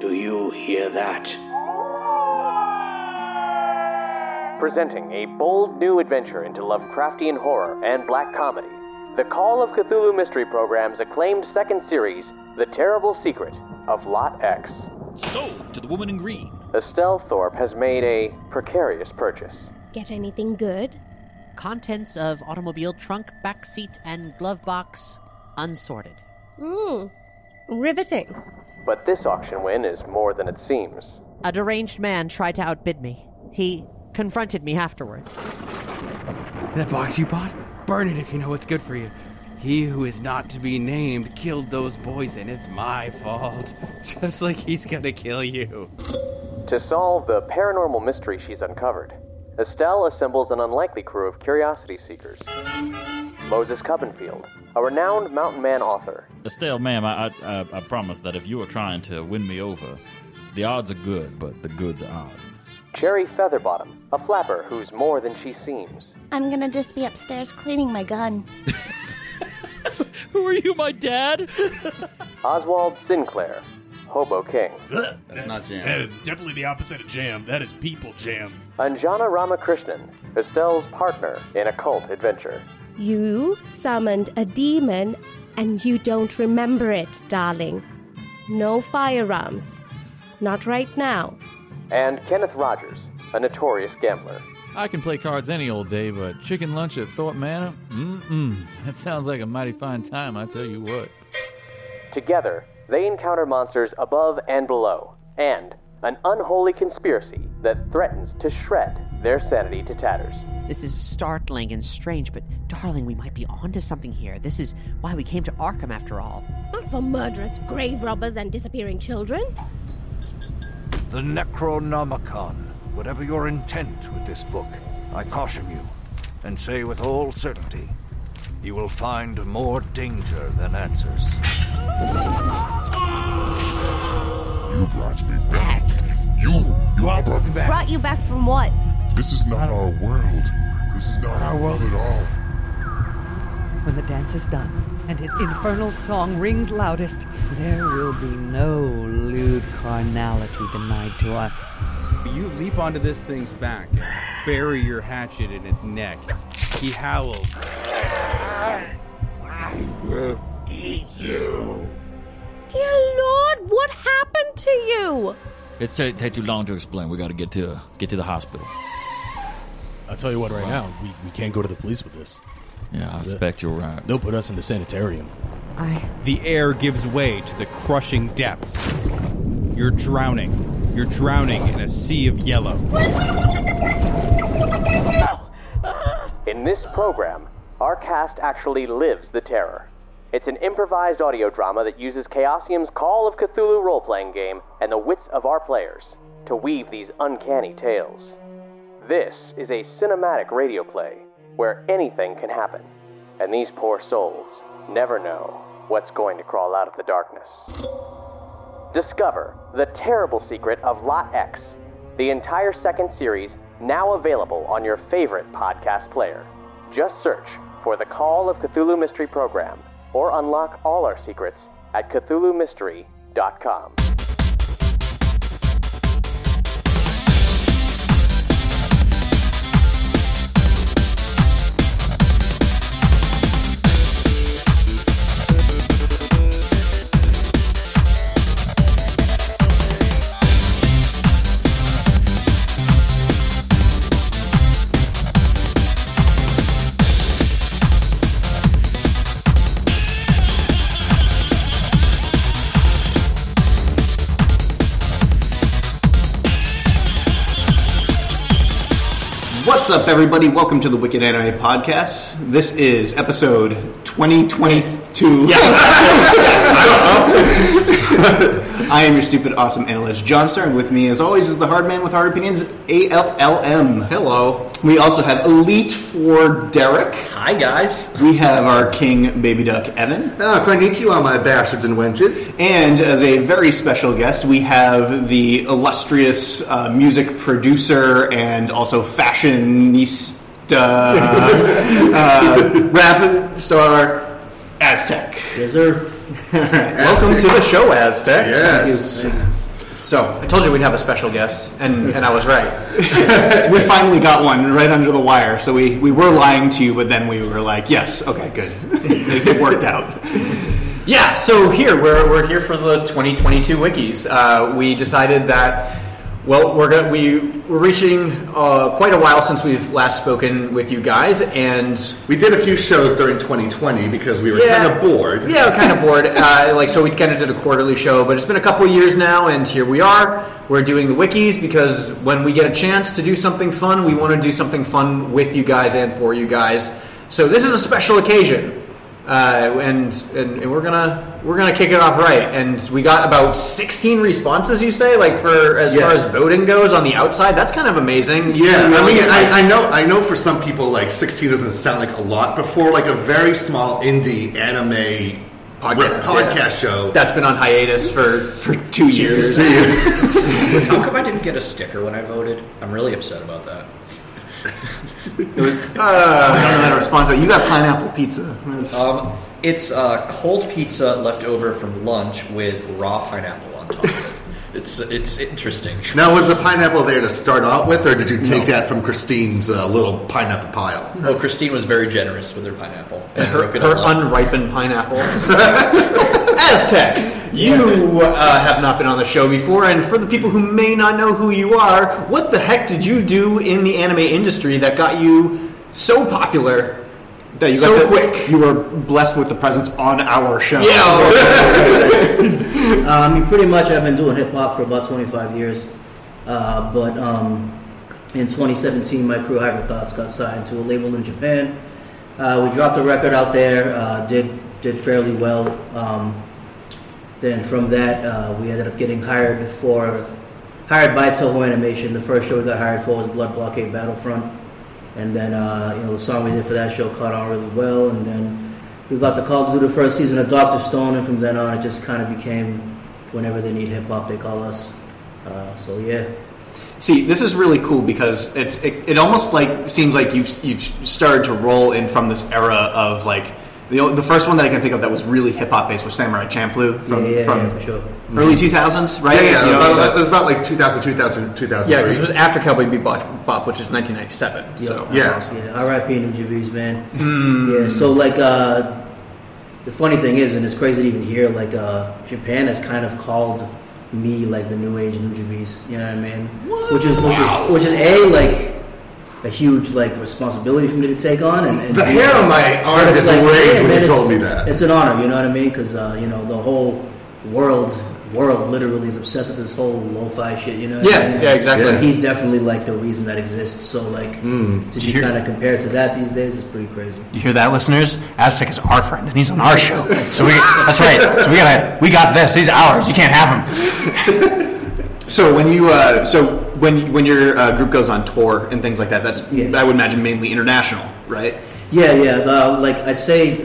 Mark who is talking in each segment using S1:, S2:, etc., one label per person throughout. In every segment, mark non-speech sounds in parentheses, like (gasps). S1: Do you hear that?
S2: Presenting a bold new adventure into Lovecraftian horror and black comedy, the Call of Cthulhu Mystery Program's acclaimed second series, The Terrible Secret of Lot X.
S3: Sold to the woman in green.
S2: Estelle Thorpe has made a precarious purchase.
S4: Get anything good?
S5: Contents of automobile trunk, backseat, and glove box unsorted.
S4: Mmm. Riveting.
S2: But this auction win is more than it seems.
S5: A deranged man tried to outbid me. He confronted me afterwards.
S6: That box you bought? Burn it if you know what's good for you. He who is not to be named killed those boys, and it's my fault. (laughs) Just like he's gonna kill you.
S2: To solve the paranormal mystery she's uncovered, Estelle assembles an unlikely crew of curiosity seekers. Moses Cubbenfield, a renowned mountain man author,
S3: Estelle, ma'am, I, I- I, I promise that if you are trying to win me over, the odds are good, but the goods are odd.
S2: Cherry Featherbottom, a flapper who's more than she seems,
S7: I'm gonna just be upstairs cleaning my gun.
S3: Who are you, my dad?
S2: Oswald Sinclair, Hobo King,
S8: That's not jam.
S9: That is definitely the opposite of jam. That is people jam.
S2: Anjana Ramakrishnan, Estelle's partner in occult adventure.
S4: You summoned a demon and you don't remember it, darling. No firearms. Not right now.
S2: And Kenneth Rogers, a notorious gambler.
S10: I can play cards any old day, but chicken lunch at Thorpe Manor? Mm-mm. That sounds like a mighty fine time, I tell you what.
S2: Together, they encounter monsters above and below, and an unholy conspiracy that threatens to shred their sanity to tatters.
S5: This is startling and strange, but darling, we might be onto something here. This is why we came to Arkham after all.
S4: Not for murderous grave robbers and disappearing children.
S11: The Necronomicon. Whatever your intent with this book, I caution you and say with all certainty you will find more danger than answers.
S12: You brought me back. You, you all brought me back.
S7: Brought you back from what?
S12: This is not our world. This is not our world at all.
S13: When the dance is done and his infernal song rings loudest, there will be no lewd carnality denied to us.
S6: You leap onto this thing's back and bury your hatchet in its neck. He howls.
S12: I will eat you.
S4: Dear Lord, what happened to you?
S3: It's take, take too long to explain. We got to get to get to the hospital.
S9: I'll tell you what, right now, we, we can't go to the police with this.
S3: Yeah, I suspect you're right.
S9: They'll put us in the sanitarium.
S13: I.
S6: The air gives way to the crushing depths. You're drowning. You're drowning in a sea of yellow.
S2: In this program, our cast actually lives the terror. It's an improvised audio drama that uses Chaosium's Call of Cthulhu role playing game and the wits of our players to weave these uncanny tales. This is a cinematic radio play where anything can happen, and these poor souls never know what's going to crawl out of the darkness. Discover the terrible secret of Lot X, the entire second series now available on your favorite podcast player. Just search for the Call of Cthulhu Mystery Program or unlock all our secrets at CthulhuMystery.com.
S14: What's up, everybody? Welcome to the Wicked Anime Podcast. This is episode 2022. (laughs) (laughs) I am your stupid, awesome analyst, John Star, and with me, as always, is the hard man with hard opinions, AFLM.
S8: Hello.
S14: We also have Elite for Derek.
S8: Hi, guys.
S14: We have our king, Baby Duck, Evan.
S15: Oh, konnichiwa, my bastards and wenches.
S14: And as a very special guest, we have the illustrious uh, music producer and also fashionista,
S15: (laughs)
S14: uh,
S15: Rap star.
S14: Aztec.
S15: Yes, sir.
S14: Welcome
S15: Welcome to the show, Aztec.
S12: Yes.
S9: So
S15: I told you we'd have a special guest, and, and I was right.
S9: (laughs) we finally got one right under the wire. So we, we were lying to you, but then we were like, yes, okay, good. (laughs) it worked out.
S15: Yeah, so here, we're, we're here for the 2022 wikis. Uh, we decided that, well, we're, gonna, we, we're reaching uh, quite a while since we've last spoken with you guys, and. We did a few shows during 2020 because we
S9: were kinda bored.
S15: Yeah, kind of bored. Uh, like, so we kind of did a quarterly show, but it's been a couple years now, and here we are. We're doing the wikis because when we get a chance to do something fun, we want to do something fun with you guys and for you guys. So this is a special occasion uh, and, and and we're gonna we're gonna kick it off right. And we got about 16 responses. You say like for as far
S9: Yes.
S15: as voting goes on the outside, that's kind of amazing.
S9: Yeah,
S15: You
S9: I mean,
S15: it's
S9: I-
S15: like-
S9: I
S15: know
S9: I
S15: know
S9: for some people like 16 doesn't sound like a lot before like a very small indie anime
S15: podcast,
S9: podcast
S15: yeah.
S9: show
S15: that's been on hiatus for for
S9: two years.
S1: How come I didn't get a sticker when I voted? I'm really upset about
S15: (laughs)
S1: that.
S15: uh, I don't know how to respond to that. You got pineapple pizza. That's-
S1: Um, it's uh, cold pizza left over from lunch with raw pineapple on top. of it. it's it's interesting.
S9: Now, was the pineapple there to start out with, or did you take that from Christine's uh, little pineapple
S5: Uh,
S9: pile?
S1: Oh, Christine was very generous with her pineapple. And
S15: her,
S1: broke it
S15: her
S1: all up.
S15: unripened pineapple. Aztec, you uh, have not been on the show before, and for the people who may not know who you are, what the heck did you do in the anime industry that got you so popular?
S9: That you
S15: so
S9: got to-
S15: quick.
S9: You were blessed with the presence on our show.
S13: um, pretty much, I've been doing hip hop for about 25 years. Uh, but um, in 2017, my crew Hyper Thoughts got signed to a label in Japan. Uh, we dropped a record out there, uh, did did fairly well. Um, then from that, uh, we ended up getting hired for hired by Toho Animation. The first show we got hired for was Blood Blockade Battlefront, and then uh, you know the song we did for that show caught on really well, and then we got the call to do the first season of Doctor Stone, and from then on, it just kind of became whenever they need hip hop, they call us. Uh, so yeah.
S9: See, this is really cool because it's it, it almost like seems like you've you've started to roll in from this era of like the o- the first one that I can think of that was really hip hop based was Samurai Champloo from
S13: Yeah, yeah,
S9: from
S13: yeah, for sure.
S9: early two thousands, right?
S15: Yeah, yeah,
S9: You know,
S15: about-
S9: so-
S15: it was about,
S9: like 2000, 2000,
S15: Yeah, because it was after Cowboy Bebop, Bop, which is 1997.
S13: Yeah,
S15: So Hmm.
S13: yeah. R.I.P. New Jibbies, man. Yeah. So like, uh, the funny thing is, and it's crazy to even hear, like, uh, Japan has kind of called me like the new age New Jibbies. You know what I mean? Which is which
S15: Wow.
S13: is which is a like. A huge like responsibility for me to take on, and, and
S15: The
S13: be-
S15: hair on my arm
S13: It's
S15: is raised when you
S13: man,
S15: told
S13: it's-
S15: me that.
S13: It's an honor, you know what I mean? Because uh, you know the whole world, world literally is obsessed with this whole lo-fi shit. You know? what I
S15: Yeah,
S13: mean?
S15: yeah, exactly. Hmm.
S13: But He's definitely like the reason that exists. So like
S9: Mm.
S13: to
S9: Do
S13: be
S9: you-
S13: kind of compared to that these days is pretty crazy.
S9: You hear that, listeners? Aztec is our friend, and he's on our show. (laughs) So we that's right. So we gotta we got this. He's ours. You can't have him. so when you uh, so when when your uh, group goes on tour and things like that, that's I would imagine mainly international, right?
S13: Yeah, yeah. The, like I'd say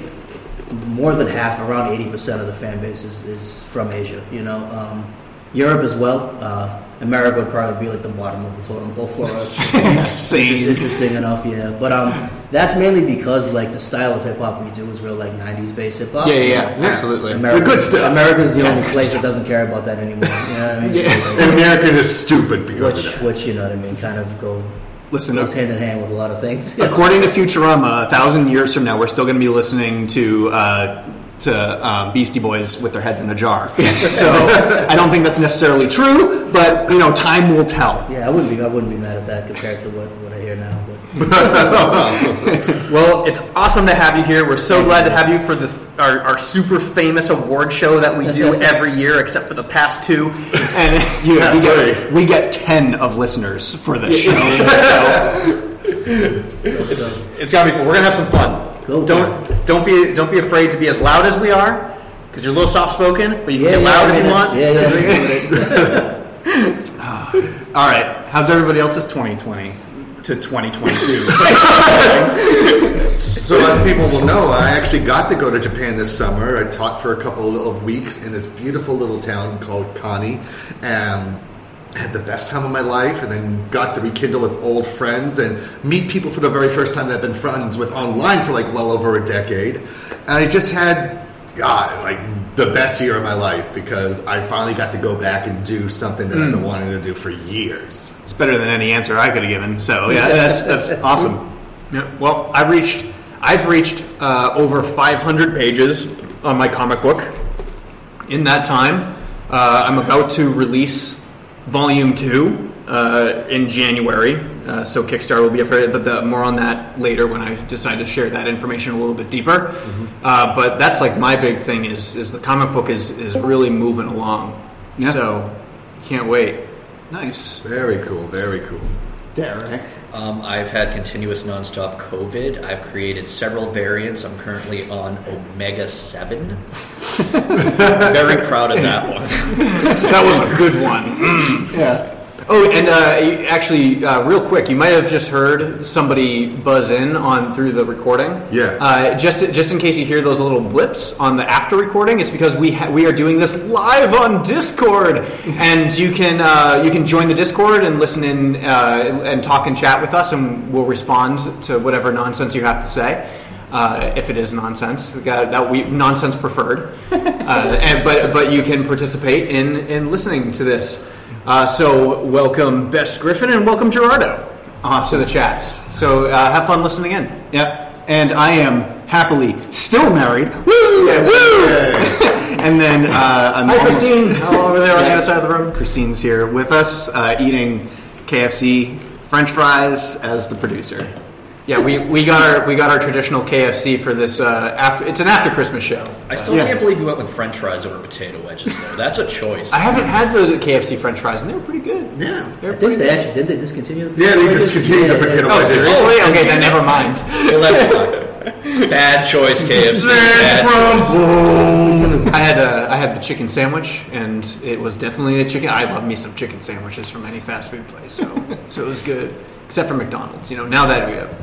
S13: more than half, around eighty percent of the fan base is, is from Asia. You know, um, Europe as well. Uh, America would probably be like the bottom of the totem pole
S15: (laughs)
S13: for us.
S9: Insane.
S13: Which is interesting enough, yeah. But um, that's mainly because like the style of hip hop we do is real like '90s based hip hop.
S15: Yeah, yeah, yeah, absolutely.
S13: America,
S15: The good stuff.
S13: America's the
S15: Yeah,
S13: only
S15: good
S13: place
S15: stuff.
S13: that doesn't care about that anymore. You know
S15: (laughs)
S13: what I mean?
S9: Yeah.
S13: So,
S9: (laughs)
S13: like,
S9: And America is stupid because
S13: which,
S9: of that.
S13: which you know what I mean, kind of go
S9: Listen,
S13: goes
S9: okay.
S13: hand in hand with a lot
S15: (laughs)
S13: of things.
S9: According to Futurama, a thousand years from now, we're still gonna be listening to. Uh, to um, Beastie Boys with their heads in a jar, so I don't think that's necessarily true. But you know, time will tell.
S13: yeah, I wouldn't be I wouldn't be mad at that compared to what, what I hear now.
S15: (laughs) well, it's awesome to have you here. We're so glad to have you for the our, our super famous award show that we do every year, except for the past two.
S9: And you,
S15: Yeah,
S9: we,
S15: sorry.
S9: get, we get 10 of listeners for this show.
S15: it's, it's gotta be fun. We're gonna have some fun. Don't don't be don't be afraid to be as loud as we are, because you're a little soft spoken, but you can
S13: Yeah,
S15: get
S13: yeah,
S15: loud
S13: I mean,
S15: if you
S13: that's-
S15: want.
S13: yeah,
S15: (laughs)
S13: yeah, I
S9: So. All right. How's everybody else's 2020 to 2022?
S15: so
S14: as people will know, I actually got to go to Japan this summer. I taught for a couple of weeks in this beautiful little town called Kani. Um, had the best time of my life and then got to rekindle with old friends and meet people for the very first time that I've been friends with online for like well over a decade. And I just had, God, like
S16: the best year of my life because I finally got to go back and do something that I've been
S5: Mm.
S16: wanting to do for years.
S5: It's better than any answer I could have given. So yeah, that's that's awesome. Yeah, well, I reached. I've reached uh, over 500 pages on my comic book. In that time, uh, I'm about to release Volume Two uh, in January. Uh, so Kickstarter will be up for it, but the, more on that later when I decide to share that information a little bit deeper. Uh, but that's like my big thing is is the comic book is is really moving along.
S16: Yeah.
S5: So can't wait. Nice.
S16: Very cool. Very cool.
S5: Derek.
S17: Um, I've had continuous nonstop COVID. I've created several variants. I'm currently on Omega 7. Very proud of that one.
S5: that was a good one. yeah. Oh, and uh, you- actually, uh, real quick, you might have just heard somebody buzz in on through the recording.
S16: Yeah.
S5: Uh, just just in case you hear those little blips on the after recording, it's because we ha- we are doing this live on Discord, and you can uh, you can join the Discord and listen in uh, and talk and chat with us, and we'll respond to whatever nonsense you have to say. Uh, if it is nonsense, that, that we nonsense preferred, uh, and, but but you can participate in in listening to this. Uh, so welcome, Best Griffin, and welcome Gerardo to the chats. So uh, have fun listening in.
S14: Yep. And I am happily still married. Woo! Woo! (laughs) and then uh, I'm
S5: Hi,
S14: almost- (laughs)
S5: Christine. All over there on the other side of the room.
S14: Christine's here with us, uh, eating KFC French fries as the producer.
S5: Yeah, we, we got our we got our traditional KFC for this. Uh, after, it's an after Christmas show.
S17: I still
S5: Yeah.
S17: can't believe you went with French fries over potato wedges, though. That's a choice.
S5: I haven't had the KFC French fries, and they were pretty good.
S16: Yeah,
S5: they're
S13: I think they actually did. They discontinue. The
S5: Yeah, they
S13: potatoes?
S5: discontinued the
S13: Yeah, yeah,
S5: potato
S13: yeah.
S5: wedges. Oh, seriously? Okay, then never mind.
S17: Bad choice, KFC. Bad choice.
S5: I had a, I had the chicken sandwich, and it was definitely a chicken. I love me some chicken sandwiches from any fast food place, so so it was good, except for McDonald's. You know, now that we have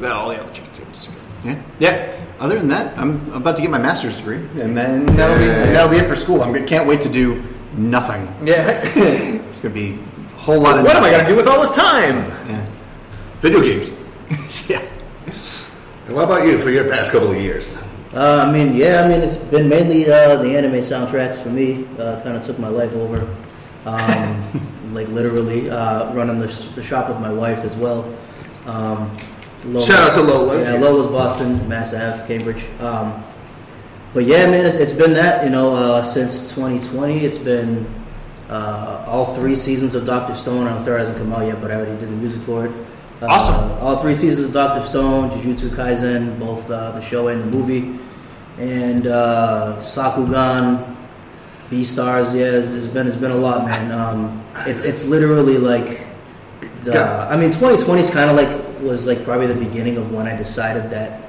S5: that all the other chicken sandwiches. Are good.
S14: Yeah.
S5: Yeah.
S14: Other than that, I'm about to get my master's degree, and then that'll be that'll be it for school. I can't wait to do nothing.
S5: Yeah.
S14: it's gonna be a whole lot of.
S5: What am I gonna do with all this time?
S16: Video
S13: (laughs)
S16: games.
S14: yeah.
S16: And what about you for your past couple of years?
S13: Uh, I mean, yeah, I mean, it's been mainly uh, the anime soundtracks for me. Uh, kind of took my life over,
S16: (laughs)
S13: um, like literally uh, running the, sh- the shop with my wife as well. Um,
S16: Shout out to Lola's.
S13: Yeah, Lola's Boston, Mass Ave, Cambridge. Um, but yeah, man, it's, it's been that you know uh, since 2020. It's been uh, all three seasons of Doctor Stone. I don't know if there hasn't come out yet, but I already did the music for it. Uh,
S5: Awesome.
S13: All three seasons of Doctor Stone, Jujutsu Kaisen, both uh, the show and the movie, and uh, Sakugan, B Stars. Yeah, it's, it's been it's been a lot, man. Um, it's it's literally like the.
S16: Yeah.
S13: I mean, 2020 is kind of like was like probably the beginning of when I decided that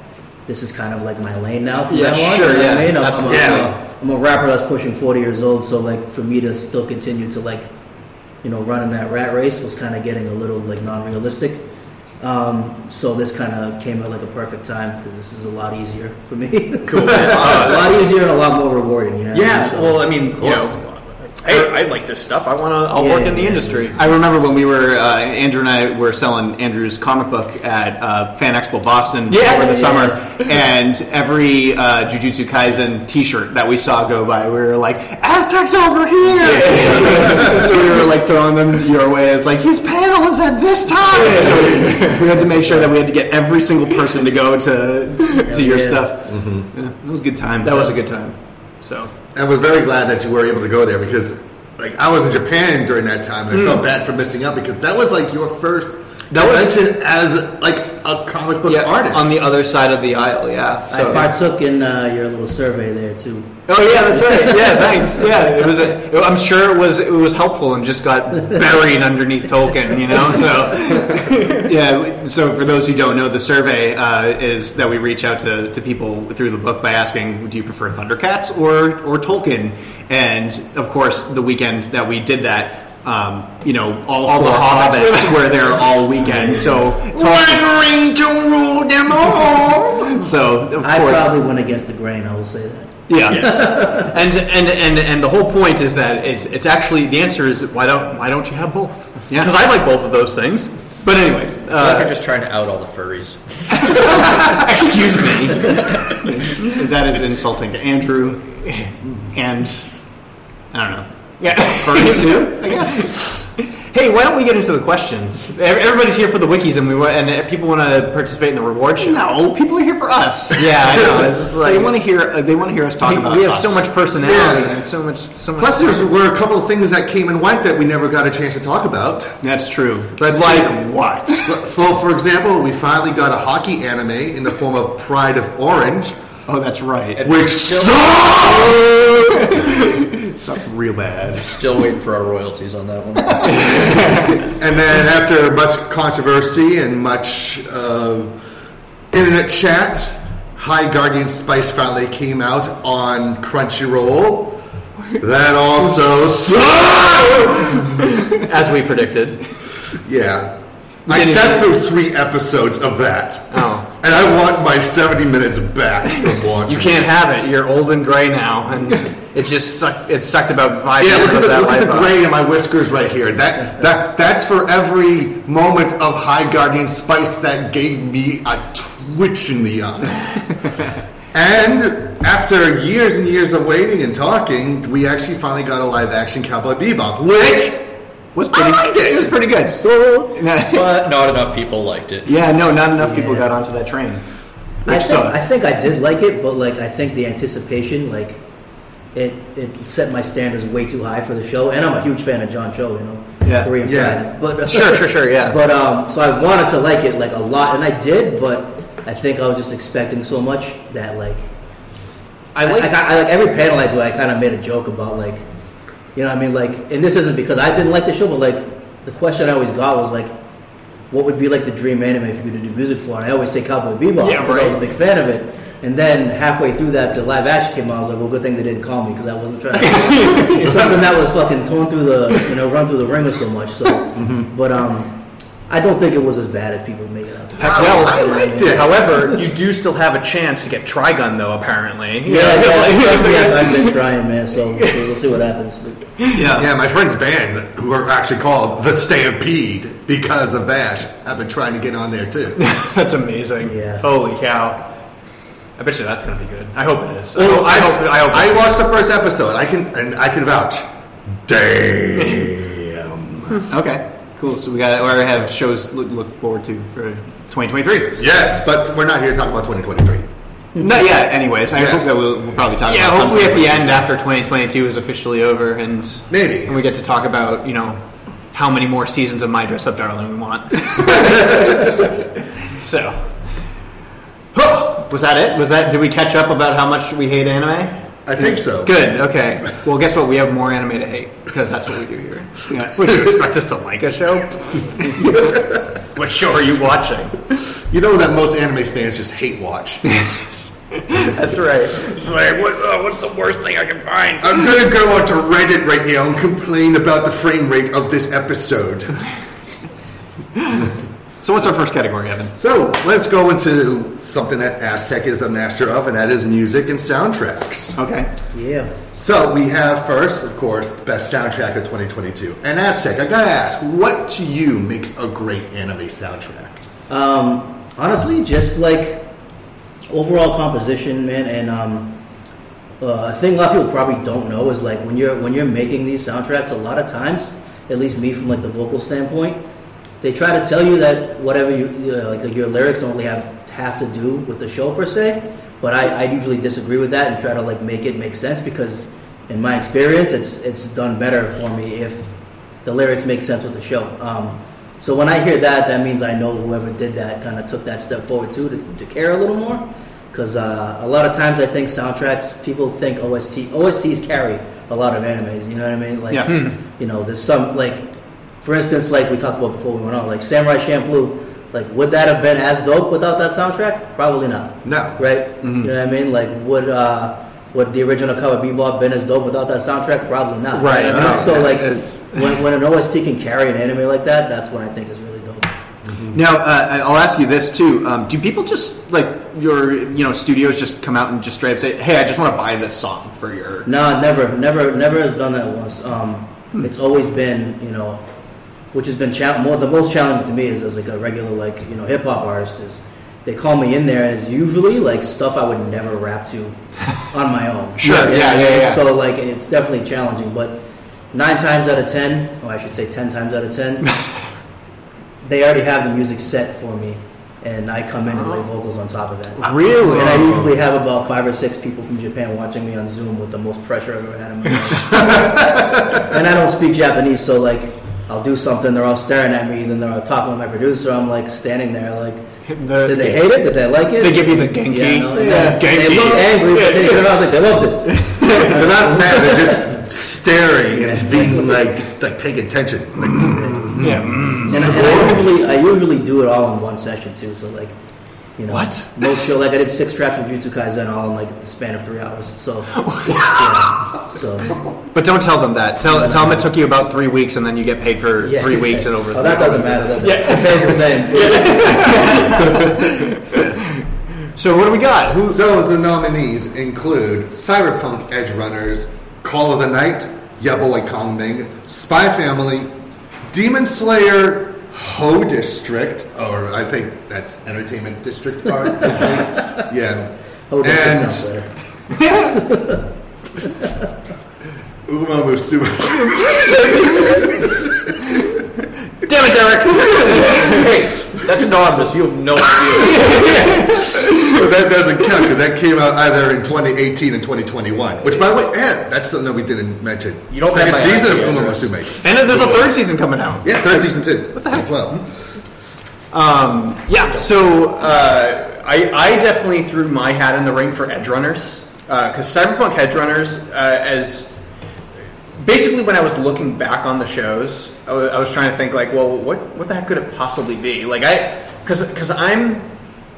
S13: this is kind of like my lane now. From
S5: Yeah,
S13: now on,
S5: sure,
S13: you know what
S5: yeah,
S13: I mean? I'm,
S5: absolutely.
S13: I'm,
S5: Yeah.
S13: a- I'm a rapper that's pushing 40 years old, so like for me to still continue to like you know, running that rat race was kind of getting a little like non-realistic. Um, so this kind of came at like a perfect time because this is a lot easier for me.
S5: Cool.
S13: (laughs)
S5: Uh,
S13: a lot easier and a lot more rewarding. Yeah.
S5: Yeah,
S13: So-
S5: well, I mean, you know, hey, I like this stuff. I want to. I'll work in the industry.
S14: I remember when we were uh, Andrew and I were selling Andrew's comic book at uh, Fan Expo Boston
S5: Yeah.
S14: over the
S5: Yeah.
S14: summer, and every uh, Jujutsu Kaisen T-shirt that we saw go by, we were like, "Aztecs over here!" (laughs) so we were like throwing them your way. It's like his panel is at this time. So we, we had to make sure that we had to get every single person to go to to your
S16: Yeah. Mm-hmm.
S14: stuff. Yeah, it was a good time.
S16: That was a
S14: good time. So
S16: I was very glad that you were able to go there because, like, I was in Japan during that time, and I
S14: Mm.
S16: felt bad for missing out because that was like your first
S14: That was-
S16: mention as like a comic book artist
S5: on the other side of the aisle. Yeah,
S13: I partook in uh, your little survey there too.
S5: Oh yeah, that's right. Yeah, thanks. Yeah, it was. A, I'm sure it was. It was helpful and just got buried underneath Tolkien. You know, so
S14: (laughs) yeah. So for those who don't know, the survey uh, is that we reach out to, to people through the book by asking, "Do you prefer Thundercats or or Tolkien?" And of course, the weekend that we did that. Um, you know, all,
S5: All
S14: four
S5: the hobbits.
S14: hobbits were there all
S5: (laughs)
S14: weekend. So,
S5: One ring to rule them all.
S14: so of
S13: I
S14: course,
S13: probably went against the grain. I will say that.
S14: Yeah.
S5: (laughs) and, and and and the whole point is that it's it's actually the answer is why don't why don't you have both? Because I like both of those things.
S15: But anyway,
S1: I feel like
S15: uh,
S1: you're just trying to out all the furries.
S5: (laughs)
S15: Excuse me. that is insulting to Andrew, and I don't know. Yeah,
S14: (laughs)
S15: furries too, I guess. Hey, why don't we get into the questions? Ev- Everybody's here for the wikis, and we wa- and uh, people want to participate in the reward show.
S9: No, people are here for us.
S15: Yeah, I
S14: (laughs)
S15: know. It's just like
S9: they want to hear. Uh, they want to hear us talk
S15: we,
S9: about.
S15: we have
S9: us.
S15: so much personality.
S9: Yeah.
S15: And so much. So much.
S14: Plus, there were a couple of things that came and went that we never got a chance to talk about.
S15: That's true.
S14: Let's
S15: Like
S14: see.
S15: what?
S14: (laughs) Well, for example, we finally got a hockey anime in the form of Pride of Orange.
S15: Oh, that's right. (laughs)
S5: (laughs)
S14: Which sucked!
S9: sucked real bad.
S1: Still waiting for our royalties
S15: (laughs)
S1: on that one.
S14: And then after much controversy and much uh, internet chat, High Guardian Spice finally came out on Crunchyroll. That also sucked!
S15: As we predicted.
S14: Yeah. I sat through three episodes of that. Oh. And I want my 70 minutes back
S15: (laughs)
S14: from watching.
S15: You can't have it. You're old and gray now, and it just sucked. It sucked about five
S14: Yeah,
S15: years of
S14: look at the,
S15: that
S14: look at
S15: life.
S14: the
S15: out.
S14: gray in my whiskers right here. That that that's for every moment of High Guardian Spice that gave me a twitch in the eye.
S15: (laughs)
S14: and after years and years of waiting and talking, we actually finally got a live action Cowboy Bebop, which was pretty. I liked it. It was
S9: pretty good.
S15: (laughs)
S1: but not enough people liked it.
S9: Yeah, no, not enough people got onto that train.
S13: I
S9: Which
S13: think,
S9: sucks.
S13: I think I did like it, but like I think the anticipation, like it, it set my standards way too high for the show. And I'm a huge fan of John Cho, you know,
S15: Yeah.
S13: Korean
S15: Yeah.
S13: pride. But uh,
S15: Sure, sure, sure, yeah.
S13: But um, so I wanted to like it like a lot, and I did, but I think I was just expecting so much that like
S9: I like
S13: I, I, like every panel I do, I kind of made a joke about like you know what I mean like, and this isn't because I didn't like the show, but like the question I always got was like. What would be like the dream anime for you to do music for? And I always say Cowboy Bebop
S15: Yeah,
S13: because I was a
S15: right.
S13: big fan of it. And then halfway through that, the live action came out. I was like, well, good thing they didn't call me because I wasn't trying to it's something that was fucking torn through the you know run through the ringer so much. So, but um, I don't think it was as bad as people make it out. to be.
S15: Well,
S13: You know what mean?
S15: However, you do still have a chance to get Trigun, though. Apparently, (laughs)
S13: yeah, yeah, trust me,
S14: (laughs)
S13: I've I've been trying, man. So we'll see, we'll see what happens.
S14: Yeah. yeah, my friend's band, who are actually called The Stampede because of Bash, I've been trying to get on there too.
S15: (laughs) that's amazing.
S13: Yeah.
S15: Holy cow! I bet you that's going to be good. I hope it is.
S14: Well,
S15: I,
S14: I've-
S15: hope, I hope.
S14: I watched the first episode. I can and I can vouch. Damn.
S9: (laughs) Okay, cool. So we got or have shows look, look forward to for 2023.
S14: Yes, but we're not here talking about 2023.
S9: Not yet. Anyways, I
S14: Yes.
S9: hope that we'll, we'll probably talk.
S15: yeah,
S9: about
S15: hopefully at
S9: something
S15: the end,
S9: related
S15: after 2022 is officially over, and
S14: maybe,
S15: and we get to talk about you know how many more seasons of My Dress Up Darling we want. so, Huh. was that it? Was that? Did we catch up about how much we hate anime?
S14: I think so.
S15: Good. Okay. Well, guess what? We have more anime to hate because that's what we do here. Yeah. (laughs) Would you expect us to like a show? what show are you watching?
S14: You know that most anime fans just hate
S15: (laughs)
S14: watch.
S15: That's right.
S14: It's like, what, uh, what's the worst thing I can find? I'm gonna go onto Reddit right now and complain about the frame rate of this episode.
S9: So what's our first category, Evan?
S14: So let's go into something that Aztec is a master of, and that is music and soundtracks.
S9: Okay.
S13: Yeah.
S14: So we have first, of course, the best soundtrack of 2022. And Aztec, I gotta ask, what to you makes a great anime soundtrack?
S13: Um, honestly, just like overall composition, man, and um, uh, a thing a lot of people probably don't know is like when you're when you're making these soundtracks, a lot of times, at least me from like the vocal standpoint, they try to tell you that whatever you you know, like your lyrics don't really have have to do with the show per se. But I, I usually disagree with that and try to like make it make sense because in my experience, it's it's done better for me if the lyrics make sense with the show. Um, so when I hear that, that means I know whoever did that kind of took that step forward too to, to care a little more. Because uh, a lot of times I think soundtracks, people think OST OSTs carry a lot of animes. You know what I mean? Like
S15: Yeah. Hmm.
S13: you know, there's some like, for instance, like we talked about before we went on, like Samurai Champloo. Like, would that have been as dope without that soundtrack? Probably not. No. Right? You know what I mean? Like, would uh, would the original cover Bebop been as dope without that soundtrack? Probably not.
S15: Right,
S13: You know what I mean?
S15: no.
S13: So like,
S15: It's-
S13: when, when an OST can carry an anime like that, that's what I think is really dope.
S9: Now, uh, I- I'll ask you this too: um, Do people just like your, you know, studios just come out and just straight up say, "Hey, I just want to buy this song for your"?
S13: No, never, never, never has done that once. Um, It's always been, you know, which has been chal- more the most challenging to me is as like a regular like you know hip hop artist is they call me in there and it's usually like stuff I would never rap
S9: (laughs)
S13: to on my own.
S9: Sure, yeah, yeah, yeah.
S13: So like it's definitely challenging, but nine times out of ten, or I should say ten times out
S9: (laughs)
S13: of ten, they already have the music set for me. And I come in and lay
S9: Uh-huh.
S13: vocals on top of that.
S9: Really?
S13: And I usually have about five or six people from Japan watching me on Zoom with the most pressure I've ever had in
S9: (laughs)
S13: my life. and I don't speak Japanese, so like I'll do something, they're all staring at me, then they're all talking to my producer. I'm like standing there, like, did they hate it? Did they like it?
S9: They give you the genki.
S13: Yeah, no, and
S9: Yeah.
S13: then They
S9: Genki.
S13: looked angry, but
S9: (laughs)
S13: then I was like, they loved it.
S5: they're
S14: Oh.
S13: (laughs)
S5: not mad. They're just staring and being like, just, like paying attention. Like,
S13: Yeah. And I, and I usually I usually do it all in one session too. So like, you know,
S5: What?
S13: Most show like I did six tracks of Jutsu Kaisen all in like the span of three hours.
S14: (laughs)
S13: So, yeah, so
S14: But don't tell them that. Tell, tell them it took you about three weeks, and then you get paid for
S13: yeah,
S14: three
S13: it's
S14: weeks
S13: like-
S14: and over.
S13: Oh, that
S14: three
S13: doesn't
S14: hours.
S13: matter. That it pays the
S14: (laughs)
S13: same.
S5: So what do we got? Who's so the nominees include Cyberpunk Edge Runners, Call of the Night, Ya Boy Kong Ming, Spy Family, Demon Slayer, Ho District, or I think that's Entertainment District part. I think. yeah,
S13: Ho District
S5: and
S13: sounds better.
S5: Uma Musume.
S14: Damn it, Derek! hey, that's anonymous. You have no idea.
S5: but that doesn't count because that came out either in 2018 and 2021. Which, by the way, eh, that's something that we didn't mention.
S14: You don't
S5: second
S14: have my
S5: season
S14: idea,
S5: of Uma
S14: Chris.
S5: Musume,
S14: And there's a third season coming out.
S5: Yeah, third season too. What the heck? As well.
S14: Um, yeah, so uh, I, I definitely threw my hat in the ring for edge runners because Cyberpunk edge runners, uh, as basically when I was looking back on the shows, I wa- I was trying to think like, well, what what the heck could it possibly be? Like I, because because I'm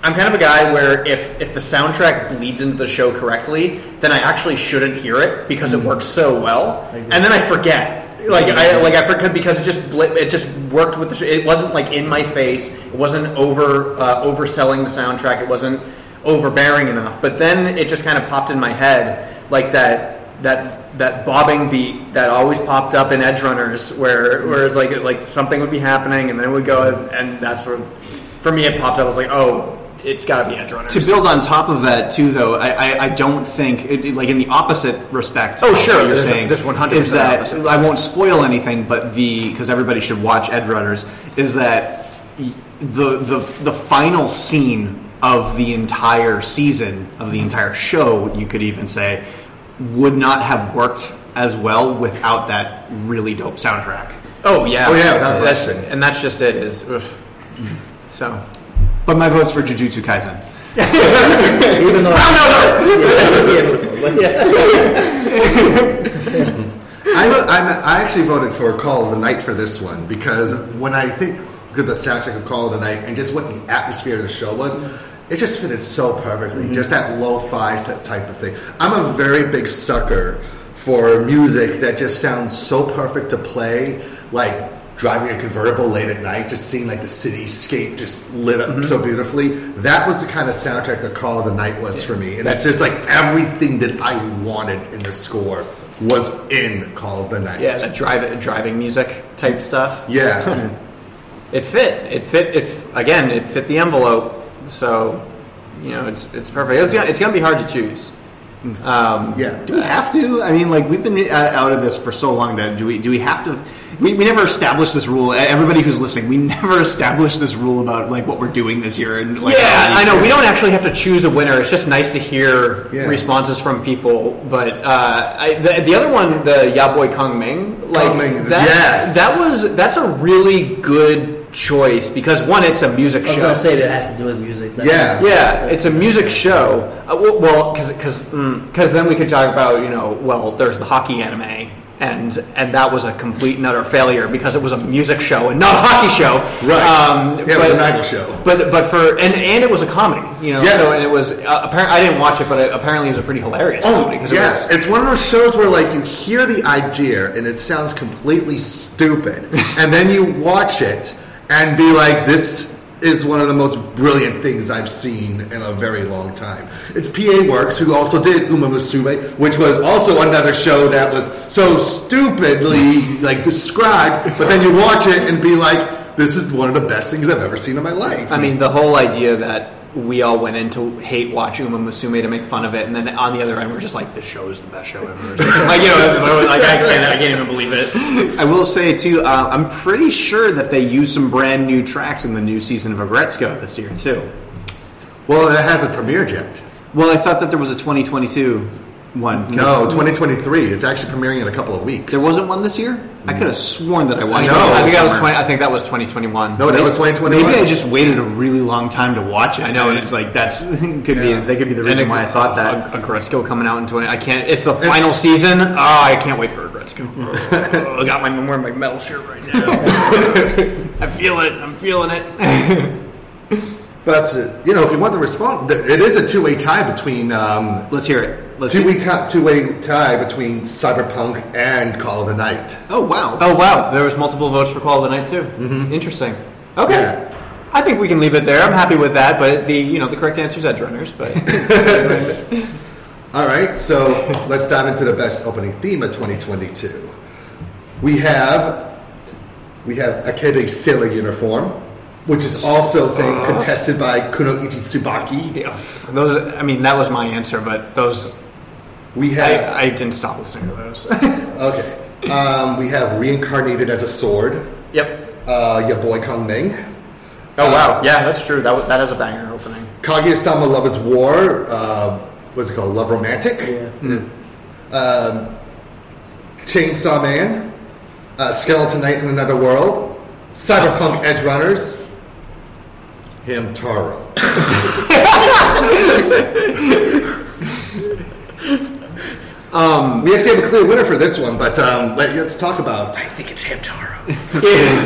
S14: I'm kind of a guy where if if the soundtrack bleeds into the show correctly, then I actually shouldn't hear it because it works so well, and then I forget. Like I like I forget because it just bl- it just worked with the show. It wasn't like in my face. It wasn't over uh, overselling the soundtrack. It wasn't overbearing enough. But then it just kind of popped in my head like that that that bobbing beat that always popped up in Edge Runners, where where it's like like something would be happening and then it would go, and that's where for me it popped up. I was like, oh, it's got to be Edge Runners.
S9: To build on top of that too, though, I, I, I don't think it, it- like in the opposite respect.
S14: Oh,
S9: of
S14: sure,
S9: what you're
S14: there's a-
S9: saying
S14: there's 100%
S9: is that
S14: opposite.
S9: I won't spoil anything, but the because everybody should watch Edge Runners is that y- the the the final scene of the entire season of the entire show, you could even say, would not have worked as well without that really dope soundtrack.
S14: Oh yeah,
S9: Oh, yeah, without
S14: that's,
S9: question.
S14: and that's just it. Is oof. so.
S9: But my vote's for Jujutsu Kaisen.
S13: Even though
S5: I, wa- I'm, I actually voted for Call of the Night for this one because when I think of the soundtrack of Call of the Night and just what the atmosphere of the show was, it just fitted so perfectly. Just that lo-fi t- type of thing. I'm a very big sucker for music that just sounds so perfect to play, like driving a convertible late at night, just seeing like the cityscape just lit up so beautifully. That was the kind of soundtrack that Call of the Night was for me, and it's just like everything that I wanted in the score was in Call of the Night.
S14: Yeah, that drive, driving music type stuff.
S5: Yeah.
S14: (laughs) it fit. It fit. It again, it fit the envelope. So, you know, it's it's perfect. It's gonna, it's gonna be hard to choose. Um,
S9: yeah. Do we have to? I mean, like we've been uh, out of this for so long that do we? Do we have to? We, we never established this rule. E- Everybody who's listening, we (laughs) never established this rule about like what we're doing this year. And like,
S14: yeah,
S9: how
S14: I know. We
S9: year.
S14: don't actually have to choose a winner. It's just nice to hear
S9: Yeah.
S14: responses from people. But uh, I, the, the other one, the Yaboy Kong Ming, like
S5: Kong Ming,
S14: that,
S5: yes.
S14: that was that's a really good choice because one, it's a music
S13: I was
S14: show.
S13: gonna say that has to do with music. That
S14: yeah,
S13: has-
S14: yeah, it's a music show. Uh, well- well, because because then we could talk about you know well there's the hockey anime and and that was a complete and utter failure because it was a music show and not a hockey show.
S5: Right.
S14: Um,
S5: Yeah, it was an idol show.
S14: But but for and and it was a comedy, you know.
S5: Yeah.
S14: So and it was uh, appar- I didn't watch it, but it, apparently it was a pretty hilarious
S5: Oh,
S14: comedy because it
S5: yeah.
S14: was
S5: It's one of those shows where, like, you hear the idea and it sounds completely stupid. and then you watch it and be like, this is one of the most brilliant things I've seen in a very long time. It's PA Works, who also did Uma Musume, which was also another show that was so stupidly like described, but then you watch it and be like, this is one of the best things I've ever seen in my life.
S14: I mean, the whole idea that we all went in to hate watch Uma Musume to make fun of it, and then on the other end, we're just like, this show is the best show ever. (laughs) like, you know, it's so- like, I can't, I can't even believe it.
S18: I will say too, uh, I'm pretty sure that they used some brand new tracks in the new season of Agretzko this year too.
S5: Well, it hasn't premiered yet.
S18: Well, I thought that there was a 2022 one.
S5: No, 2023. It's actually premiering in a couple of weeks.
S18: There wasn't one this year. I could have sworn that I watched.
S14: No,
S18: it
S14: I think that was
S18: somewhere.
S14: 20, I think that was 2021.
S18: Maybe- Maybe I
S14: Maybe
S18: just waited a really long time to watch it. I know, and it's like that's (laughs) could
S14: Yeah.
S18: be that could be the
S14: And
S18: reason
S14: it-
S18: why I thought that.
S14: a Agretzko coming out in 20. I can't. It's the final season. Oh, I can't wait for
S5: (laughs)
S14: Agretzko. oh, I got my I'm wearing my metal shirt right now. I feel it. I'm feeling it.
S5: But uh, you know, if you want the response, there- it is a two-way tie between. Um,
S18: Let's hear it. Let's
S5: two-way tie, two-way tie between Cyberpunk and Call of the Night.
S18: Oh wow.
S14: Oh wow. There was multiple votes for Call of the Night too.
S5: Mm-hmm.
S14: Interesting. Okay. I think we can leave it there. I'm happy with that. But the you know the correct answer is Edge Runners. But
S5: (laughs) All right, so let's dive into the best opening theme of 2022. We have we have Akebe's sailor uniform, which is also saying contested by Kunoichi Tsubaki.
S14: Yeah, those. I mean, that was my answer, but those.
S5: We have.
S14: I, I didn't stop listening to those. (laughs)
S5: okay. Um, we have reincarnated as a sword.
S14: Yep.
S5: Uh, your boy Kong Ming.
S14: Oh wow. Yeah, that's true. That wa- that is a banger opening.
S5: Kaguya-sama Uh, Love is War. Uh, what's it called? Love Romantic. Um, Chainsaw Man. Uh, Skeleton Knight in Another World. Cyberpunk Edge Runners. Him
S14: (laughs)
S5: Taro. um, we actually have a clear winner for this one, but um, let, us talk about. I
S19: think it's Hamtaro.
S18: (laughs)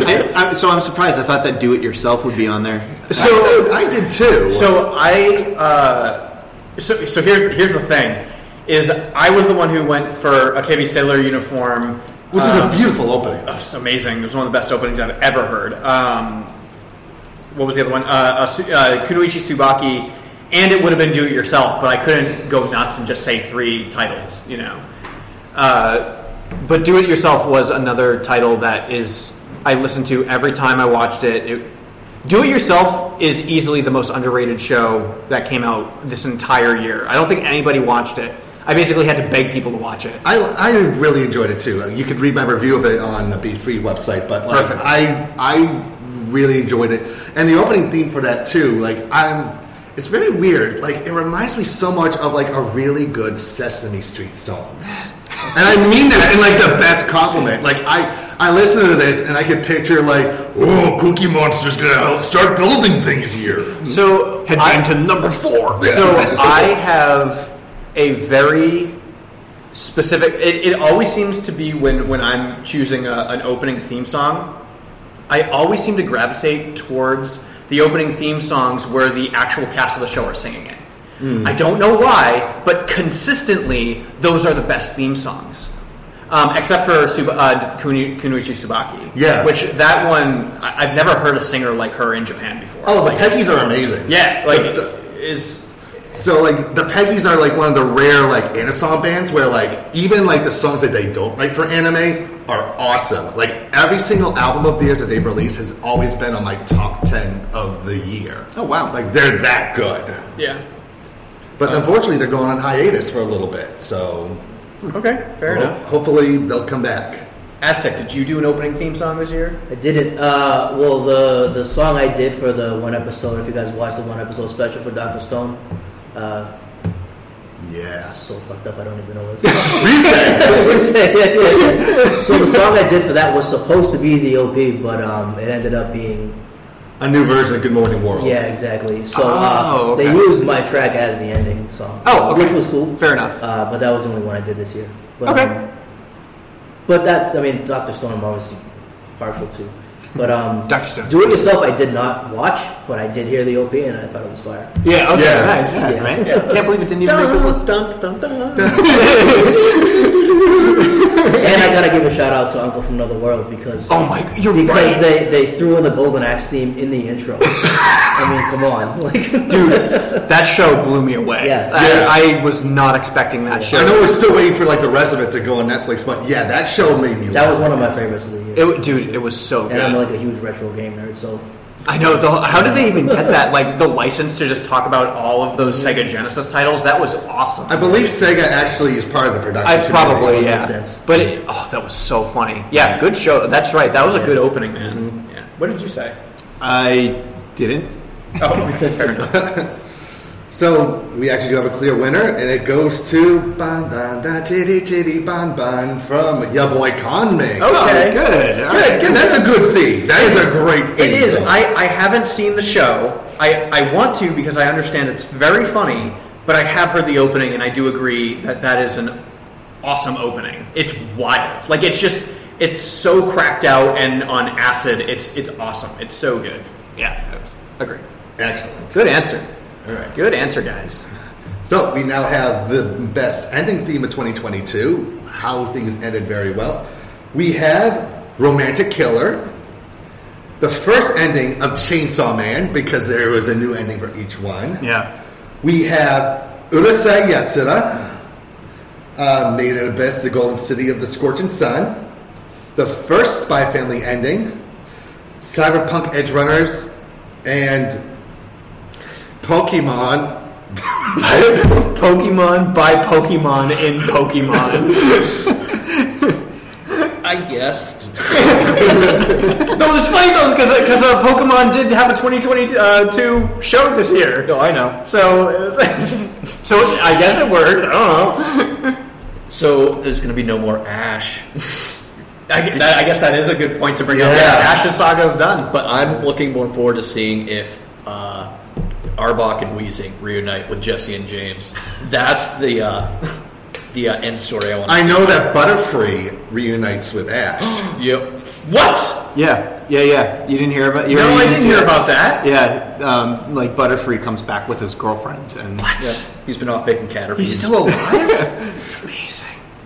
S18: I, I'm, so I'm surprised. I thought that do it yourself would be on there.
S14: So
S5: I did too.
S14: So I uh, so so here's here's the thing is I was the one who went for a KB Sailor uniform,
S5: Which is a beautiful opening.
S14: Oh, it's amazing. It was one of the best openings I've ever heard. Um, what was the other one? Uh, uh, Su- uh, Kunoichi Tsubaki, and it would have been do it yourself, but I couldn't go nuts and just say three titles, you know. Uh, but do it yourself was another title that is I listened to every time I watched it. it do it yourself is easily the most underrated show that came out this entire year. I don't think anybody watched it. I basically had to beg people to watch it.
S5: I, I really enjoyed it too. You could read my review of it on the B3 website, but like
S14: Perfect.
S5: I I really enjoyed it, and the opening theme for that too. Like I'm, it's very weird. Like it reminds me so much of like a really good Sesame Street song, and I mean that in like the best compliment. Like I I listen to this and I could picture like oh Cookie Monster's gonna help start building things here.
S14: So
S5: headband to number four.
S14: So I have a very specific. It, it always seems to be when when I'm choosing a, an opening theme song, I always seem to gravitate towards the opening theme songs where the actual cast of the show are singing it.
S5: Hmm.
S14: I don't know why, but consistently, those are the best theme songs. Um, except for Suba, uh, Kuni- Kunuichi Subaki.
S5: Yeah.
S14: Which, that one, I- I've never heard a singer like her in Japan before.
S5: Oh, the
S14: Like-
S5: Peggies are amazing.
S14: Yeah, like,
S5: The-
S14: is
S5: So like the Peggies are like one of the rare like anisong bands where like even like the songs that they don't write for anime are awesome. Like every single album of theirs that they've released has always been on my top ten of the year. Oh wow! Like they're that good.
S14: Yeah. Uh,
S5: But unfortunately, they're going on hiatus for a little bit. So
S14: Okay, fair
S5: well,
S14: enough.
S5: Hopefully, they'll come back.
S14: Aztec, did you do an opening theme song this year?
S13: I didn't. Uh, well, the the song I did for the one episode, if you guys watched the one episode special for Doctor Stone, uh,
S5: yeah,
S13: so fucked up. I don't even know
S5: (laughs)
S13: what it's called. Reset. (laughs) so the song I did for that was supposed to be the OP, but um, it ended up being
S5: a new version of Good Morning World.
S13: Yeah, exactly. So uh,
S5: Oh,
S13: they
S5: okay.
S13: used my track as the ending song.
S5: Oh, okay.
S13: which was cool.
S14: Fair enough.
S13: Uh, but that was the only one I did this year. But, okay. but that I mean, Doctor Stone, I'm obviously partial to. But
S14: (laughs)
S13: um,
S14: Doctor Stone,
S13: do it yourself. I did not watch, but I did hear the OP, and I thought it was fire.
S14: Yeah, okay, Yeah. nice.
S13: Yeah.
S14: Right?
S13: (laughs)
S14: Yeah. Can't believe it didn't even make this list.
S13: and I gotta give a shout out to Uncle from Another World because
S14: oh my, you're
S13: because
S14: right.
S13: they they threw in the Golden Axe theme in the
S14: (laughs)
S13: intro. I mean, come on, (laughs) like
S14: that show blew me away.
S13: Yeah.
S14: I, I was not expecting that show.
S1: I know we're still waiting for like the rest of it to go on Netflix, but yeah, that show made me.
S13: that was
S1: laugh.
S13: one of my favorites of the year.
S14: It, wa- dude, it was so
S13: and
S14: good.
S13: I'm like a huge retro game nerd, so
S14: I know. The, how did they even get that? Like the license to just talk about all of those Sega Genesis titles? That was awesome.
S1: I believe Sega actually is part of the production.
S14: I probably
S1: committee.
S14: yeah. But it, oh, that was so funny. Yeah, good show. That's right. That was a good opening, Mm-hmm. man. Yeah. What did you say?
S1: I
S14: (laughs)
S1: didn't. Oh, fair enough. (laughs) So we actually do have a clear winner, and it goes to Bon Bon Da Chitty Chitty Bon Bon from Ya Boy Conme. Okay,
S14: Okay.
S1: good, all
S14: Good.
S1: right, good. That's a good theme. That is a great. Theme
S14: It is.
S1: song.
S14: I, I haven't seen the show. I, I want to because I understand it's very funny, but I have heard the opening and I do agree that that is an awesome opening. It's wild. Like it's just it's so cracked out and on acid. It's it's awesome. It's so good. Yeah. Agree.
S1: Excellent.
S14: Good answer.
S1: All right.
S14: Good answer, guys.
S1: So we now have the best ending theme of 2022. How things ended very well. We have Romantic Killer, the first ending of Chainsaw Man because there was a new ending for each one.
S14: Yeah.
S1: We have Urasai Yatsura, uh, Made of Abyss, The Golden City of the Scorching Sun, the first Spy Family ending, Cyberpunk Edge Runners, and Pokemon.
S14: (laughs) Pokemon by Pokemon in
S1: (laughs)
S14: Pokemon.
S20: I guessed.
S14: no, it's funny though because because uh, Pokemon did have a 2022 uh, two show this year.
S20: Oh,
S14: No, I know. So (laughs) it was, so it- I guess it worked. I don't know.
S20: (laughs) So there's going to be no more Ash.
S14: (laughs) I, gu- that, I guess that is a good point to bring up.
S20: Yeah.
S14: Yeah, Ash's saga's done.
S20: But I'm looking more forward to seeing if uh, Arbok and Weezing reunite with Jesse and James. That's the uh, (laughs) the uh, end story I want. to
S1: I know that Butterfree reunites with Ash.
S20: (gasps) Yep.
S14: What?
S3: Yeah, yeah, yeah. You didn't hear about? You
S1: No,
S3: you
S1: I didn't
S3: see
S1: hear
S3: it?
S1: about that.
S3: Yeah, um, like Butterfree comes back with his girlfriend, and what?
S20: He's been off baking caterpillars.
S3: He's
S14: (laughs)
S3: still alive.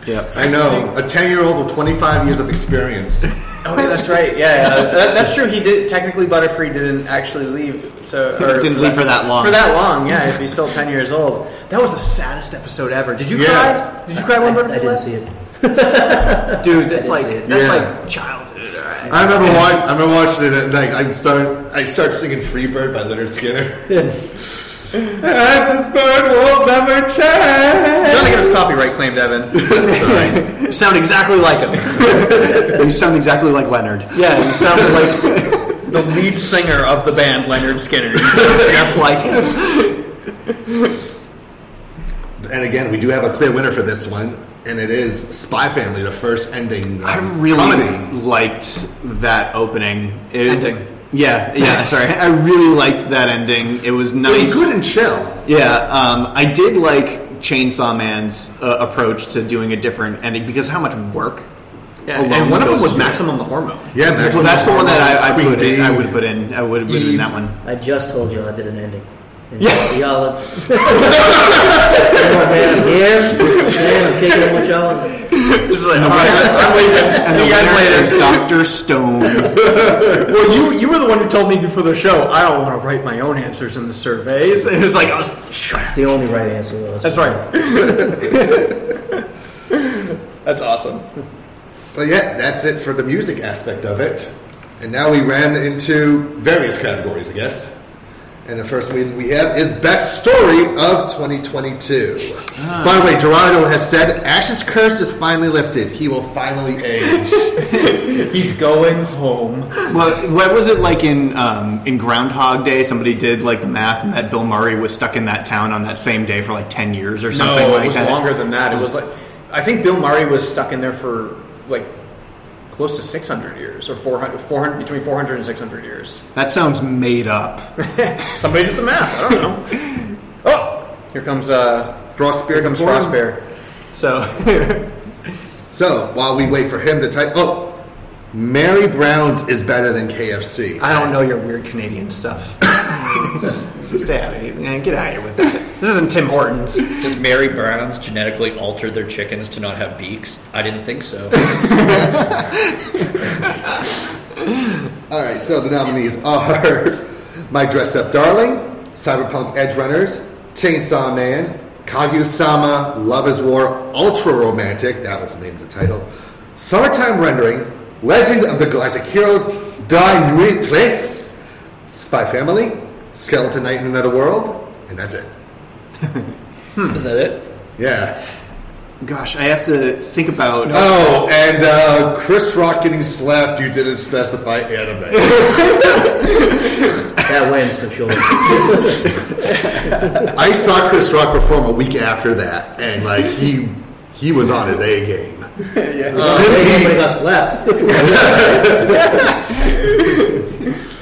S1: I
S3: (laughs)
S1: know a ten-year-old with twenty-five years of experience.
S14: Oh yeah, that's right. Yeah, yeah. That- that's true. He did technically Butterfree didn't actually leave. So or
S3: Didn't leave for that long.
S14: For that long, yeah. If he's still ten years old, that was the saddest episode ever. Did you
S3: Yes.
S14: cry? Did you cry when Butterfree? I, didn't
S13: see it.
S14: Dude, that's like that's
S1: Yeah.
S14: like childhood.
S1: I remember watching. I remember watching it at night. I start. I start singing "Free Bird" by Leonard
S14: (laughs)
S1: Skinner. (laughs)
S14: And this bird will never change. You're gonna get his copyright
S1: (laughs)
S14: claim, Devin. Sorry. You sound exactly like him.
S3: you sound exactly like Leonard.
S14: Yeah,
S13: (laughs)
S14: you sound like the lead singer of the band, Leonard Skinner. You sound just like him.
S1: and again, we do have a clear winner for this one, and it is Spy Family, the first ending. Um,
S3: I really
S1: comedy.
S3: liked that opening. It-
S14: Ending.
S3: Yeah,
S14: (laughs)
S3: yeah. Sorry, I really liked that ending. It was
S1: It was
S3: nice.
S1: good and chill.
S3: Yeah, um, I did like Chainsaw Man's uh, approach to doing a different ending because how much work.
S14: Yeah, and one of them
S3: goes
S14: was
S3: into it.
S14: Maximum the Hormone.
S1: Yeah,
S3: well,
S1: Maximum
S3: that's the one that I, I
S1: Queen
S3: put in.
S1: Bee.
S3: I would have put in. I would have put in
S13: Eve.
S3: that one.
S13: I just told y'all I did an ending. And
S3: Yes.
S13: y'all. Are, oh man, I'm here. Man, I'm taking it with y'all.
S3: And the winner is Doctor Stone.
S14: (laughs) Well, you you were the one who told me before the show. I don't want to write my own answers in the surveys. It was like, I was, shut
S13: It's the only right answer. though.
S14: That's right. (laughs) That's awesome.
S1: But yeah, that's it for the music aspect of it. And now we ran into various categories, I guess. And the first one we have is Best Story of 2022. By the way, Gerardo has said Ash's curse is finally lifted. He will finally age.
S14: (laughs) He's going home.
S3: Well, what was it like in um, in Groundhog Day? Somebody did like the math, and that Bill Murray was stuck in that town on that same day for like ten years or something
S14: no,
S3: like
S14: it was
S3: that.
S14: longer than that. It was like I think Bill Murray was stuck in there for like close to 600 years or 400, 400 between 400 and 600 years.
S3: That sounds made up.
S14: (laughs) Somebody did the math. I don't know. oh, here comes uh
S1: Frostbeard
S14: here comes
S1: and Gorm.
S14: Frostbear. So
S1: So while we wait for him to type, oh,
S5: Mary Brown's is better than KFC.
S14: I don't know your weird Canadian stuff. Just stay out of here. Man, get out of here with that. This isn't Tim Hortons.
S1: Does Mary Brown's genetically alter their chickens to not have beaks? I didn't think so.
S5: All right, so the nominees are (laughs) My Dress Up Darling, Cyberpunk Edge Runners, Chainsaw Man, Kaguya Sama, Love is War, Ultra Romantic, that was the name of the title, Summertime Rendering, Legend of the Galactic Heroes, Die Nuit Tres, Spy Family, Skeleton Knight in Another World, and that's it.
S1: Is that it?
S5: Yeah.
S21: Gosh, I have to think about.
S5: Oh, and uh, Chris Rock getting slapped, you didn't specify anime.
S21: (laughs)
S13: that wins for sure.
S5: I saw Chris Rock perform a week after that, and like he he was on his A
S21: (laughs)
S5: game.
S14: yeah.
S13: Everybody got slapped.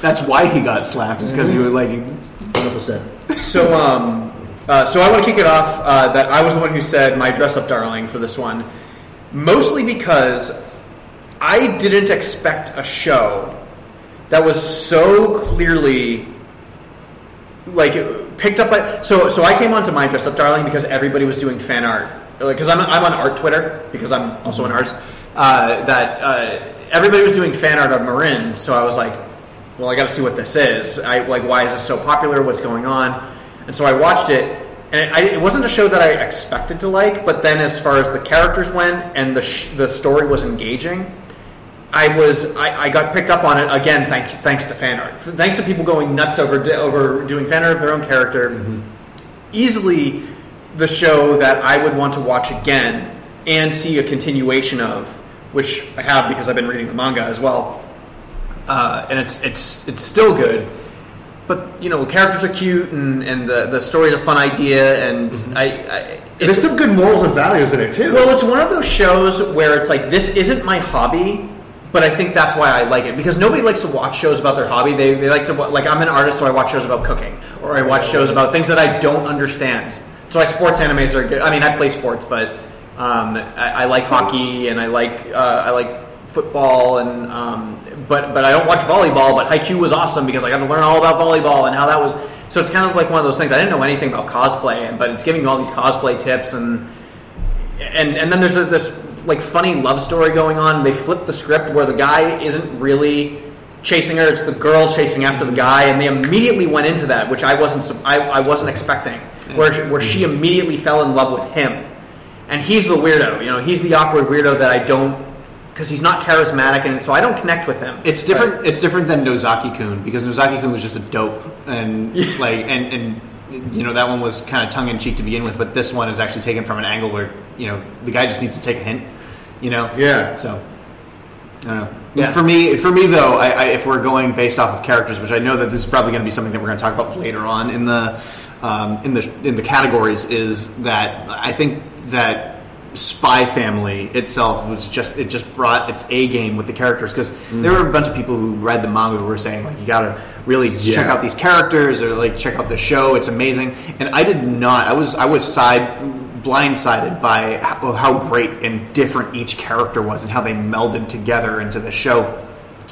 S21: That's why he got slapped, is because he was like.
S13: 100%.
S14: So, um, uh, so I want to kick it off uh, that I was the one who said my dress up darling for this one, mostly because I didn't expect a show that was so clearly like picked up by. So, so I came onto my dress up darling because everybody was doing fan art because I'm, I'm on art Twitter because I'm also in arts. Uh, that uh, everybody was doing fan art of Marin, so I was like, well, I got to see what this is. I like, why is this so popular? What's going on? And so I watched it, and it, I, it wasn't a show that I expected to like. But then, as far as the characters went and the sh- the story was engaging, I was I, I got picked up on it again. Thank thanks to fan art. Thanks to people going nuts over di- over doing fan art of their own character. Easily, the show that I would want to watch again and see a continuation of, which I have because I've been reading the manga as well uh, and it's it's it's still good. But you know, characters are cute, and, and the the story's a fun idea, and I, I
S5: There's some good morals and values in it too.
S14: Well, it's one of those shows where it's like this isn't my hobby, but I think that's why I like it because nobody likes to watch shows about their hobby. They they like to wa- like I'm an artist, so I watch shows about cooking, or I watch shows about things that I don't understand. So I sports animes are good. I mean, I play sports, but um, I, I like hockey and I like uh, I like football and um, but but I don't watch volleyball. But Haikyuu was awesome because I got to learn all about volleyball and how that was. So it's kind of like one of those things. I didn't know anything about cosplay, but it's giving me all these cosplay tips and and and then there's a, this like funny love story going on. They flip the script where the guy isn't really chasing her; it's the girl chasing after the guy, and they immediately went into that, which I wasn't sup- I, I wasn't expecting. Where where she immediately fell in love with him, and he's the weirdo. You know, he's the awkward weirdo that I don't because he's not charismatic, and so I don't connect with him.
S21: It's different. It's different than Nozaki Kun because Nozaki Kun was just a dope and like and and you know that one was kind of tongue in cheek to begin with, but this one is actually taken from an angle where you know the guy just needs to take a hint. You know.
S5: Yeah.
S21: So. I don't know.
S5: Yeah.
S21: For me, for me though, I, I, if we're going based off of characters, which I know that this is probably going to be something that we're going to talk about later on in the um, in the in the categories, is that I think that Spy Family itself was just it just brought its A game with the characters because
S5: Mm.
S21: there were a bunch of people who read the manga who were saying like you got to really check
S5: Yeah.
S21: out these characters or like check out the show, it's amazing. And I did not. I was I was side blindsided by how, how great and different each character was and how they melded together into the show.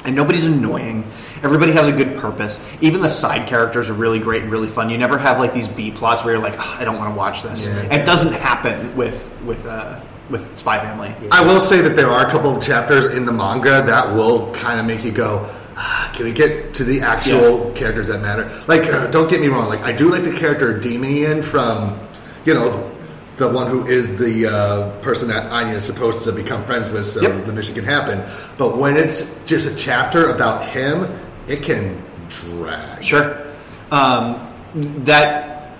S21: And nobody's annoying. Everybody has a good purpose. Even the side characters are really great and really fun. You never have like these B plots where you're like, "Ugh, I don't want to watch this.
S5: Yeah.
S21: It doesn't happen with with uh, with Spy Family.
S5: I will say that there are a couple of chapters in the manga that will kind of make you go, "Ah, can we get to the actual characters that matter? Like, uh, don't get me wrong. Like, I do like the character Demian from, you know, the one who is the uh, person that Anya is supposed to become friends with, so the mission can happen. But when it's just a chapter about him, it can drag.
S21: Sure. Um, that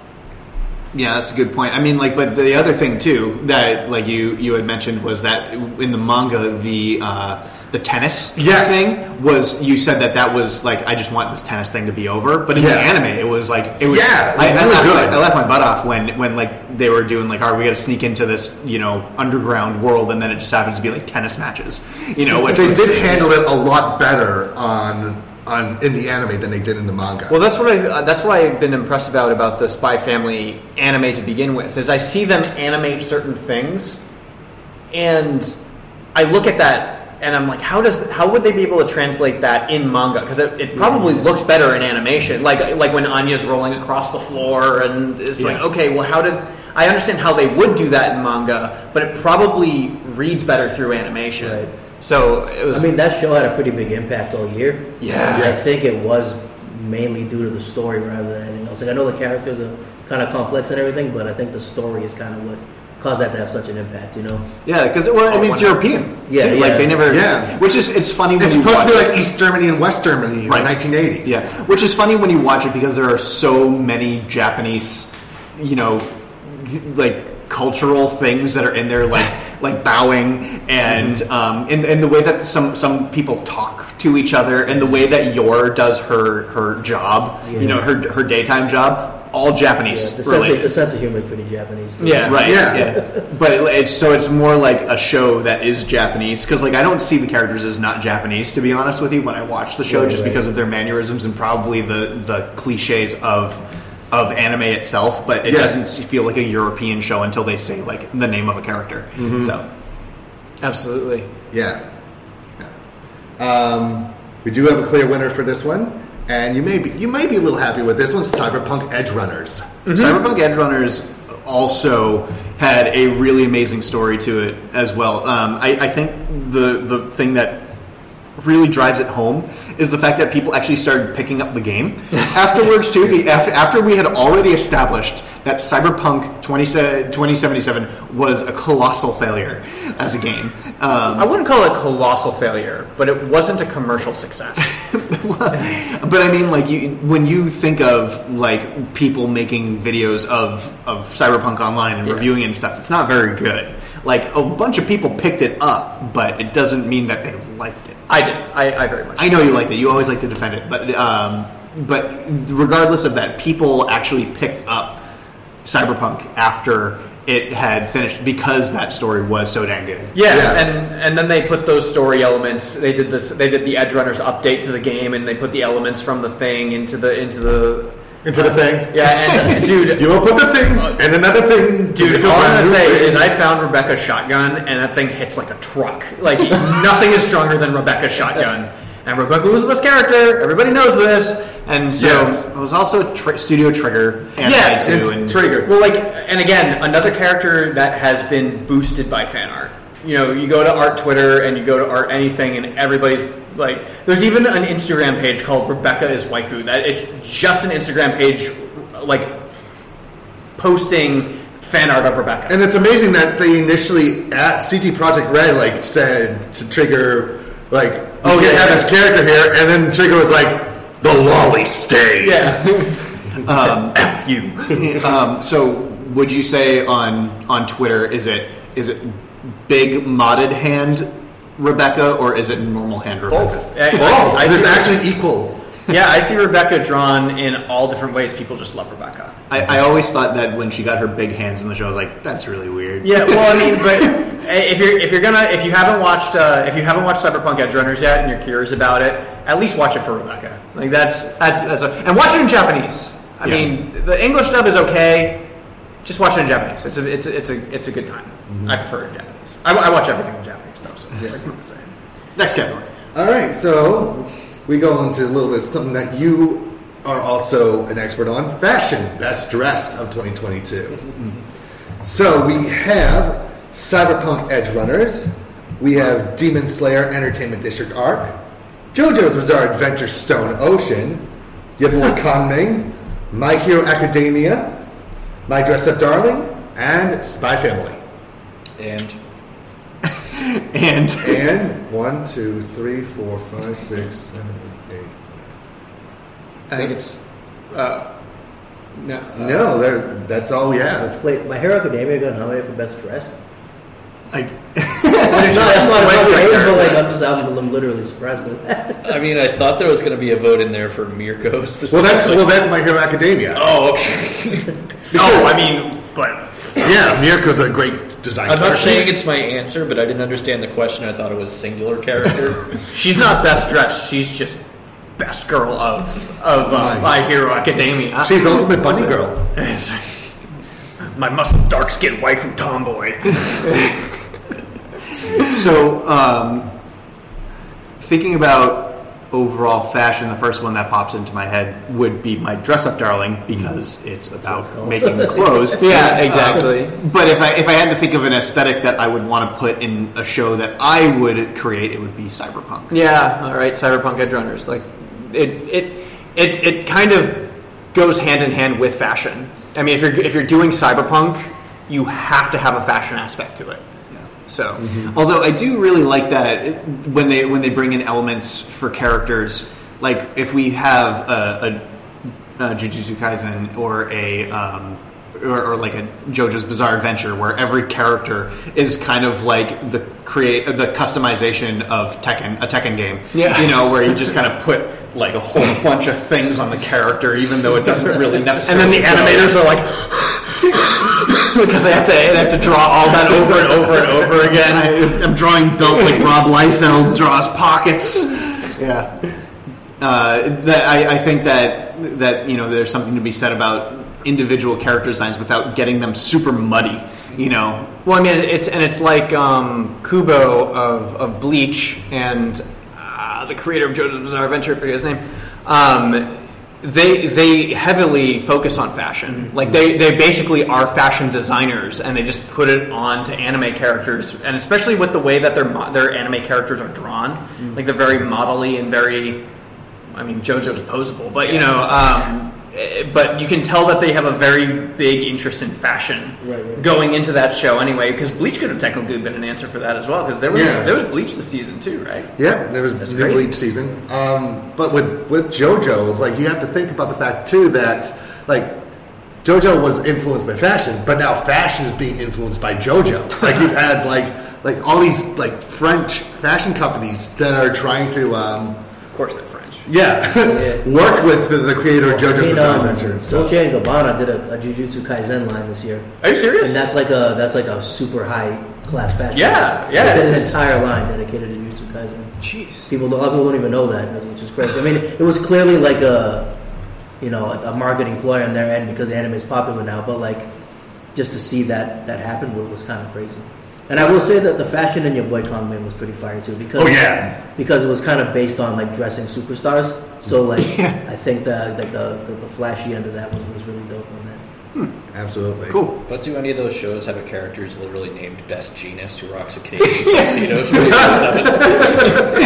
S21: yeah, that's a good point. I mean, like, but the other thing too that like you you had mentioned was that in the manga the uh, the tennis
S5: Yes.
S21: thing was you said that that was like I just want this tennis thing to be over, but in
S5: Yeah.
S21: the anime it was like it was
S5: Yeah, it was
S21: I, I
S5: really
S21: laughed,
S5: good.
S21: I laughed my butt off when when like they were doing like all right we got to sneak into this you know underground world and then it just happens to be like tennis matches you know which
S5: they
S21: was-
S5: did handle it a lot better on on in the anime than they did in the manga.
S14: Well, that's what I uh, that's what I've been impressed about about the Spy Family anime to begin with is I see them animate certain things, and I look at that
S9: and I'm like, how does how would they be able to translate that in manga? Because it, it probably looks better in animation, like like when Anya's rolling across the floor, and it's like,
S22: Yeah.
S9: okay, well, how did I understand how they would do that in manga, but it probably reads better through animation. So it was.
S13: I mean, that show had a pretty big impact all year.
S9: Yeah.
S13: I think it was mainly due to the story rather than anything else. Like I know the characters are kind of complex and everything, but I think the story is kind of what caused that to have such an impact. You know?
S14: Yeah, because well, I mean, it's European.
S13: Oh, Yeah,
S14: too.
S13: yeah.
S14: like they never.
S13: Yeah.
S14: which is it's funny. When
S13: It's
S14: you
S13: supposed to
S14: watch
S13: be
S14: it.
S13: like
S23: East Germany and West Germany in
S14: Right.
S23: the 1980s.
S14: Yeah, which is funny when you watch it because there are so many Japanese, you know, like cultural things that are in there,
S13: (laughs)
S14: like like bowing and
S13: Mm-hmm.
S14: um, and, and the way that some some people talk to each other and the way that Yor does her her job, you know, her her daytime job, all Japanese
S13: Yeah, the, sense of,
S14: related.
S13: the sense of humor is pretty Japanese. too.
S14: Yeah, right. Yeah, but it- it's so it's more like a show that is Japanese because like I don't see the characters as not Japanese to be honest with you when I watch the show
S13: Right,
S14: just
S13: right.
S14: because of their mannerisms and probably the the cliches of of anime itself. But it
S23: Yeah.
S14: doesn't se- feel like a European show until they say like the name of a character.
S23: Mhm.
S14: So
S9: absolutely.
S23: Yeah. Yeah. Um, we do have a clear winner for this one, and you may be you may be a little happy with this one. Cyberpunk Edge Runners.
S14: Cyberpunk Edge Runners also had a really amazing story to it as well. Um, I, I think the the thing that really drives it home is the fact that people actually started picking up the game
S9: (laughs)
S14: afterwards too. be- After, after we had already established that Cyberpunk 20, se- 2077 was a colossal failure as a game, um,
S9: I wouldn't call it a colossal failure, but it wasn't a commercial success.
S14: (laughs) But I mean, like, you, when you think of like people making videos of of Cyberpunk online and reviewing it and stuff, it's not very good. Like, a bunch of people picked it up, but it doesn't mean that they liked it.
S9: I did. I, I very much.
S14: I know you liked it. You always like to defend it, but um, but regardless of that, people actually picked up Cyberpunk after it had finished because that story was so dang good.
S9: Yeah, and and then they put those story elements. They did this. They did the Edge Runners update to the game, and they put the elements from the thing into the into the
S23: Into the thing.
S9: Yeah, and (laughs) dude,
S23: you will put the thing and another thing.
S9: Dude, all I'm gonna say is I found Rebecca's shotgun, and that thing hits like a truck. Like (laughs) nothing is stronger than Rebecca's shotgun. And Rebecca was this character. Everybody knows this, and so
S14: Yes. it was also tri- Studio Trigger. and
S9: yeah,
S14: I2 and-
S9: Trigger. Well, like, and again, another character that has been boosted by fan art. You know, you go to art Twitter and you go to art anything, and everybody's like, there's even an Instagram page called Rebecca is waifu. That is just an Instagram page, like posting fan art of Rebecca.
S23: And it's amazing that they initially at CD Project Red like said to Trigger like
S9: Oh,
S23: oh yeah
S9: yeah,
S23: have
S9: yeah.
S23: this character here and then Trigger was like the lolly stays (laughs)
S14: um,
S9: you.
S14: (laughs) um, so, would you say on on Twitter is it is it big modded hand Rebecca or is it normal hand Rebecca?
S9: Both. I- I- I see-
S23: equal.
S9: yeah, I see Rebecca drawn in all different ways. People just love Rebecca.
S14: I, I always thought that when she got her big hands in the show, I was like, that's really weird.
S9: Yeah, well, I mean,
S23: (laughs)
S9: but if you're if you're gonna if you haven't watched uh, if you haven't watched Cyberpunk Edge Runners yet and you're curious about it, at least watch it for Rebecca. Like that's that's that's a, and watch it in Japanese. I
S14: Yeah.
S9: mean, the English dub is okay. Just watch it in Japanese. It's a it's a, it's a it's a good time.
S23: Mm-hmm.
S9: I prefer it in Japanese. I, I watch everything in Japanese though. So it's like I'm saying. next category.
S23: All right, so we go into a little bit of something that you are also an expert on fashion, best dressed of 2022. so we have Cyberpunk Edge Runners, we have Demon Slayer Entertainment District Arc, JoJo's Bizarre Adventure Stone Ocean, Your Boy Conming, My Hero Academia, My Dress Up Darling, and Spy Family.
S3: And
S14: And
S23: and one, two, three, four, five, six, seven, eight.
S9: I think it's uh, no uh,
S23: No, there. That's all we have.
S13: Wait, My Hero Academia got nominated for Best Dressed?
S14: I.
S13: no, that's not
S3: Wait,
S23: (laughs)
S3: wait,
S13: that's not-
S3: wait.
S13: but like, I'm just I'm, I'm literally surprised by that.
S3: I mean, I thought there was going to be a vote in there for Mirko.
S23: Well, that's
S3: specifically.
S23: well, that's My Hero Academia.
S3: Oh, okay.
S9: no, I mean, but
S23: yeah, Mirko's a great designer.
S3: I'm not saying it's my answer, but I didn't understand the question. I thought it was singular character.
S9: she's not best dressed. She's just best girl of of uh, My Hero Academia.
S23: She's ultimate bunny girl.
S9: (laughs) My muscle dark (laughs) skinned wife from Tomboy.
S14: so um,
S9: thinking about overall fashion, the first one that pops into my head would be my dress up darling because it's about making the clothes.
S15: (laughs) Yeah, exactly.
S9: Um, but if I if I had to think of an aesthetic that I would want to put in a show that I would create, it would be cyberpunk.
S15: Yeah, all right, cyberpunk edge runners. Like it, it, it, it kind of goes hand in hand with fashion. I mean, if you're if you're doing cyberpunk, you have to have a fashion aspect to it. So,
S9: Although I do really like that when they when they bring in elements for characters, like if we have a, a, a Jujutsu Kaisen or a um, or, or like a JoJo's Bizarre Adventure, where every character is kind of like the create the customization of Tekken a Tekken game.
S15: Yeah.
S9: you know where you just kind of put like a whole bunch of things on the character, even though it doesn't
S13: (laughs)
S9: really necessarily.
S15: (laughs) And then the animators are like, because they have to they have to draw all that over and over and over again.
S9: I, I'm drawing belts like Rob Liefeld draws pockets. Yeah, uh, that I, I think that that you know there's something to be said about individual character designs without getting them super muddy. You know,
S15: Well, I mean, it's and it's like um, Kubo of, of Bleach and uh, the creator of JoJo's Bizarre Adventure, I forget his name. Um, they they heavily focus on
S5: Mm-hmm.
S15: fashion. Like they, they basically are fashion designers, and they just put it on to anime characters, and especially with the way that their mo- their anime characters are drawn,
S5: Mhm.
S15: like they're very modelly and very. I mean, JoJo's posable, but you know. Um, eh, but you can tell that they have a very big interest in fashion
S5: Right, right.
S15: going into that show anyway, because Bleach could have technically been an answer for that as well, because there was
S14: Yeah.
S15: there was Bleach this season too, right?
S14: Yeah, there was
S15: That's
S14: new
S15: crazy.
S14: Bleach season. Um, but with with JoJo, it's like you have to think about the fact too that like JoJo was influenced by fashion, but now fashion is being influenced by
S15: (laughs)
S14: JoJo. Like you've had like like all these like French fashion companies that are trying to um,
S15: Of course, they're French.
S14: yeah, (laughs) work with the, the creator of JoJo's Bizarre Adventure and stuff.
S13: um, Dolce and Gabbana did a, a Jujutsu Kaisen line this year.
S15: Are you serious?
S13: And that's like a that's like a super high class fashion.
S15: Yeah,
S13: house.
S15: yeah,
S13: Like,
S15: it
S13: there's
S15: is.
S13: an entire line dedicated to Jujutsu Kaisen.
S15: Jeez,
S13: people don't, a lot of people don't even know that, which is crazy. I mean, it was clearly like a you know a, a marketing ploy on their end because anime is popular now. But like just to see that that happen was, was kind of crazy. And I will say that the fashion in your boy Conman was pretty fire too because
S14: Oh, yeah.
S13: because it was kind of based on like dressing superstars.
S3: (laughs)
S13: So like I think that like the, the, the flashy end of that was, was really dope on that.
S14: Absolutely.
S9: Cool.
S1: But do any of those shows have a character who's literally named Best Genus who rocks a Canadian tuxedo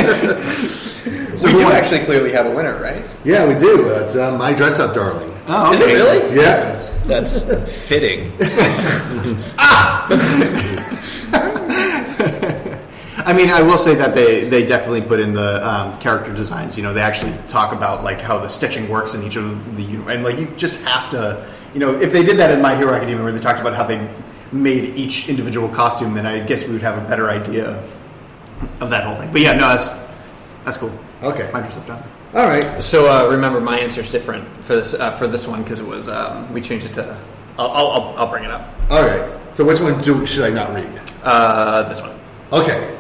S1: 24/7?
S15: we do actually clearly have a winner, right?
S14: Yeah, we do. Uh, it's uh, my dress up, darling.
S15: Is it really?
S14: Yeah.
S1: Oh, That's
S9: (laughs)
S1: fitting.
S15: Ah!
S9: I mean, I will say that they, they definitely put in the um, character designs. You know, they actually talk about like how the stitching works in each of the uni- and like you just have to. You know, if they did that in My Hero Academia, where they talked about how they made each individual costume, then I guess we would have a better idea of of that whole thing. But yeah, no, that's that's cool.
S14: Okay,
S9: my dress up done.
S14: All right.
S15: So uh, remember, my answer is different for this uh, for this one because it was um, we changed it to. I'll, I'll, I'll- I'll bring it up.
S14: All right. So which one do, should I not read?
S15: Uh, this one.
S14: Okay.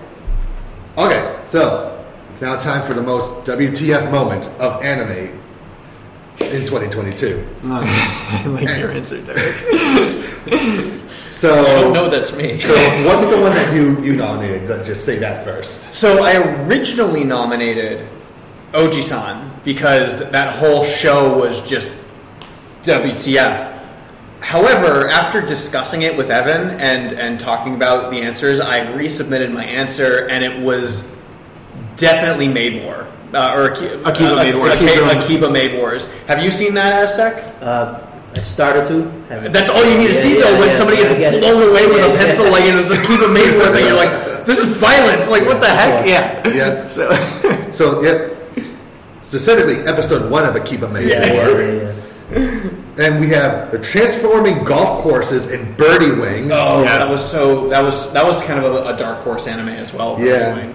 S14: Okay. So it's now time for the most WTF moment of anime in 2022.
S15: (laughs) like your answer, Derek.
S14: (laughs) So
S15: Oh, no, that's me.
S14: So what's the one that you you nominated? Let's Just say that first.
S15: So I originally nominated Oji-san because that whole show was just WTF. However, after discussing it with Evan and and talking about the answers, I resubmitted my answer, and it was definitely made war uh, or Aki-
S9: Akiba
S15: uh,
S9: Made Wars.
S15: Akiba, Akiba made wars. Have you seen that Aztec?
S13: Uh, a start or two. Haven't-
S15: That's all you need to
S13: Yeah,
S15: see,
S13: yeah,
S15: though, when
S13: yeah,
S15: somebody
S13: yeah,
S15: gets
S13: I get it.
S15: blown away with
S13: Yeah,
S15: a pistol,
S13: yeah. (laughs)
S15: like and it's Akiba made war thing. You're like, this is violent. Like, what the heck? Yeah. (laughs)
S14: Yeah.
S15: So,
S14: so yep. Specifically, episode one of Akiba Made War. And we have the transforming golf courses in Birdie Wing.
S15: Oh, that was so. That was that was kind of a, a dark horse anime as well.
S14: Yeah.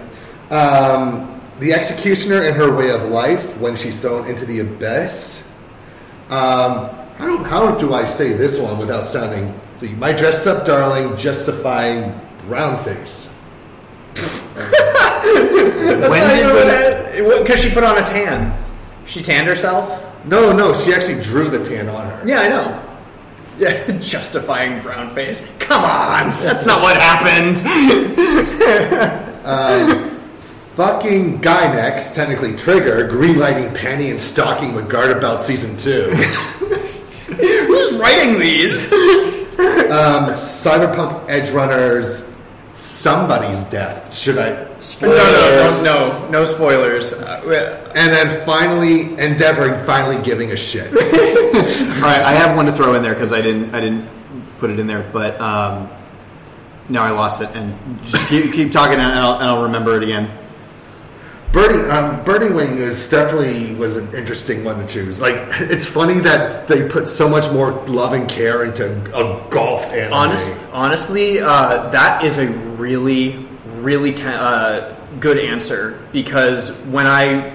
S14: Um, the executioner and her way of life when she's thrown into the abyss. Um, how, do, how do I say this one without sounding. See, my dressed up darling justifying brown face.
S15: (laughs) That's
S14: When
S15: not
S14: did
S15: even
S14: the-
S15: what because she put on a tan. She tanned herself.
S14: No, no, she actually drew the tan on her.
S15: Yeah, I know. Yeah, (laughs) justifying brown face. (laughs) Come on, that's not what happened.
S14: Um,
S3: Uh, Fucking Gynax, technically Trigger, greenlighting Penny and stalking Magard about season
S15: (laughs)
S3: two.
S9: Who's writing these?
S3: um, Cyberpunk Edge Runners, somebody's death. Should I?
S9: No, no, no, no, no spoilers. Uh, we-
S3: And then finally, Endeavoring finally giving a shit.
S14: All right, I have one to throw in there because I didn't I didn't put it in there, but um, now I lost it. And just keep, keep talking, and I'll, and I'll remember it again.
S3: Birdie, um, Birdie Wing is definitely was an interesting one to choose. Like, it's funny that they put so much more love and care into a golf anime.
S14: Honest, honestly, uh, that is a really, really ta- uh, good answer because when I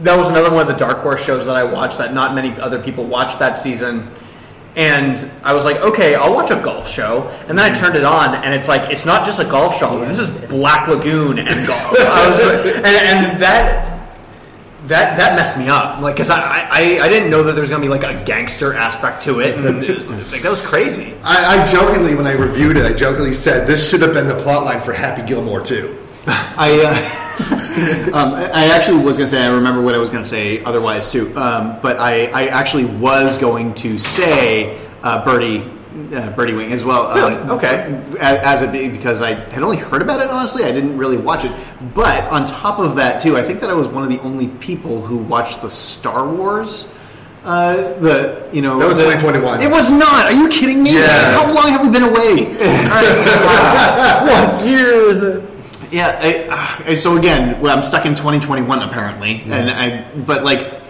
S14: that was another one of the Dark Horse shows that I watched that not many other people watched that season, and I was like, okay, I'll watch a golf show, and then I turned it on, and it's like it's not just a golf show. This is Black Lagoon and (laughs) golf. I was like- and, and that that that messed me up, like because I, I I didn't know that there was gonna be like a gangster aspect to it, and it was, like (laughs) that was crazy.
S3: I, I jokingly, when I reviewed it, I jokingly said this should have been the plotline for Happy Gilmore too.
S14: I uh, (laughs) um, I actually was going to say I remember what I was going to say otherwise too, um, but I, I actually was going to say uh, Birdie uh, Birdie Wing as well. Um,
S3: Oh,
S14: okay, as, as it be, because I had only heard about it honestly, I didn't really watch it. But on top of that too, I think that I was one of the only people who watched the Star Wars. Uh, the you know
S3: That was
S14: the-
S3: 2021.
S14: It was not. Are you kidding me?
S3: Yes.
S14: How long have we been away?
S3: (laughs)
S14: What year is it? Yeah. I, ah, and so again, well, I'm stuck in 2021 apparently,
S3: Mm-hmm.
S14: and I. But like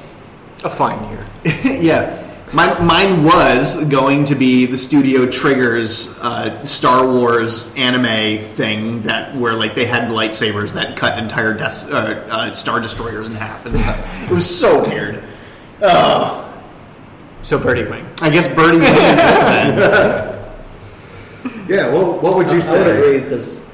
S14: a fine year. (laughs) yeah. My, mine was going to be the studio triggers uh, Star Wars anime thing that where like they had lightsabers that cut entire des- uh, uh, star destroyers in half and stuff. it was so weird. Oh. So Birdie Wing. I guess Birdie Wing is it then.
S3: (laughs) Yeah, well, what would you
S13: I-
S3: say?
S13: I would agree because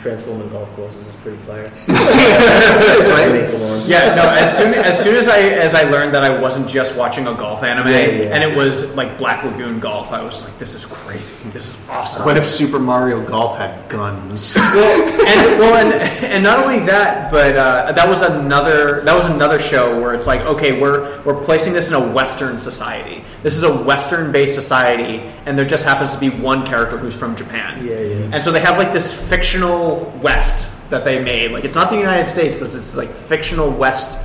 S13: transforming golf courses is pretty
S15: (laughs)
S13: fire.
S14: That's right.
S13: Make them on.
S14: Yeah, no. As soon as soon as I as I learned that I wasn't just watching a golf anime
S13: Yeah, yeah.
S14: and it was like Black Lagoon Golf, I was like, "This is crazy. This is awesome."
S9: What if
S14: Super Mario Golf had guns? (laughs) well, and, well, and and not only that, but uh, that was another that was another show where it's like, okay, we're we're placing this in a Western society. This is a Western based society, and there just happens to be one character who's from Japan.
S13: Yeah, yeah.
S14: And so they have like this fictional West that they made. Like it's not the United States, but it's this, like fictional West,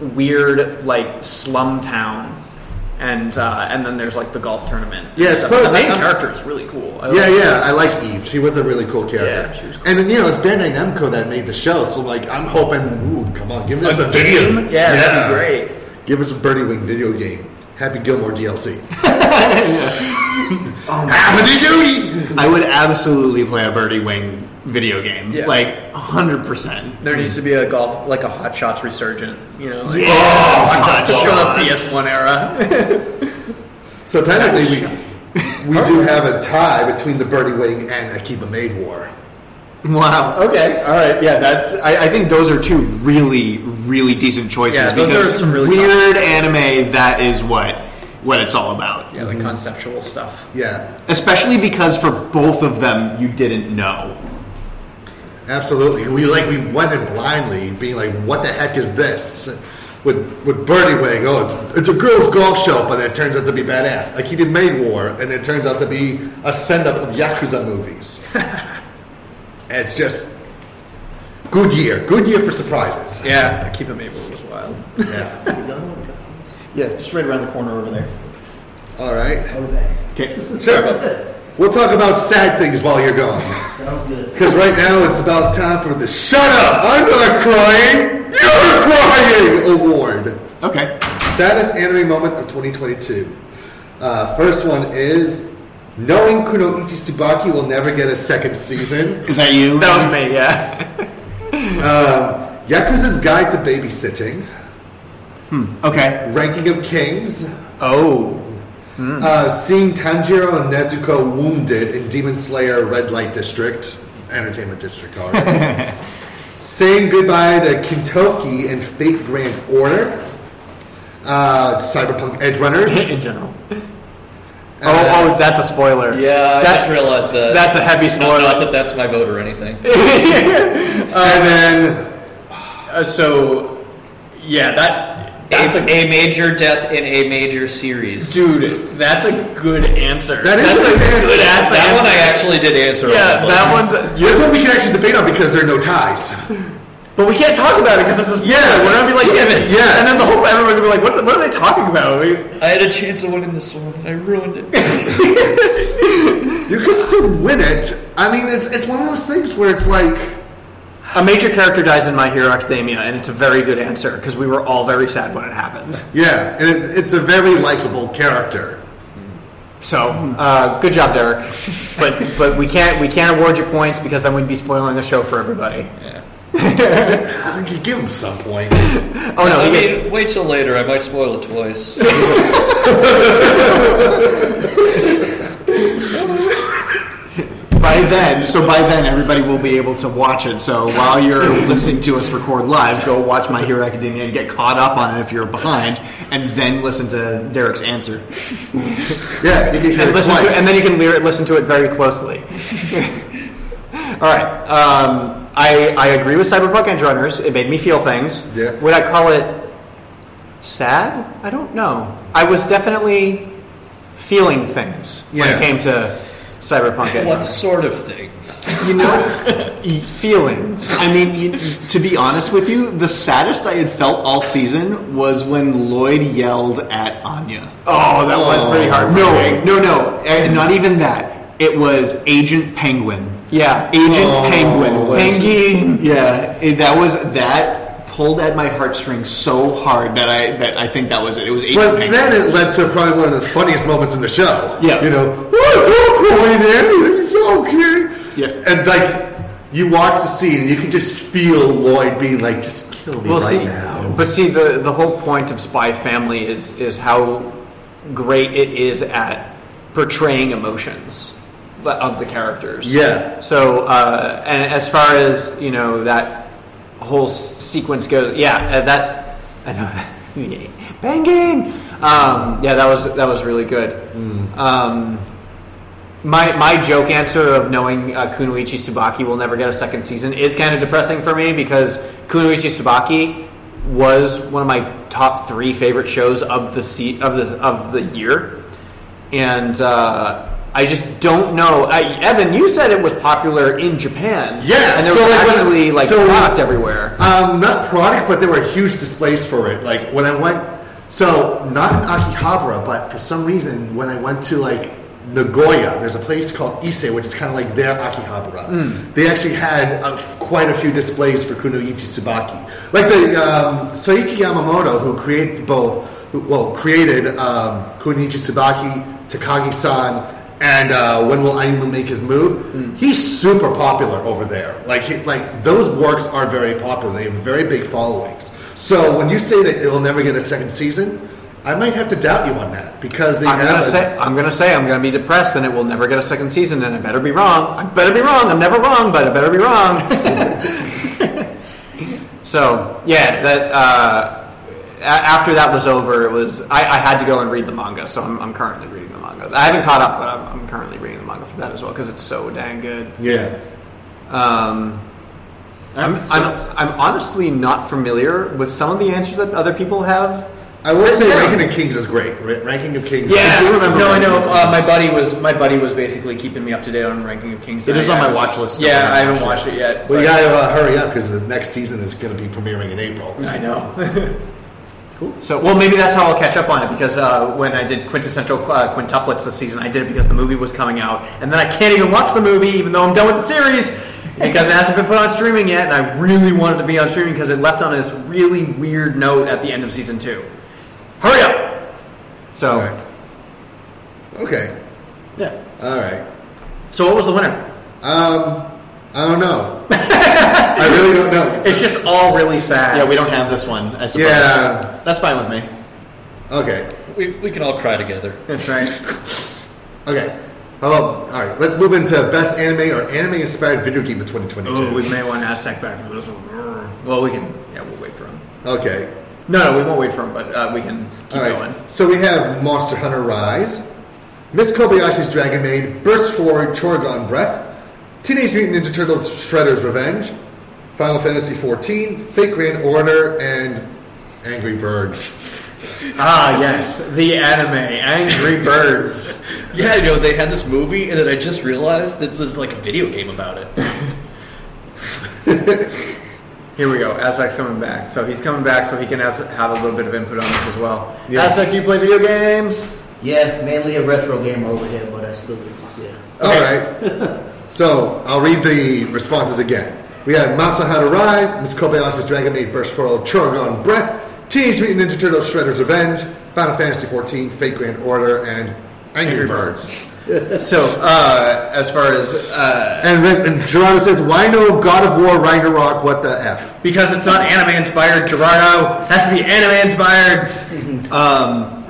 S14: weird like slum town. And uh, and then there's like the golf tournament.
S3: Yeah,
S14: So
S3: suppose-
S14: the main
S3: I'm-
S14: character is really cool. I
S3: Yeah,
S14: like-
S3: yeah, I like Eve. She was a really cool character.
S14: Yeah, she was cool.
S3: And then, you know, it's Bandai Namco that made the show, so like I'm hoping, ooh, come on, give us a,
S14: A game?
S3: video.
S14: Yeah, that'd be great.
S3: Give us a Birdie Wing video game. Happy Gilmore DLC.
S14: I would absolutely play a Birdie Wing video game.
S9: Yeah.
S14: Like hundred percent.
S9: There needs to be a golf, like a Hot Shots resurgent. You know, like,
S14: Yeah,
S9: oh, Hot
S14: Hot
S9: Shots,
S14: Shots.
S9: show the PS1 era.
S3: So technically, we we do have a tie between the Birdie Wing and Akiba Maid War.
S14: Wow.
S3: Okay.
S14: All right.
S3: Yeah,
S14: That's. I, I think those are two really, really decent choices.
S9: Yeah, those
S14: because
S9: are some really
S14: weird anime. That is what what it's all about.
S9: yeah, like conceptual stuff.
S3: Yeah,
S14: Especially because for both of them, you didn't know.
S3: absolutely. We like we went in blindly, being like, "What the heck is this?" With with Birdie Wing, oh, it's it's a girls' golf show, but it turns out to be badass. Akiba Maid War, and it turns out to be a send up of yakuza
S9: (laughs)
S3: movies. it's just good year, good year for surprises.
S9: Yeah, Keep It Mabel was wild. (laughs)
S3: Yeah.
S9: Yeah, just right around the corner over there.
S3: All right.
S14: Okay.
S3: Sure. We'll talk about sad things while you're gone.
S13: Sounds good.
S3: Because right now it's about time for the Shut Up! I'm not crying! You're crying! Award.
S14: Okay.
S3: Saddest anime moment of 2022. Uh, first one is knowing Kuno Ichisubuki will never get a second season.
S14: Is that you? That was me. Yeah.
S3: (laughs) Uh, Yakuza's Guide to Babysitting.
S14: Hmm, Okay.
S3: Ranking of Kings.
S14: Oh.
S3: Uh, seeing Tanjiro and Nezuko wounded in Demon Slayer Red Light District, Entertainment District card. Saying goodbye to Kintoki and Fate Grand Order. Uh, Cyberpunk Edge Runners.
S14: In general. (laughs) oh, oh, that's a spoiler.
S24: Yeah, I
S14: That's-
S24: just realized that.
S14: that's a heavy
S24: Not-
S14: spoiler. (laughs)
S24: Not, that that's my vote or anything.
S3: and then
S9: Uh, so, yeah, that that's
S1: a, a major death in a major series.
S9: Dude, that's a good answer.
S1: That is
S9: that's
S1: a good
S9: ass
S1: answer. That one I
S9: answer.
S1: actually did answer.
S9: Yeah,
S1: also.
S9: that one's.
S14: (laughs) This one we can actually debate on because there are no ties.
S9: But we can't talk about it because it's.
S14: Yeah,
S9: we're gonna be like,
S14: damn it, yes.
S9: And then the whole everyone's gonna be like, what, what are they talking about? I
S1: had a chance of winning this one, and I ruined it.
S14: You could still win it. I mean, it's it's one of those things where it's like
S15: a major character dies in My Hero Academia, and it's a very good answer because we were all very sad when it happened.
S14: Yeah, and it, it's a very likable character.
S15: So, uh, good job, Derek. But but we can't we can't award you points because then we'd be spoiling the show for everybody.
S14: (laughs) you give him some point.
S15: Oh no,
S1: I
S15: he
S1: mean, wait till later. I might spoil it twice.
S9: By then, so by then, everybody will be able to watch it. So while
S15: (laughs)
S9: you're listening to us record live, go watch My Hero Academia and get caught up on it if you're behind, and then listen to Derek's
S15: (laughs)
S9: answer.
S14: yeah, you can hear
S15: and,
S14: it
S15: listen to,
S14: twice.
S15: and then you can lear- listen to it very closely.
S9: (laughs)
S15: All right, um, I I agree with Cyberpunk Edge Runners. It made me feel things.
S14: Yeah.
S15: Would I call it sad? I don't know. I was definitely feeling things when
S14: Yeah.
S15: it came to Cyberpunk Edge.
S1: what sort of things?
S9: You
S15: (laughs)
S9: know, feelings.
S5: e, I mean, you, to be honest with you, the saddest I had felt all season was when Lloyd yelled at Anya.
S15: Oh, that was pretty heartbreaking.
S5: No, no, no, and not even that. It was Agent Penguin.
S15: Yeah,
S5: Agent
S15: Oh,
S5: Penguin. Was,
S15: Penguin.
S5: Yeah, it- that was that pulled at my heartstrings so hard that I that I think that was it. It was Agent
S14: But
S5: Penguin.
S14: then it led to probably one of the funniest moments in the show.
S5: Yeah.
S14: You know, oh, don't cry, man. It's okay. Yeah. And like, you watch the scene and you can just feel Lloyd being like, just kill me
S15: Well,
S14: right
S15: see,
S14: now.
S15: but see, the the whole point of Spy Family is is how great it is at portraying emotions of the characters.
S14: Yeah.
S15: So, uh, and as far as you know that whole s- sequence goes, yeah, uh, that I know (laughs) that's banging. Um, yeah, that was that was really good. Um, my my joke answer of knowing uh, Kunoichi Tsubaki will never get a second season is kind of depressing for me because Kunoichi Tsubaki was one of my top three favorite shows of the se- of the of the year, and uh, I just don't know. I, Evan, you said it was popular in Japan,
S14: Yeah,
S15: and there
S14: so
S15: was
S14: like when-
S15: actually like
S14: so-
S15: product everywhere.
S14: Um, not product, but there were huge displays for it. Like when I went, so not in Akihabara, but for some reason when I went to like Nagoya, there's a place called Ise, which is kind of like their Akihabara.
S15: Hmm.
S5: Mm.
S14: They actually had a, quite a few displays for Kunoichi Tsubaki, like the um, Soichi Yamamoto, who created both, who, well, created um, Kunoichi Tsubaki, Takagi-san. And uh, when will Aimu make his move?
S15: Hmm.
S14: He's super popular over there. Like, he, like those works are very popular. They have very big followings. So when you say that it'll never get a second season, I might have to doubt you on that because they
S15: I'm
S14: have.
S15: gonna
S14: a-
S15: say I'm gonna say I'm gonna be depressed and it will never get a second season and I better be wrong. I better be wrong. I'm never wrong, but I better be
S14: (laughs)
S15: wrong. so yeah, that uh, a- after that was over, it was I, I had to go and read the manga, so I'm, I'm currently reading the manga. I haven't caught up, but I'm, I'm currently reading the manga for that as well because it's so dang good.
S14: Yeah.
S15: Um, I'm, I'm, I'm honestly not familiar with some of the answers that other people have.
S14: I will say
S15: Yeah.
S14: Ranking of Kings is great. Ra- Ranking of Kings.
S15: Yeah,
S14: I do remember
S15: no, I
S14: Ranking
S15: know.
S14: of
S15: Uh, my
S14: Kings.
S15: buddy was my buddy was basically keeping me up to date on Ranking of Kings.
S14: It is
S15: I-
S14: on my
S15: I-
S14: watch list still.
S15: Yeah, I haven't watched it yet.
S14: Well, you
S15: but-
S14: gotta uh, hurry up because the next season is going to be premiering in April.
S15: I (laughs) know. cool. So, well, maybe that's how I'll catch up on it because uh, when I did quintessential uh, quintuplets this season, I did it because the movie was coming out, and then I can't even watch the movie even though I'm done with the series because it hasn't been put on streaming yet, and I really wanted to be on streaming because it left on this really weird note at the end of season two. Hurry up. So.
S14: Okay.
S15: Yeah.
S14: All right.
S15: So, what was the winner?
S14: Um, I
S15: (laughs)
S14: don't know. I really don't know.
S15: It's just all really sad.
S5: Yeah, we don't have this one. I suppose.
S14: Yeah.
S5: that's fine with me.
S14: Okay.
S1: We, we can all cry together.
S15: That's right.
S14: (laughs) Okay. How about, all right, let's move into best anime or anime inspired video game of 2022.
S15: Oh, we may want Aztec back for this one. Well, we can. Yeah, we'll wait for him.
S14: Okay.
S15: No, no, we won't wait for him, but uh, we can keep
S14: All
S15: going.
S14: right. So we have Monster Hunter Rise, Miss Kobayashi's Dragon Maid, Burst Forward, Chorgon Breath, Teenage Mutant Ninja Turtles Shredder's Revenge, Final Fantasy 14, Fate Grand Order, and Angry Birds.
S15: (laughs) Ah, yes, the anime Angry Birds.
S1: yeah, I know they had this movie, and then I just realized that there's like a video game about it.
S15: Here we go. Azek's coming back, so he's coming back, so he can have, have a little bit of input on this as well.
S13: Yeah.
S15: Azek, do you play video games?
S13: Yeah, mainly a retro gamer over here, but I still do. Yeah.
S14: All right. so I'll read the responses again. We had Masahara Rise, Miss Kobayashi's Dragon Maid Burst for All, Chorogon Breath, Teenage Mutant Ninja Turtles Shredder's Revenge, Final Fantasy XIV, Fate Grand Order, and Angry, Birds.
S15: (laughs) so, uh, as far as uh,
S14: and, Rick- and Gerardo says, "Why no God of War Ragnarok? What the f?"
S15: Because it's not anime inspired, Gerardo. Has to be anime
S14: (laughs)
S15: inspired.
S5: Um,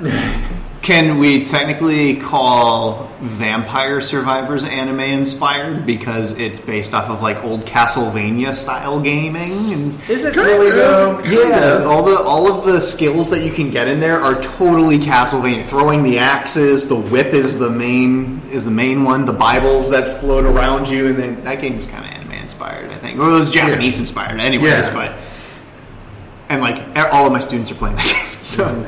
S5: can we technically call Vampire Survivors anime inspired because it's based off of like old Castlevania style gaming? And
S15: Is it really though?
S5: yeah, all the all of the skills that you can get in there are totally Castlevania. Throwing the axes, the whip is the main is the main one. The Bibles that float around you, and then that game's kind of anime inspired, I think, or it was Japanese inspired, anyways.
S15: Yeah.
S5: But and like e- all of my students are playing that (laughs) game, so.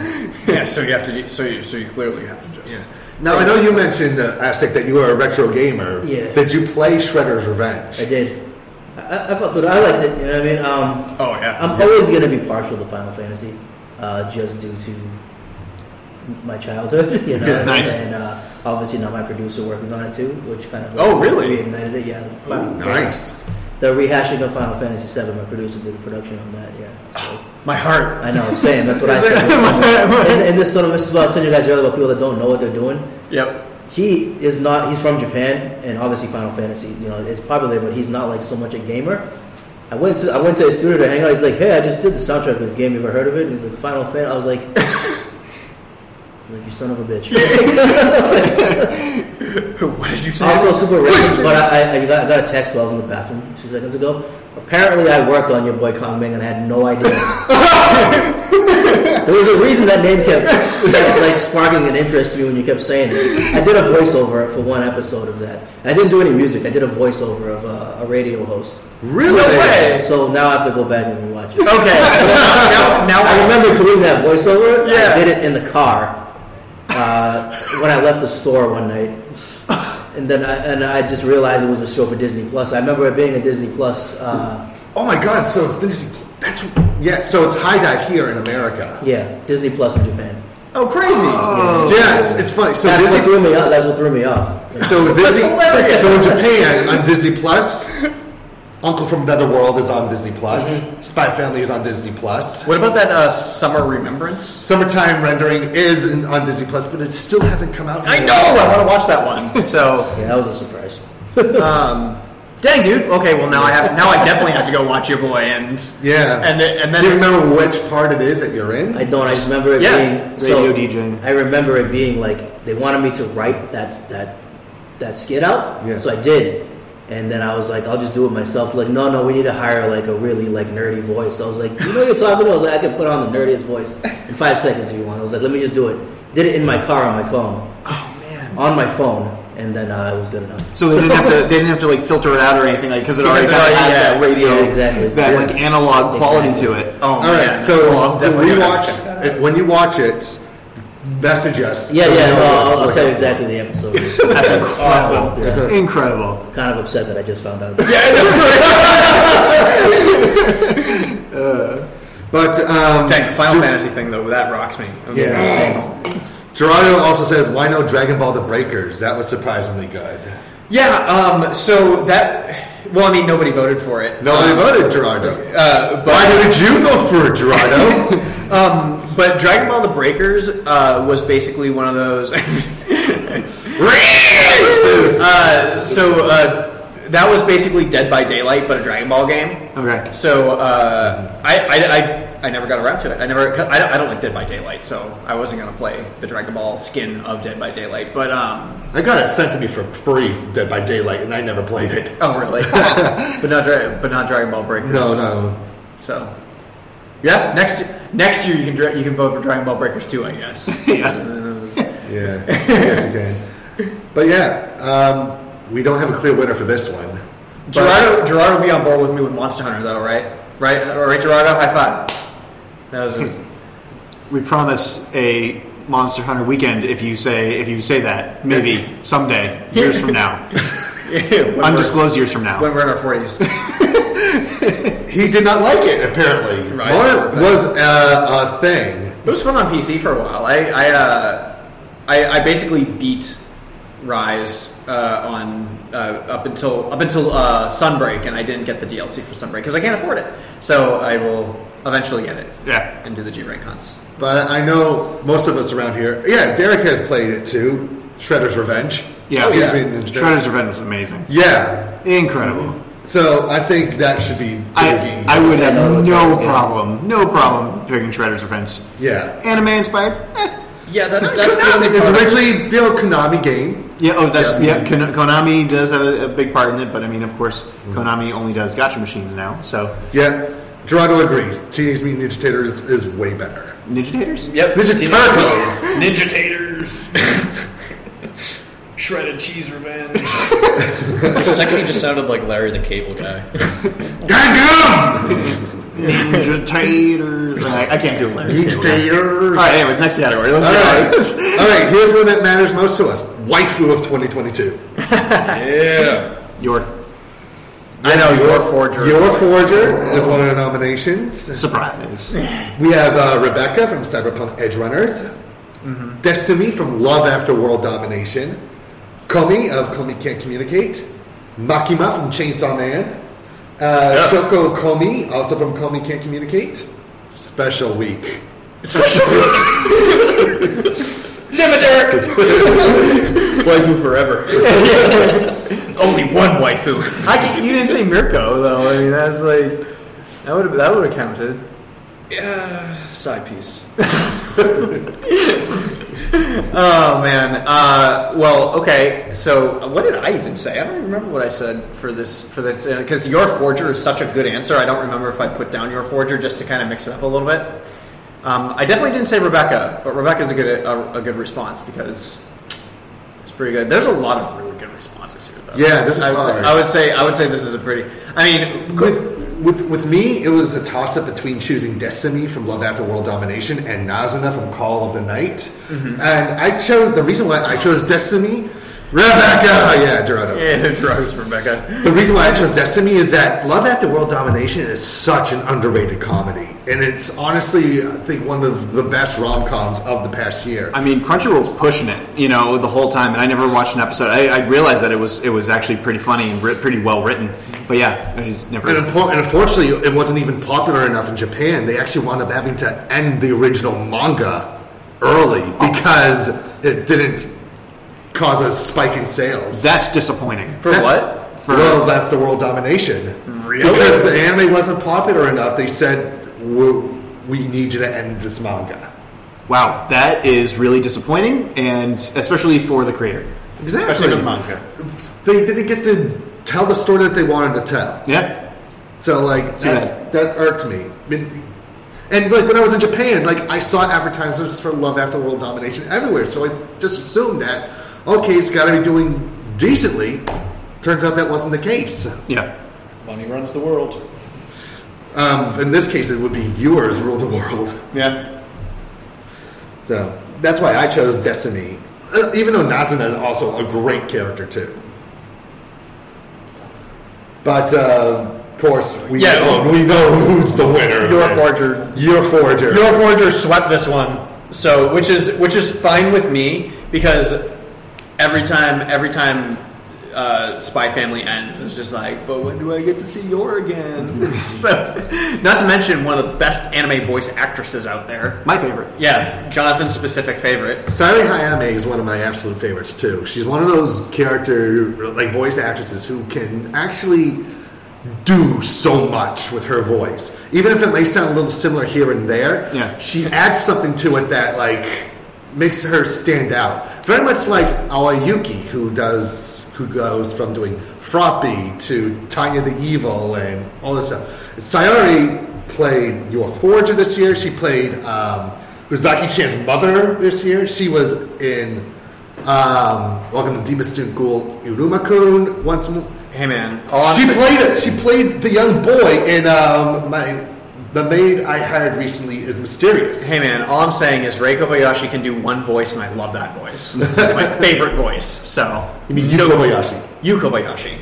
S15: yeah, so you have to. Do, so you. So you clearly have to just.
S14: Now I know you mentioned uh, Aztec that you are a retro gamer.
S13: Yeah.
S14: Did you play Shredder's Revenge?
S13: I did. I, I I felt good. I liked it. You know what I mean? Um,
S15: oh yeah.
S13: I'm always going to be partial to Final Fantasy, uh, just due to my childhood. (laughs) You know,
S15: Yeah, nice.
S13: and uh, obviously now my producer working on it too, which kind of
S15: Oh, really?
S13: reignited it. Yeah,
S15: Ooh, nice.
S13: The rehashing of Final Fantasy VII. My producer did the production on that. Yeah. So-
S15: My heart.
S13: I know.
S15: (laughs)
S13: Same. That's what I said. and, and this sort of this is what I was telling you guys earlier about people that don't know what they're doing.
S15: Yep. (laughs)
S13: He is not. He's from Japan, and obviously Final Fantasy, you know, is popular, but he's not like so much a gamer. I went to I went to his studio to hang out. He's like, "Hey, I just did the soundtrack of this game. You ever heard of it?" And he's like, "Final Fan." I was like, (laughs) "Like you son of a bitch."
S15: what did you say?
S13: Also super racist, but I, I, I, got, I got a text while I was in the bathroom two seconds ago. Apparently, I worked on your boy Kong Ming and I had no idea. there was a reason that name kept kept, like sparking an interest to me when you kept saying it. I did a voiceover for one episode of that. I didn't do any music. I did a voiceover of uh, a radio host.
S15: Really? No way.
S13: So now I have to go back and rewatch it. (laughs)
S15: Okay. Now- now
S13: I
S15: I-
S13: remember doing that voiceover. I did it in the car uh, when I left the store one night and then I, and I just realized it was a show for Disney Plus. I remember it being a Disney Plus. Uh,
S14: oh my god! So it's Disney. That's yeah. So it's High Dive here in America.
S13: Yeah, Disney Plus in Japan.
S15: Oh, crazy!
S14: Yes, it's funny. So
S13: that's
S14: Disney,
S13: what threw me off. That's what threw me off.
S15: (laughs)
S14: So Disney. so in Japan, on Disney Plus, Uncle from Another World is on Disney Plus. Spy Family is on Disney Plus.
S15: Mm-hmm. What about that uh, Summer Remembrance?
S14: Summertime Rendering is in, on Disney Plus, but it still hasn't come out.
S15: I know. I want to watch that one. So
S13: yeah, that was a surprise.
S15: um, dang, dude. Okay, well now I have now I definitely have to go watch your boy and
S14: Yeah.
S15: and then- and then
S14: Do you remember which part it is that you're in?
S13: I don't. I remember it
S15: Yeah.
S13: being
S15: Radio
S13: DJing. I remember it being like they wanted me to write that that that skit out.
S14: Yeah.
S13: So I did, and then I was like, I'll just do it myself. Like, no, no, we need to hire like a really like nerdy voice. So I was like, you know, what you're talking. to? I was like, I can put on the nerdiest voice in five seconds if you want. I was like, let me just do it. Did it in my car on my phone. Oh man. On my phone, and then uh, it was good enough.
S5: So they didn't have to. They didn't have to like filter it out or anything, like because it already,
S13: Because it already-
S5: has
S13: yeah,
S5: that radio,
S13: yeah, exactly.
S5: that
S13: Yeah.
S5: like analog quality to
S15: Oh,
S5: it.
S14: All right. So when you watch it, when you watch it, message us.
S13: Yeah,
S14: So
S13: yeah,
S14: we
S13: no,
S14: know
S13: I'll, Oh, I'll
S14: what-
S13: tell you exactly the episode.
S5: That's incredible. Incredible.
S13: Kind of upset that I just found out.
S14: Uh, but um,
S15: dang the Final
S14: Ger-
S15: Fantasy thing though that rocks me. I'm
S14: Yeah. Gerardo also says, "Why no Dragon Ball The Breakers?" That was surprisingly good.
S15: Yeah, um, so that. Well, I mean, nobody voted for it.
S14: Nobody
S15: Um,
S14: voted Gerardo.
S15: Uh, but,
S14: Why did you vote for it, Gerardo?
S15: (laughs) um, but Dragon Ball The Breakers uh, was basically one of those. (laughs) uh, so uh, that was basically Dead by Daylight, but a Dragon Ball game.
S5: Okay.
S15: So uh, I, I, I, I never got around to it. I never. I don't, I don't like Dead by Daylight, so I wasn't gonna play the Dragon Ball skin of Dead by Daylight. But um,
S14: I got it sent to me for free, Dead by Daylight, and I never played it.
S15: oh really?
S14: (laughs)
S15: but not Dra- but not Dragon Ball Breakers.
S14: No, no.
S15: So yeah, next next year you can dra- you can vote for Dragon Ball Breakers too, I
S14: (laughs)
S15: guess.
S14: Yeah, yes, you can. But yeah, um, we don't have a clear winner for this one.
S15: Gerardo, Gerardo will be on board with me with Monster Hunter, though, right? Right, all right, Gerardo, high five. That was a,
S9: We promise a Monster Hunter weekend if you say if you say that maybe someday years from
S15: (laughs)
S9: now, undisclosed years from now.
S15: when we're in our
S9: (laughs)
S15: forties.
S14: he did not like it apparently.
S15: Right.
S14: Mars was uh, a thing.
S15: It was fun on PC for a while. I I, uh, I, I basically beat Rise uh, on uh, up until up until uh, Sunbreak, and I didn't get the DLC for Sunbreak because I can't afford it. So I will eventually get it.
S9: Yeah,
S15: and do the G rank hunts.
S14: But I know most of us around here. Yeah, Derek has played it too. Shredder's Revenge.
S9: Yeah, Oh,
S14: Teenage
S9: yeah.
S14: Mutant Ninja
S9: Shredder's Revenge was amazing.
S14: Yeah,
S9: incredible.
S14: So I think that should be.
S9: I, I would have no problem, no problem picking Shredder's Revenge.
S14: Yeah,
S9: anime inspired. Eh.
S1: Yeah, that's
S14: that's the only it's originally you know, Konami game.
S9: Yeah, oh, that's
S14: Yeah.
S9: yeah. Kon- Konami does have a, a big part in it, but I mean, of course, Konami only does gotcha machines now. So
S14: Yeah, Gerardo agrees. Teenage Mutant Ninja Turtles is way better.
S9: Ninja Taters?
S14: Yep. Ninja
S9: Teenage
S14: Turtles.
S25: Ninja Taters. Shredded cheese revenge.
S1: For a second, he just sounded like Larry the Cable Guy.
S9: Ninja Taters. I, I can't do it. Larry.
S14: Ninja Taters.
S9: All right, anyways, next category. Let's
S14: All
S9: get out of
S14: right.
S9: this. (laughs)
S14: (laughs) All right, here's one that matters most to us: waifu of 2022.
S1: yeah,
S9: York.
S14: I know
S15: your forger.
S14: Your forger is one of the nominations. Surprise! We have uh, Rebecca from Cyberpunk Edge Runners, Destiny from Love After World Domination, Komi of Komi Can't Communicate, Makima from Chainsaw Man, uh, Shoko Komi also from Komi Can't Communicate. Special week. Special (laughs)
S15: Never, Derek. waifu forever. Only one waifu. I can, you didn't say Mirko though. I mean, that's like that would that would have counted.
S1: yeah, side piece.
S15: (laughs) Oh man. Uh, well, okay. So what did I even say? I don't even remember what I said for this for this because your forger is such a good answer. I don't remember if I put down your forger just to kind of mix it up a little bit. Um, I definitely didn't say Rebecca, but Rebecca's a good a, a good response because it's pretty good. There's a lot of really good responses here, though.
S14: Yeah, this is
S15: I would, say,
S14: hard.
S15: I would say I would say this is a pretty. I mean,
S14: with with with me, it was a toss up between choosing Destiny from Love After World Domination and Nazana from Call of the Night,
S15: Mm-hmm.
S14: and I chose the reason why I chose Destiny. Rebecca, yeah, Gerardo.
S15: Yeah, (laughs) drugs, Rebecca.
S14: The reason why I chose Destiny is that Love After World Domination is such an underrated comedy, and it's honestly, I think, one of the best rom coms of the past year.
S9: I mean, Crunchyroll's pushing it, you know, the whole time, and I never watched an episode. I, I realized that it was it was actually pretty funny and writ pretty well written, but yeah, it's never.
S14: And, unpo- and unfortunately, it wasn't even popular enough in Japan. They actually wound up having to end the original manga early
S9: Oh.
S14: because it didn't cause a spike in sales.
S9: That's disappointing.
S15: For what?
S14: For World After World Domination.
S15: Really?
S14: Because the anime wasn't popular enough, they said, "We- we need you to end this manga.
S9: Wow, that is really disappointing, and especially for the creator.
S14: Exactly.
S9: Especially for the manga.
S14: They didn't get to tell the story that they wanted to tell.
S9: Yeah.
S14: So like that, that irked me. I mean, and like when I was in Japan, like I saw advertisements for Love After World Domination everywhere. So I just assumed that okay, it's got to be doing decently. Turns out that wasn't the case.
S9: Yeah.
S1: Money runs the world.
S14: Um, in this case, it would be viewers rule the world.
S9: Yeah.
S14: So that's why I chose Destiny, uh, even though Nazana is also a great character too. But uh, of course, we
S15: Yeah,
S14: know,
S15: oh.
S14: we know who's the winner. of
S15: Your
S14: this.
S15: forger.
S14: Your forger.
S15: Your forger swept this one. So, which is which is fine with me because every time every time uh, Spy Family ends, it's just like, but when do I get to see your again? (laughs) so, not to mention one of the best anime voice actresses out there.
S9: My favorite.
S15: Yeah, Jonathan's specific favorite.
S14: Sayuri Hayame is one of my absolute favorites too. She's one of those character, like voice actresses, who can actually do so much with her voice, even if it may sound a little similar here and there.
S9: Yeah.
S14: she adds something to it that like makes her stand out. Very much like Awayuki, who does who goes from doing Froppy to Tanya the Evil and all this stuff. Sayori played your forger this year. She played um, Uzaki Chan's mother this year. She was in um, Welcome to Deepest Student Ghoul Iruma-kun once mo- Hey man,
S5: she played it. She played the young boy in um, my the maid I hired recently is mysterious.
S14: Hey man, all I'm saying is Ray Kobayashi can do one voice, and I love that voice. It's
S5: (laughs)
S14: my favorite voice. So
S5: You mean Yu Kobayashi?
S14: Yu Kobayashi.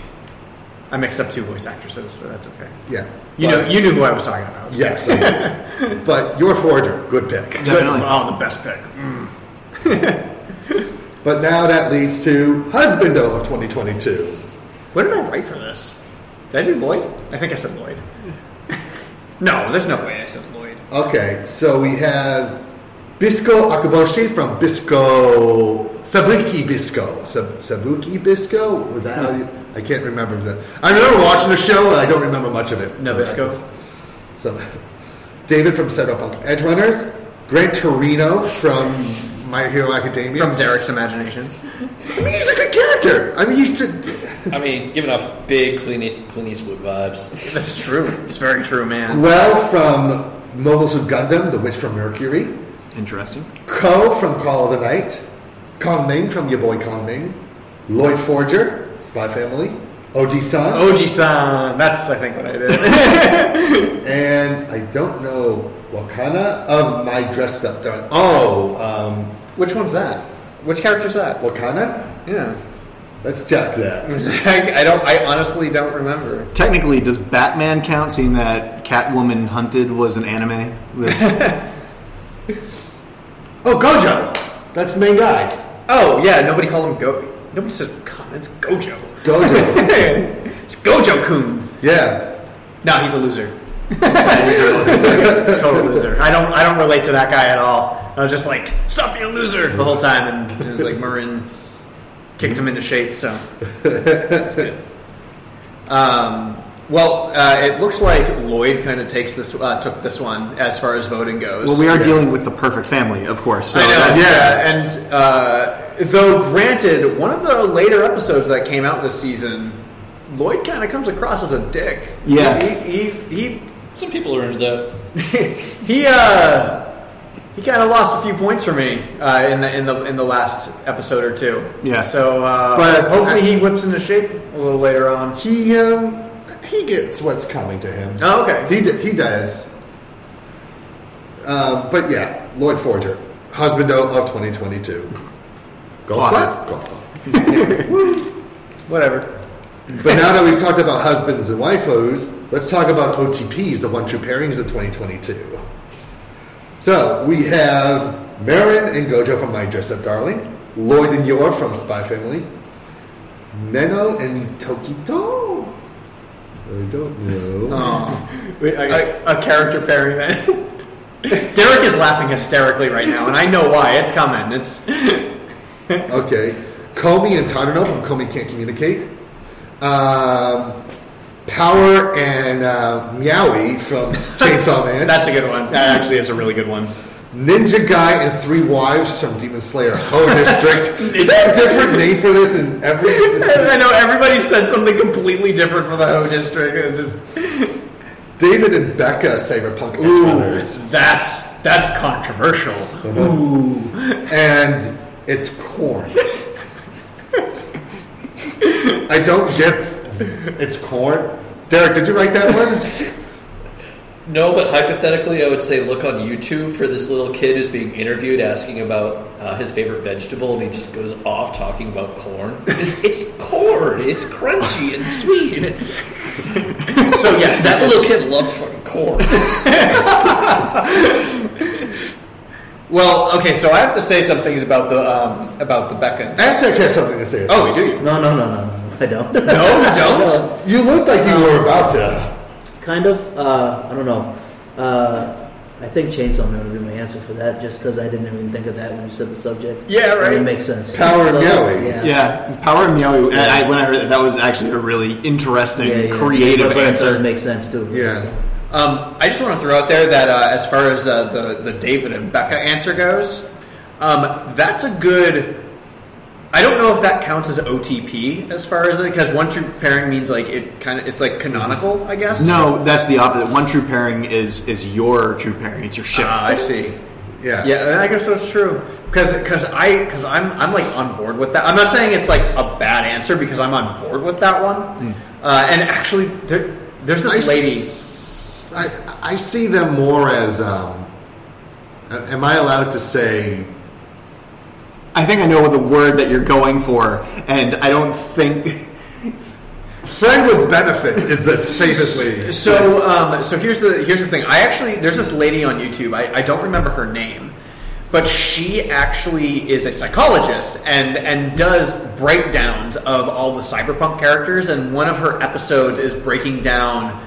S14: I mixed up two voice actresses, but that's okay.
S5: Yeah,
S14: You
S5: but-
S14: know, you knew who I was talking about.
S5: Yes, I
S14: (laughs)
S5: did. but your forger, good pick.
S14: Definitely. Oh, the best pick.
S5: (laughs)
S14: Mm.
S5: But now that leads to husbando of 2022.
S14: What did I write for this? Did I do Lloyd? I think I said Lloyd. (laughs) no, there's no way I said Lloyd.
S5: Okay, so we have Bisco Akaboshi from Bisco Sabuki Bisco. Sab- Sabuki Bisco? Was that how you, I can't remember that. I remember watching the show and I don't remember much of it.
S14: Nabisco.
S5: So, so David from Setup Punk Edge Runners, Grant Torino from My Hero Academia. From
S14: Derek's Imagination.
S5: I mean, he's a good character. I mean, he's just,
S1: I mean, giving off big Clint Eas- Clint Eastwood vibes.
S14: That's true. It's very true, man.
S5: Gwell from Mobiles of Gundam, The Witch from Mercury.
S14: Interesting.
S5: Ko from Call of the Night. Kong Ming from Your Boy Kong Ming. Lloyd Forger, Spy Family. OG San.
S14: OG San. That's, I think, what I did. (laughs)
S5: and I don't know Wakana of my dressed up darling. Oh, um,
S14: which one's that? Which character's that?
S5: Wakana.
S14: Yeah.
S5: Let's check that.
S14: (laughs) I don't. I honestly don't remember.
S26: Technically, does Batman count? Seeing that Catwoman Hunted was an anime. This-
S5: (laughs) oh, Gojo. That's the main guy.
S14: Oh yeah, nobody called him Go. Nobody says Khan. It's Gojo.
S5: Gojo.
S14: (laughs) it's Gojo Kun.
S5: Yeah.
S14: No, he's
S26: (laughs)
S14: a loser. Yeah, he's a loser. total loser. I don't. I don't relate to that guy at all. I was just like, stop being a loser the whole time, and it was like Marin kicked him into shape. So. It's good. Um, well, uh, it looks like Lloyd kind of takes this uh, took this one as far as voting goes.
S26: well, we are
S14: Yes.
S26: dealing with the perfect family, of course. So
S14: I know,
S26: that-
S14: yeah. And uh, though, granted, one of the later episodes that came out this season, Lloyd kind of comes across as a dick.
S26: Yeah.
S14: he he he,
S1: Some people are into that.
S14: (laughs) he uh he kind of lost a few points for me uh, in the in the in the last episode or two.
S26: Yeah.
S14: So, uh,
S5: But-
S14: hopefully, he whips into shape a little later on.
S5: He um, he gets what's coming to him.
S14: Oh, okay.
S5: He d- he does. Um, but yeah, Lloyd Forger, husbando of 2022. Golf
S14: Awesome.
S5: club. Golf club.
S14: Whatever.
S5: But now that we've talked about husbands and waifus, let's talk about OTPs, the one true pairings of 2022. So we have Marin and Gojo from My Dress Up Darling, Lloyd and Yor from Spy Family, Neno and Tokito. I don't know.
S14: Oh, (laughs) Wait, I- a, character pairing then. (laughs) Derek is laughing hysterically right now, and I know why. It's coming. It's (laughs)
S5: Okay. Comey and Tadano from Comey Can't Communicate. Um, Power and uh, Meowie
S14: (laughs)
S5: from Chainsaw Man.
S14: That's a good one. That actually is a really good one.
S5: Ninja Guy and Three Wives from Demon Slayer
S14: (laughs)
S5: Ho District. Is there a different name for this in every?
S14: I know everybody said something completely different for the Ho District. and Just
S5: David and Becca Cyberpunk Edge Runners.
S14: that's that's controversial.
S5: Ooh, Uh-huh. and it's corn. I don't get it's corn. Derek, did you write that one?
S1: No, but hypothetically, I would say look on YouTube for this little kid who's being interviewed asking about uh, his favorite vegetable, and he just goes off talking about corn. It's, it's corn. It's crunchy and sweet.
S14: So yes,
S1: that little kid loves fucking corn.
S14: Well, okay, so I have to say some things about the um, about the Becca.
S5: Aztec has something to say.
S14: Oh, do you?
S13: No, no, no, no. I don't. (laughs)
S14: No, you don't.
S5: You looked like you were about to.
S13: Kind of. Uh, I don't know. Uh, I think Chainsaw Man would be my answer for that, just because I didn't even think of that when you said the subject.
S14: Yeah, right.
S13: And it makes sense.
S5: Power and
S13: So,
S5: Meowie.
S13: Yeah.
S26: Yeah, Power and Meow. I, I- when I heard that, that was actually a really interesting, creative
S13: But- but It does
S26: answer.
S13: make sense too.
S5: Yeah.
S14: Um, I just want to throw out there that uh, as far as uh, the the David and Becca answer goes, um, that's a good. I don't know if that counts as OTP as far as it because one true pairing means like it kind of it's like canonical, I guess.
S26: No, that's the opposite. One true pairing is is your true pairing. It's your ship.
S14: Ah, I see.
S13: Yeah.
S14: Yeah, I guess that's true. Because because I because I'm I'm like on board with that. I'm not saying it's like a bad answer because I'm on board with that one. Uh, and actually, there, there's this
S13: I
S14: lady.
S13: s- I, I see them more as. Um, a- am I allowed to say?
S27: I think I know the word that you're going for, and I don't think.
S13: Friend with benefits is the safest way.
S14: So, um, so here's the here's the thing. I actually there's this lady on YouTube. I, I don't remember her name, but she actually is a psychologist and and does breakdowns of all the cyberpunk characters. And one of her episodes is breaking down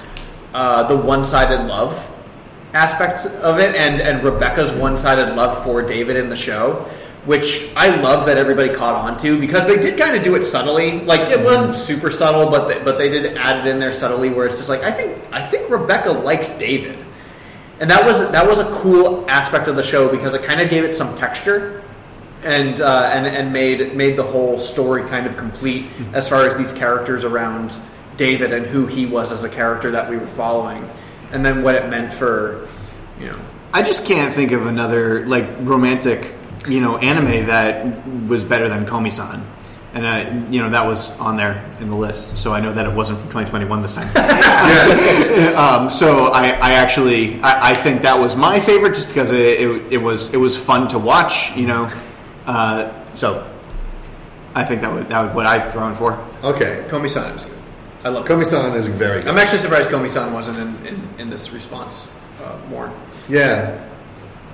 S14: uh, the one sided love aspect of it, and and Rebecca's one sided love for David in the show. Which I love that everybody caught on to because they did kind of do it subtly. Like it wasn't super subtle, but they, but they did add it in there subtly, where it's just like I think I think Rebecca likes David, and that was that was a cool aspect of the show because it kind of gave it some texture, and uh, and and made made the whole story kind of complete as far as these characters around David and who he was as a character that we were following, and then what it meant for you know
S27: I just can't think of another like romantic, you know, anime that was better than Komi-san. And uh, you know that was on there in the list, so I know that it wasn't from 2021 this time. um, so I, I actually I, I think that was my favorite, just because it, it, it was it was fun to watch. You know, uh, so I think that was that was what I've thrown for.
S13: Okay,
S14: Komi-san is good. I love
S13: Komi-san is very good.
S14: I'm actually surprised Komi-san wasn't in, in, in this response uh, more.
S13: Yeah.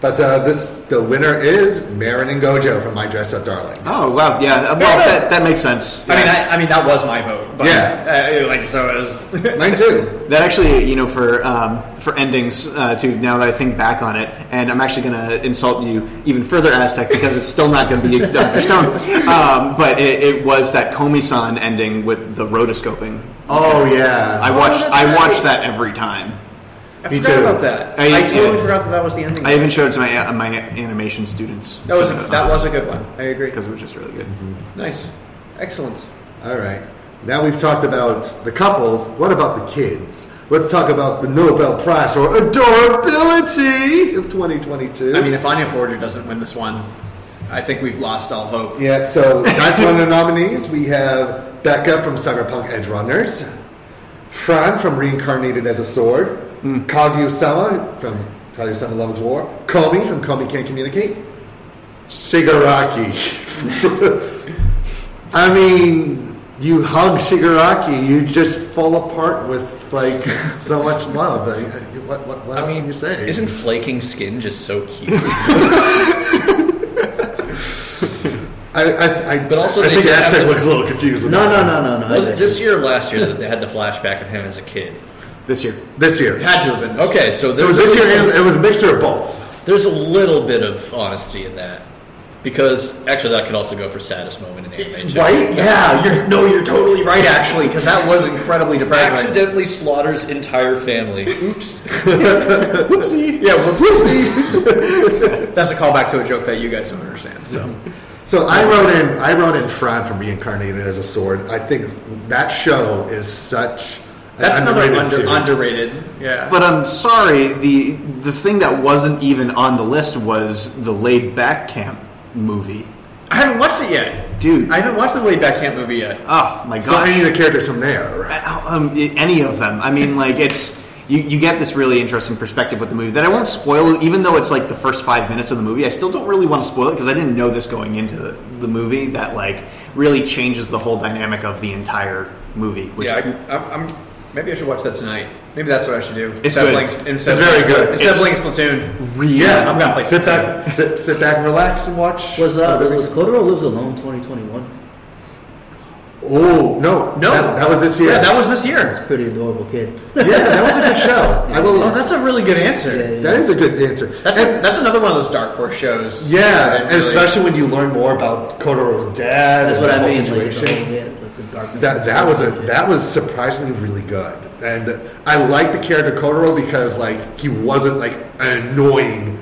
S13: But uh, this the winner is Marin and Gojo from My Dress Up Darling.
S27: Oh wow, yeah, well, that, that makes sense.
S14: I mean, I, I mean that was my vote. But, yeah, uh, like so is
S13: mine too.
S27: That actually, you know, for um, for endings uh, too. Now that I think back on it, and I'm actually going to insult you even further, Aztec, because it's still not going to be Doctor Stone. Um, but it, it was that Komi-san ending with the rotoscoping.
S13: Oh, yeah.
S27: I
S13: Oh,
S27: watched.
S14: that's
S27: I
S14: right.
S27: watched that every time.
S14: I forgot about that. I, totally forgot that that was the ending.
S27: I even showed it to my uh, my animation students.
S14: That was a- that was a good one. I agree
S27: because it was just really good.
S14: nice, excellent.
S13: Mm-hmm. All right. Now we've talked about the couples. What about the kids? Let's talk about the Nobel Prize for adorability of 2022.
S14: I mean, if Anya Forger doesn't win this one, I think we've lost all hope.
S13: Yeah, so that's one of the nominees. We have Becca from Cyberpunk Edge Runners, Fran from Reincarnated as a Sword, Kaguya-sama from Kaguya-sama Loves War, Komi from Komi Can't Communicate, Shigaraki. I mean, you hug Shigaraki, you just fall apart with like so much love. Like, what, what, what else can you say?
S1: Isn't flaking skin just so cute?
S13: I, I, I,
S1: But also,
S13: I
S1: they
S13: think
S1: did
S13: Aztec
S1: have-
S13: looks a little confused. with that.
S1: Was it this year or last year that they had the flashback of him as a kid?
S27: This year.
S13: This year.
S1: It had to have been. Okay, so
S13: It
S1: there
S13: was this year and it was a mixture of both.
S1: There's a little bit of honesty in that. Because actually, that could also go for saddest moment in anime. too.
S14: Right? Yeah. You're, no, you're totally right. Actually, because that was incredibly depressing.
S1: Accidentally slaughters entire family. Oops.
S14: whoopsie. Yeah, whoopsie. (laughs) That's a callback to a joke that you guys don't understand. So. Um,
S13: So I wrote in I wrote in Fran from Reincarnated as a Sword. I think that show is such an
S14: That's another
S13: underrated
S14: under,
S13: series.
S14: underrated. Yeah.
S27: But I'm sorry, the the thing that wasn't even on the list was the laid back camp movie.
S14: I haven't watched it yet,
S27: dude.
S14: I haven't watched the laid back camp movie yet.
S27: Oh my gosh!
S14: So any of the
S13: characters from there,
S27: um, i- any of them? I mean, like it's you, you get this really interesting perspective with the movie that I won't spoil. Even though it's like the first five minutes of the movie, I still don't really want to spoil it because I didn't know this going into the, the movie that like really changes the whole dynamic of the entire movie. Which
S14: yeah, I, I'm, I'm. Maybe I should watch that tonight. Maybe that's what I should do.
S27: It's
S14: instead
S27: good.
S14: Of playing,
S27: It's
S14: instead of
S27: very
S14: playing-
S27: good.
S14: Instead of
S27: It's
S14: playing Splatoon.
S27: really
S14: Yeah, I'm gonna play.
S13: Sit back, sit, sit back, and relax, and watch.
S9: Was uh, was Kotaro Lives Alone 2021?
S13: Oh no,
S9: No.
S13: that, that was this year.
S9: Yeah, that was
S14: this year. It's
S9: a pretty adorable kid.
S13: yeah, that was a good (laughs) show. I will.
S14: Oh, that's a really good answer.
S13: That is a good answer.
S14: That's a, that's another one of those dark horse shows.
S13: Yeah,
S14: That
S13: and
S14: really-
S13: especially when you learn more about Kotoro's dad.
S9: That's
S13: and
S9: what
S13: the
S9: I
S13: whole
S9: mean. Like,
S13: Situation.
S9: the whole, yeah, like the darkness.
S13: That that was a that was surprisingly really good, and I liked the character Kotaro because like he wasn't like an annoying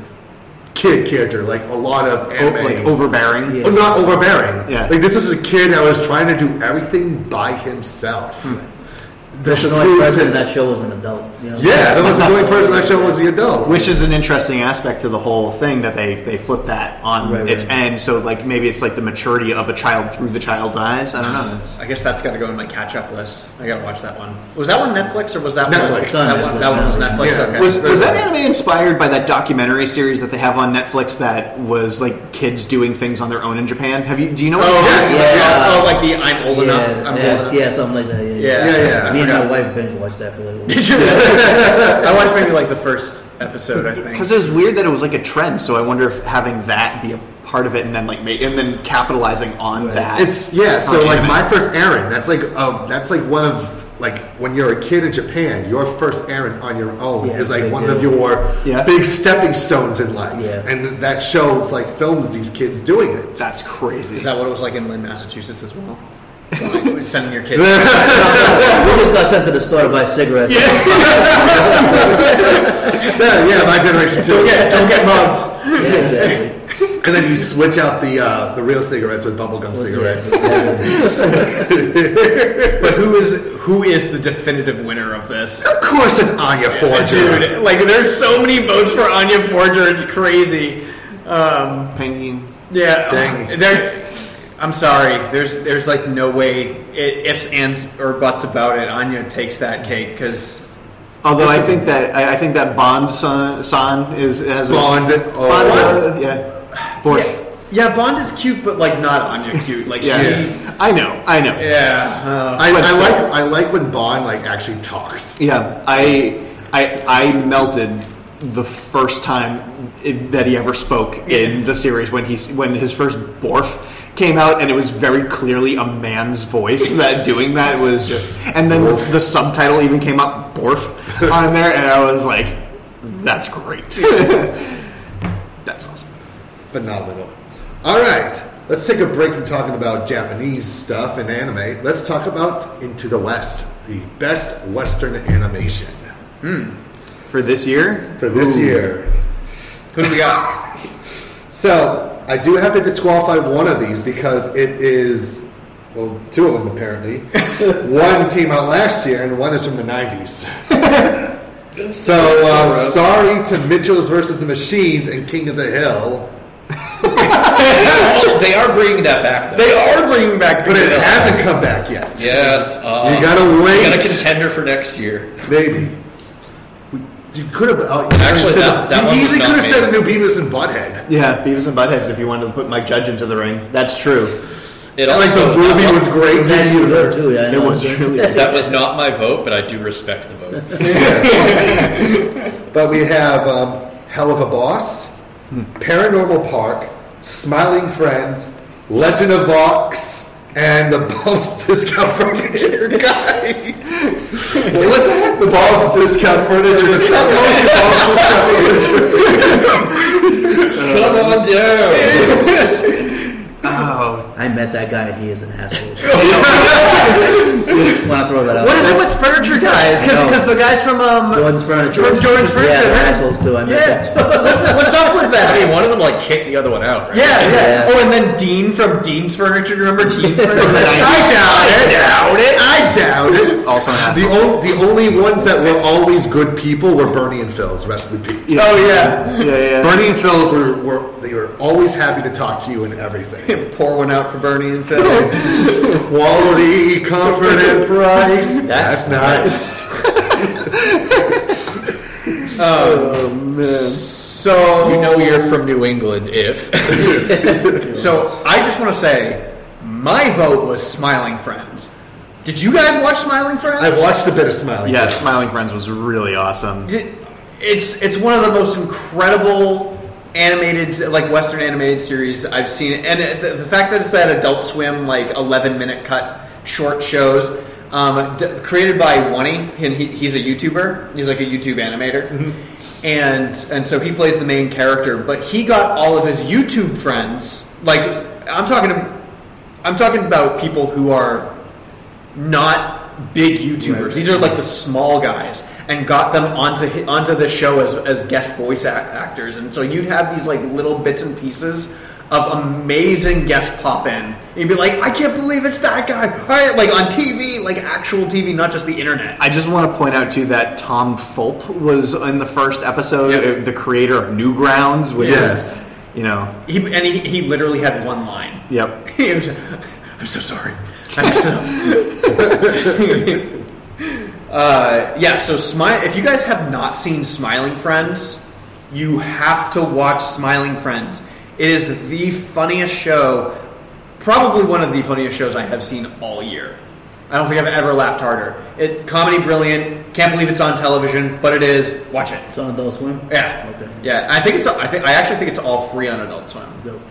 S13: kid character like a lot of anime.
S27: like overbearing,
S13: Oh, not overbearing.
S27: Yeah.
S13: Like this is a kid that was trying to do everything by himself.
S28: the annoying person in that show was an adult. You know?
S13: Oh, Yeah, that was the only person that show was the adult.
S29: Which is an interesting aspect to the whole thing that they, they flip that on
S13: Right,
S29: its
S13: right.
S29: end. So like maybe it's like the maturity of a child through the child's eyes. I don't know. That's,
S14: I guess that's got to go in my catch-up list. I got to watch that one. Was that one Netflix or was that one?
S29: Netflix.
S14: That one, that one was Netflix. Okay.
S29: Was, was that anime inspired by that documentary series that they have on Netflix that was like kids doing things on their own in Japan? Have you? Do you know? what
S14: Oh,
S29: it is?
S14: yeah. Oh, like the I'm old
S28: yeah,
S14: enough. I'm
S28: yeah,
S14: old enough.
S28: yeah, something like that. Yeah,
S14: Yeah, yeah, yeah, I
S28: Me and
S14: forgot.
S28: my wife binge watched that for a little.
S29: (laughs)
S14: Did you? I watched maybe like the first episode. I think
S29: Because it was weird that it was like a trend, so I wonder if having that be a part of it, and then like ma- and then capitalizing on that.
S13: It's yeah.
S29: for
S13: So like
S29: anime.
S13: my first errand. That's like um, that's like one of like when you're a kid in Japan, your first errand on your own
S29: Yeah,
S13: is like
S29: big
S13: one
S29: deal.
S13: of your
S29: Yeah.
S13: big stepping stones in life.
S29: Yeah.
S13: And that show like films these kids doing it.
S29: That's crazy.
S14: is that what it was like in Lynn, Massachusetts as
S13: (laughs)
S14: well? Like, sending your
S28: (laughs)
S14: kids.
S28: we just got sent to the store to buy cigarettes. (laughs)
S13: yeah, (laughs) yeah, my generation too.
S28: Don't get- don't get
S13: mugged. And then you switch out the uh, the real cigarettes with bubblegum cigarettes.
S14: but who is who is the definitive winner of this? Of
S13: course, it's Anya Forger.
S14: dude. Like, there's so many votes for Anya Forger. It's crazy. Um,
S29: Penguin.
S14: Yeah,
S29: Dang.
S14: uh, there. I'm sorry. There's there's like no way i- ifs ands or buts about it. Anya takes that cake because.
S29: Although I think that I, I think that Bond son, son is has
S14: Bond,
S29: A,
S14: oh.
S29: Bond, uh, yeah. Borf.
S14: Yeah, yeah, Bond is cute, but like not Anya cute. Like
S29: Yeah.
S14: she's
S29: I know. I know.
S14: Yeah, uh,
S13: I,
S29: But
S13: I
S29: still.
S13: like I like when Bond like actually talks.
S29: Yeah, I I I melted the first time it, that he ever spoke in the series when he's when his first Borf came out and it was very clearly a man's voice that doing that was just and then the, the subtitle even came up Borf on there and I was like that's great. (laughs) That's awesome.
S13: Phenomenal. All right, let's take a break from talking about Japanese stuff and anime. Let's talk about Into the West, the best Western animation
S29: for this year.
S13: For this
S29: Ooh.
S13: year,
S14: who do we got?
S13: so I do have to disqualify one of these because it is well, two of them apparently. one came out last year, and one is from the nineties. (laughs) So uh, sorry to Mitchell's versus the Machines and King of the Hill.
S30: they are bringing that back. Though.
S13: They are bringing back, but it hasn't come back yet.
S30: Yes, uh,
S13: You gotta wait.
S30: We got a contender for next year.
S13: Maybe. You could have. Oh,
S30: Actually, that- that one
S13: you
S30: was
S13: easily
S30: not
S13: could have said a
S30: made.
S13: new Beavis and Butthead.
S29: Yeah, Beavis and Buttheads. If you wanted to put Mike Judge into the ring, that's true.
S30: It And, like, also- the movie was great,
S29: That
S30: the
S29: universe.
S30: too, yeah, I
S29: it
S30: know.
S29: was really (laughs) good.
S30: That was not my vote, but I do respect the vote.
S13: But Uh, we have um, Hell of a Boss, Paranormal Park, Smiling Friends, Legend of Vox, and the Bob's Discount Furniture (laughs) Guy. what was that? The Bob's Discount Furniture Guy. Stop calling it Bob's Discount (laughs) Furniture
S30: Come on down.
S28: Oh, I met that guy and he is an (laughs)
S13: (laughs)
S28: asshole. just want to throw that out.
S14: What is it
S28: That's-
S14: with furniture guys?
S28: I know.
S14: Because the guys from um,
S28: Jordan's furniture.
S14: from Jordan's furniture.
S28: Yeah, they're
S14: they're-
S28: assholes too. I met
S14: Yeah, (laughs)
S28: that.
S14: what's, what's up with that?
S30: I mean, one of them like kicked the other one out. Right?
S14: Yeah, yeah, Oh, and then Dean from Dean's Furniture. Remember
S13: (laughs)
S14: Dean's Furniture?
S13: I doubt it.
S29: Also,
S13: the, on, the only ones that were always good people were Bernie and Phil's. Rest in peace.
S14: Yeah. Oh, yeah.
S29: yeah, yeah.
S13: Bernie and Phil's were, were they were always happy to talk to you and everything.
S14: (laughs) Pour one out for Bernie and Phil.
S13: (laughs) Quality, comfort, and price.
S14: (laughs) That's
S13: That's, nice. (laughs) Um,
S14: oh man! So
S30: You know you're from New England if
S14: So I just want to say, my vote was Smiling Friends. Did you guys watch Smiling Friends?
S13: I watched a bit of Smiling.
S29: Yeah,
S13: Friends.
S29: Smiling Friends was really awesome.
S14: It's it's one of the most incredible animated like Western animated series I've seen, and the, the fact that it's that Adult Swim like eleven minute cut short shows. Um, d- created by Oney, and he, he's a YouTuber. He's like a YouTube animator, and and so he plays the main character. But he got all of his YouTube friends, like I'm talking, I'm talking about people who are not big YouTubers. These are like the small guys, and got them onto hi- onto the show as as guest voice a- actors. And so you'd have these like little bits and pieces
S15: of amazing guests pop in. And you'd be like, I can't believe it's that guy. All right, like on TV, like actual TV, not just the internet.
S9: I just want to point out too that Tom Fulp was in the first episode, uh, the creator of Newgrounds, which
S15: Yes.
S9: is you know,
S15: He, and he, he literally had one line.
S9: yep.
S15: He was, I'm so sorry. I messed it up. uh, yeah, so smile. If you guys have not seen Smiling Friends, you have to watch Smiling Friends. It is the funniest show, probably one of the funniest shows I have seen all year. I don't think I've ever laughed harder. It comedy brilliant. Can't believe it's on television, but it is. Watch it.
S13: It's on Adult Swim.
S15: Yeah. Yeah, I think it's. I think I actually think it's all free on Adult Swim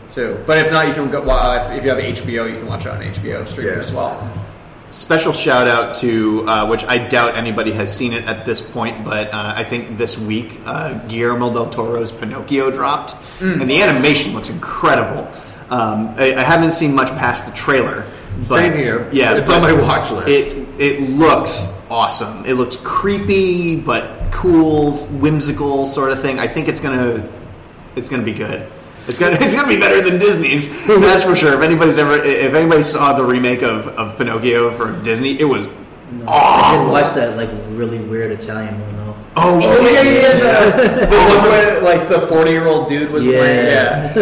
S15: too. But if not, you can go. Well, if, if you have HBO, you can watch it on HBO streaming as well.
S9: Special shout out to uh, which I doubt anybody has seen it at this point, but uh, I think this week uh, Guillermo del Toro's Pinocchio dropped,
S15: Mm.
S9: and the animation looks incredible. Um, I, I haven't seen much past the trailer. But,
S14: Same here.
S9: Yeah,
S14: It's
S9: but
S14: on my watch list.
S9: It it looks awesome. It looks creepy but cool, whimsical sort of thing. I think it's gonna it's gonna be good. It's gonna it's gonna be better than Disney's. That's for sure. If anybody's ever if anybody saw the remake of, of Pinocchio from Disney, it was
S13: I did watch that like really weird Italian one though.
S9: Oh,
S15: yeah, yeah, (laughs) yeah. The, the one where like the forty-year-old dude was playing. Yeah.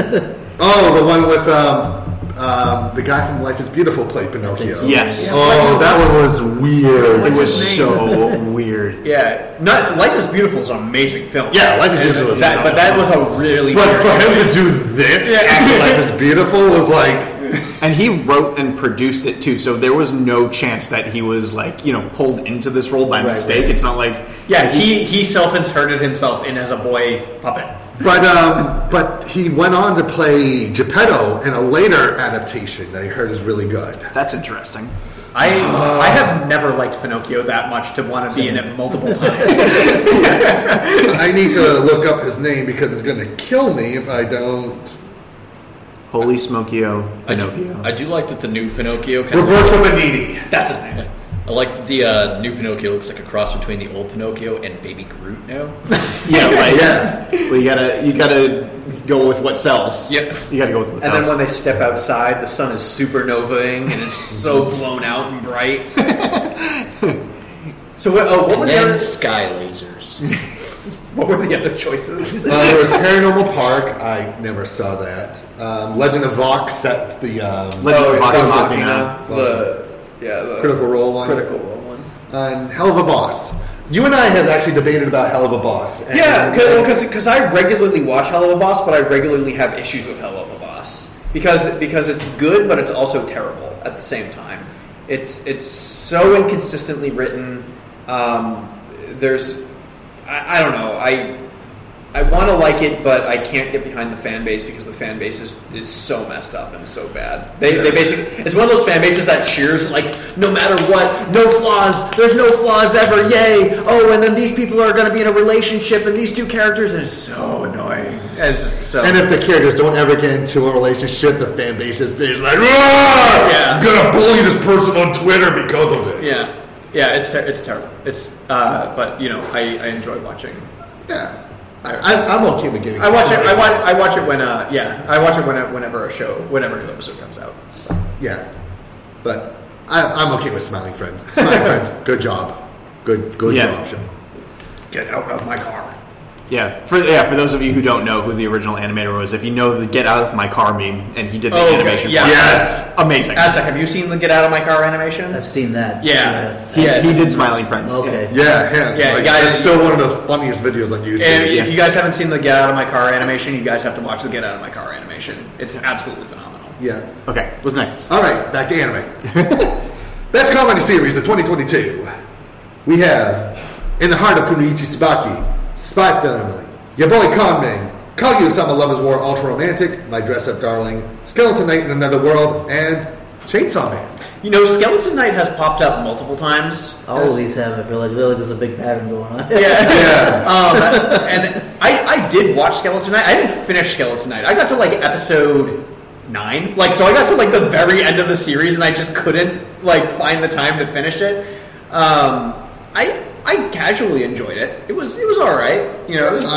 S14: oh, the one with um, um, the guy from Life is Beautiful played Pinocchio.
S9: Yes.
S14: Oh, that one was weird.
S9: It was so
S15: (laughs)
S9: weird.
S15: Yeah, not, Life is Beautiful is an amazing film.
S14: Yeah, Life is Beautiful is
S15: That, but that was a really.
S14: But
S15: weird
S14: for him
S15: choice.
S14: to do this
S15: Yeah.
S14: after Life
S15: (laughs)
S14: is Beautiful was like.
S9: And he wrote and produced it too, so there was no chance that he was like you know pulled into this role by
S15: Right,
S9: mistake.
S15: right.
S9: It's not like
S15: Yeah, he he self-inserted himself in as a boy puppet.
S14: But um, but he went on to play Geppetto in a later adaptation that I heard is really good.
S9: That's interesting.
S15: I I have never liked Pinocchio that much to want to be in it
S9: (laughs)
S15: multiple times.
S14: I need to look up his name because it's going to kill me if I don't.
S9: Holy Smokio
S14: Pinocchio.
S1: I do like that the new Pinocchio.
S14: Roberto Benigni.
S1: That's his name. I like the uh, new Pinocchio looks like a cross between the old Pinocchio and Baby Groot now.
S15: (laughs)
S9: yeah, like, yeah. Well, you gotta you gotta go with what sells.
S1: Yep.
S9: You gotta go with
S15: And
S9: what sells.
S15: then when they step outside, the sun is supernovaing and it's
S14: (laughs)
S15: so blown out and bright. so what? Oh, what
S1: and
S15: were the
S1: then
S15: other,
S1: sky lasers.
S15: (laughs) what were the other choices?
S14: Uh, there was Paranormal Park. I never saw that. Um, Legend of Vox. That's the
S15: Oh,
S14: um,
S9: Legend of Vox
S14: Vox
S9: Machina.
S14: Vox-
S15: yeah, the
S14: Critical Role one.
S15: Critical Role one.
S14: And Um, Hell of a Boss. You and I have actually debated about Hell of a Boss. And
S15: yeah, because I regularly watch Hell of a Boss, but I regularly have issues with Hell of a Boss because because it's good, but it's also terrible at the same time. It's it's so inconsistently written. Um, there's I, I don't know I I want to like it, but I can't get behind the fan base because the fan base is, is so messed up and so bad. They, they basically it's one of those fan bases that cheers like no matter what, no flaws. There's no flaws ever. Yay! Oh, and then these people are going to be in a relationship, and these two characters, and it's so annoying. It's just so
S14: And if the characters don't ever get into a relationship, the fan base is is like, "Ah,
S15: Yeah.
S14: I'm gonna bully this person on Twitter because of it.
S15: yeah, yeah, it's ter- it's terrible. It's uh, but you know I, I enjoy watching.
S14: Yeah, I, I, I'm okay with giving.
S15: I
S14: it
S15: watch it.
S14: some
S15: I watch.
S14: advice.
S15: I watch it when. Uh, yeah, I watch it when, whenever a show, whenever a new episode comes out. So.
S14: Yeah, but I, I'm okay with smiling friends.
S15: (laughs)
S14: Smiling friends, good job, good good
S9: Yeah.
S14: job, Sean.
S15: Get out of my car.
S9: yeah, for yeah, for those of you who don't know who the original animator was, if you know the "Get Out of My Car" meme, and he did the
S15: Oh, okay,
S9: animation.
S15: yeah.
S9: for it,
S15: Yes.
S9: amazing.
S15: Aztec, have you seen the Get Out of My Car animation?
S13: I've seen that.
S15: Yeah.
S9: He,
S15: Yeah.
S9: he did Smiling Friends.
S13: Okay.
S14: Yeah, him.
S15: Yeah,
S14: like,
S15: guys-
S14: that's still one of the funniest videos on YouTube.
S15: And if you guys haven't seen the Get Out of My Car animation, you guys have to watch the Get Out of My Car animation. It's absolutely phenomenal.
S14: yeah.
S9: Okay, what's next?
S14: All right, back to anime. (laughs) Best comedy series of 2022. We have In the Heart of Kuniichi Tsubaki, Spy Family, Your Boy Conman, Kaguya Sama Lovers War Ultra Romantic, My Dress Up Darling, Skeleton Knight in Another World, and Chainsaw Man.
S15: You know, Skeleton Knight has popped up multiple times.
S13: All of these have. I feel like, I feel like there's a big pattern going on. (laughs)
S15: Um, and I, I did watch Skeleton Knight. I didn't finish Skeleton Knight. I got to like episode nine. Like, so I got to like the very end of the series, and I just couldn't like find the time to finish it. Um, I I casually enjoyed it. It was it was all right. You know, it was-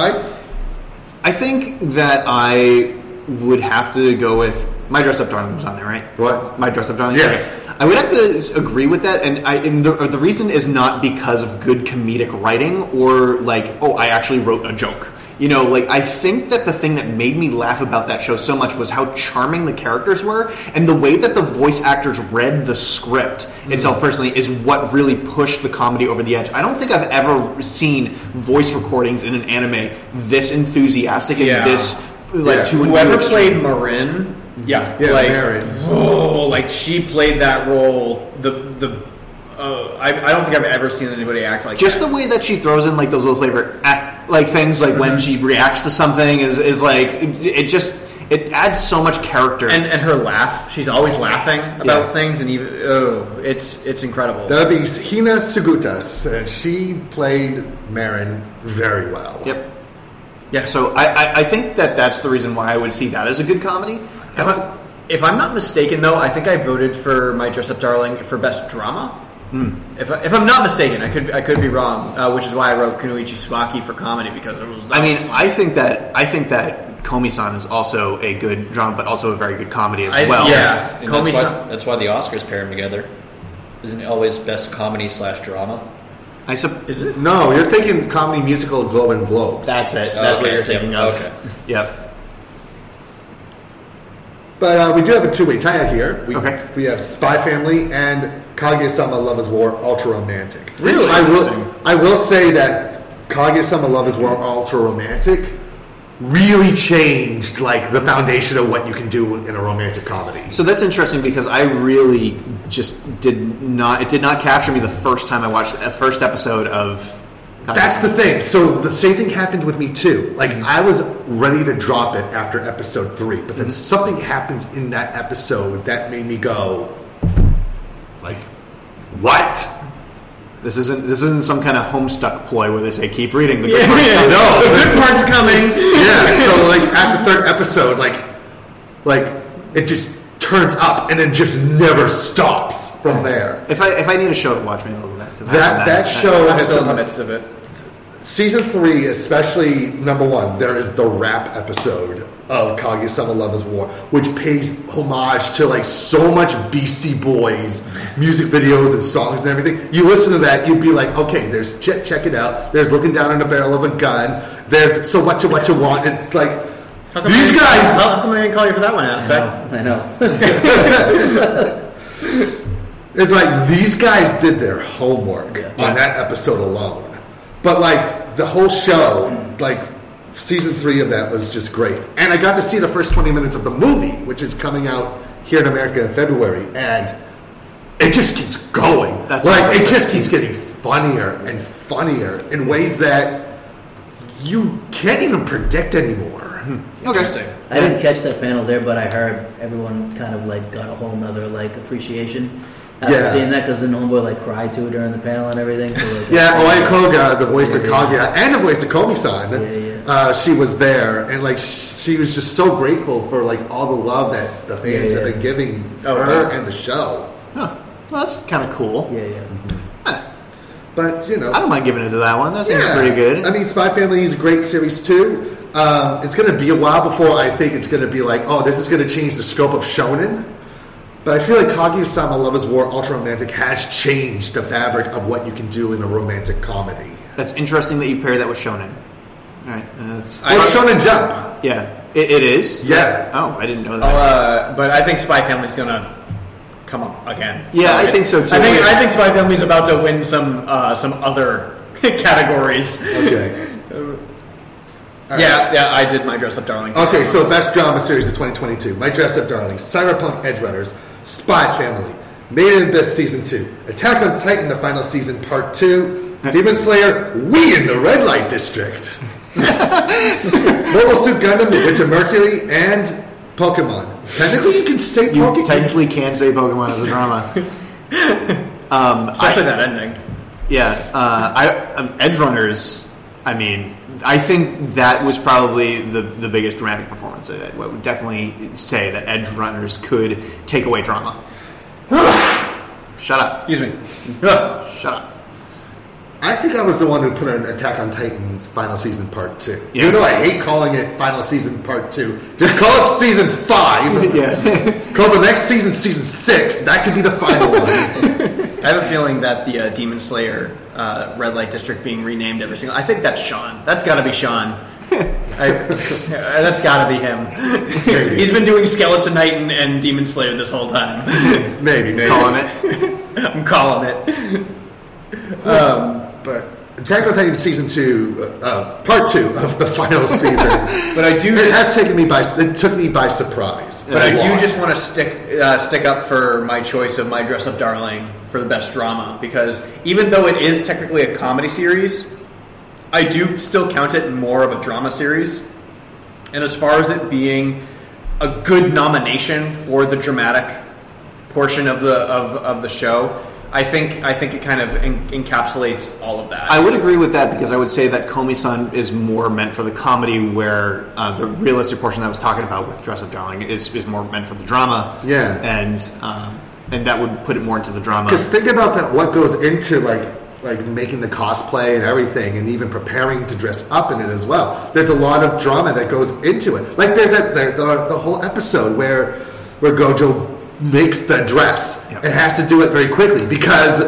S9: I think that I would have to go with my dress up darling was on there, right? What my dress up darling?
S14: Yes.
S9: right. I would have to s- agree with that, and I and the, the reason is not because of good comedic writing or like oh I actually wrote a joke. You know, like I think that the thing that made me laugh about that show so much was how charming the characters were, and the way that the voice actors read the script itself personally is what really pushed the comedy over the edge. I don't think I've ever seen voice recordings in an anime this enthusiastic and
S15: Yeah.
S9: this like
S15: Yeah.
S9: to an
S15: whoever
S9: extreme.
S15: played Marin. Yeah,
S9: Yeah,
S15: like,
S9: Marin.
S15: Oh, like she played that role. The the uh, I, I don't think I've ever seen anybody act like
S9: just the way that she throws in like those little flavor "ah," like things like
S15: Mm-hmm.
S9: when she reacts to something is is like it, it just it adds so much character
S15: and and her laugh. She's always laughing about
S9: Yeah.
S15: things, and even oh, it's it's incredible.
S14: That would be Hina Sugutas, and she played Marin very well.
S9: Yep. yeah so I, I I think that that's the reason why I would see that as a good comedy
S15: If, I, if I'm not mistaken, though, I think I voted for my dress up darling for best drama. If, I, if I'm not mistaken, I could I could be wrong, uh, which is why I wrote Kunoichi Tsubaki for comedy because it was.
S9: I mean I think that I think that Komi-san is also a good drama but also a very good comedy as well
S1: And that's, why, that's why the Oscars pair them together. Isn't it always best comedy slash drama?
S9: I sup-
S15: is it?
S14: No, you're thinking comedy musical Globe and Globes.
S15: That's it.
S1: Oh, That's what okay. you're thinking Yep. of. Okay.
S9: Yep.
S14: But uh, we do have a two-way tie here. We, We have Spy Family and Kaguya-sama Love is War Ultra Romantic.
S15: Really?
S14: I
S15: Interesting.
S14: will, I will say that Kaguya-sama Love is War Ultra Romantic really changed like the foundation of what you can do in a romantic comedy.
S9: So that's interesting because I really just did not. It did not capture me the first time I watched the first episode of.
S14: That's the thing. So the same thing happened with me too. Like I was ready to drop it after episode three, but then
S9: Mm-hmm.
S14: something happens in that episode that made me go, like, what?
S9: This isn't this isn't some kind of homestuck ploy where they say keep reading the good
S14: Yeah,
S9: part's coming."
S14: no, the good part's coming. yeah. So like at the third episode, like, like it just turns up and it just never stops from there.
S9: If I if I need a show to watch, maybe I'll go back to that.
S14: That- that show
S9: I'm
S14: has
S9: still in
S14: some-
S9: the midst of it.
S14: Season three, especially number one, there is the rap episode of Kaguya-sama Love is War, which pays homage to like so much Beastie Boys music videos and songs and everything. You listen to that, you'd be like, okay, there's check, check it out. There's looking down in the barrel of a gun. There's so much of what you want. It's like these guys.
S15: How come they didn't call you for that one, Aztec?
S13: I know. (laughs)
S14: It's like these guys did their homework on that episode alone. But like the whole show, like season three of that was just great. And I got to see the first 20 minutes of the movie, which is coming out here in America in February. And it just keeps going.
S9: That's
S14: like it
S9: awesome.
S14: just keeps getting funnier and funnier in ways that you can't even predict anymore.
S9: Hmm. Okay.
S13: I didn't catch that panel there, but I heard everyone kind of like got a whole nother like appreciation after
S14: Yeah.
S13: seeing that because then homeboy like cried to it during the panel and everything. So like,
S14: Yeah, Oe Koga, the voice of Kaguya, and the voice of Komi-san, Uh, she was there, and like she was just so grateful for like all the love that the fans
S9: Yeah, yeah.
S14: have been giving
S9: Oh,
S14: her
S9: yeah.
S14: and the show.
S9: Huh. Well, that's kind of cool.
S13: Yeah, yeah.
S14: But you know,
S9: I don't mind giving it to that one. That seems
S14: Yeah.
S9: pretty good.
S14: I mean, Spy Family is a great series too. Um, it's going to be a while before I think it's going to be like, oh, this is going to change the scope of shonen. But I feel like Kaguya-sama Love is War Ultra Romantic has changed the fabric of what you can do in a romantic comedy.
S9: That's interesting that you pair that with shonen. All right. That's,
S14: Well, Shonen Jump.
S9: Yeah, it, it is.
S15: Yeah.
S9: Oh, I didn't know that.
S15: I'll, uh, but I think Spy Family's gonna come up again.
S9: Yeah, I think so, too.
S15: I think I think Spy Family's about to win some uh, some other categories.
S14: Okay.
S15: Yeah, yeah, I did my dress up, darling.
S14: Okay, so best drama series of 2022: My Dress Up Darling, Cyberpunk Edge Runners, Spy Family, Made in Abyss Season Two, Attack on Titan: The Final Season Part Two,
S9: Uh,
S14: Demon Slayer, We in the Red
S9: (laughs)
S14: Light District, Mobile Suit Gundam: The Witch of Mercury, and Pokemon. Technically, you can say
S9: you
S14: Pokemon.
S9: technically can say Pokemon as a drama. um,
S15: Especially that ending.
S9: Yeah, uh, I um, Edge Runners. I mean, I think that was probably the the biggest dramatic performance. I I would definitely say that Edge Runners could take away drama. Shut up.
S15: Excuse me.
S9: Shut up.
S14: I think I was the one who put an Attack on Titan's final season part two. You know, I hate calling it final season part two. Just call it season
S5: (laughs)
S14: five. yeah. call the next season season six. That could be the final one.
S5: (laughs) I have a feeling that the uh, Demon Slayer uh, Red Light District being renamed every single. I think that's Sean. That's got to be Sean. (laughs) I, uh, that's got to be him. He's been doing Skeleton Knight and, and Demon Slayer this whole time. (laughs)
S14: maybe, maybe.
S5: Calling it. (laughs) I'm calling it.
S14: (laughs) Um, but Attack on Titan season two, uh, uh, part two of the final season.
S5: (laughs) but I do.
S14: It has taken me by. It took me by surprise.
S5: But I
S14: A
S5: do
S14: lot.
S5: just want to stick uh, stick up for my choice of my dress up darling for the best drama because even though it is technically a comedy series, I do still count it more of a drama series. And as far as it being a good nomination for the dramatic portion of the of, of the show, I think I think it kind of en- encapsulates all of that.
S9: I would agree with that because I would say that Komi-san is more meant for the comedy, where uh, the realistic portion that I was talking about with Dress Up Darling is, is more meant for the drama.
S14: Yeah.
S9: and um, and that would put it more into the drama.
S14: Because think about that. What goes into like like making the cosplay and everything, and even preparing to dress up in it as well. There's a lot of drama that goes into it. Like there's a, there, the, the whole episode where where Gojo makes the dress and has to do it very quickly because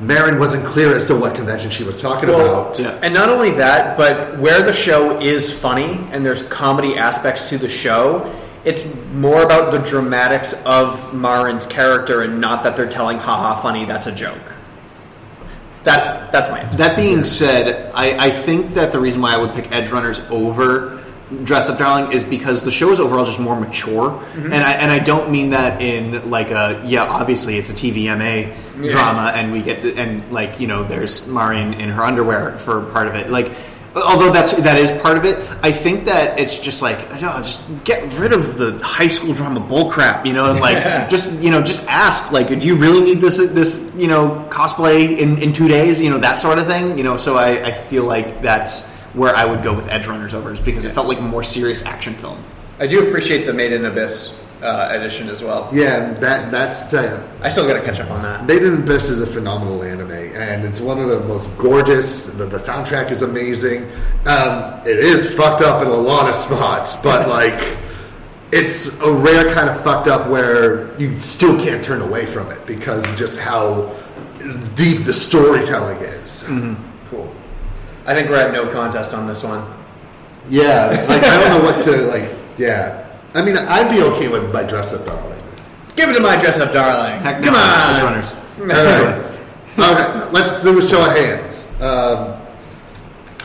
S14: Marin wasn't clear as to what convention she was talking
S5: Well,
S14: about.
S5: And not only that, but where the show is funny and there's comedy aspects to the show, it's more about the dramatics of Marin's character and not that they're telling "ha ha, funny, that's a joke." That's that's my answer.
S9: That being said, I, I think that the reason why I would pick Edge Runners over Dress Up Darling is because the show is overall just more mature,
S5: Mhm.
S9: and I and I don't mean that in like a yeah, obviously it's a TVMA
S5: Yeah.
S9: drama, and we get to, and like you know there's Marin in her underwear for part of it, like. Although that's that is part of it, I think that it's just like oh, just get rid of the high school drama bullcrap, you know, and like
S5: Yeah.
S9: (coughs) just you know just ask like do you really need this this you know cosplay in, in two days you know that sort of thing you know so I, I feel like that's where I would go with Edge Runners over is because it felt like a more serious action film.
S5: I do appreciate the Made in Abyss uh, edition as well.
S14: Yeah, and that that's uh,
S5: I still got to catch up on that.
S14: Made in Abyss is a phenomenal anime, and it's one of the most gorgeous. The, the soundtrack is amazing. Um, it is fucked up in a lot of (laughs) spots, but like, it's a rare kind of fucked up where you still can't turn away from it because just how deep the storytelling is.
S5: Cool. Mm-hmm. I think we're at no contest on this one.
S14: Yeah, like I don't know what to like. Yeah, I mean, I'd be okay with my dress up darling.
S5: Give it to my dress up darling. Come on,
S14: All right. Okay, let's do a show of hands. Um,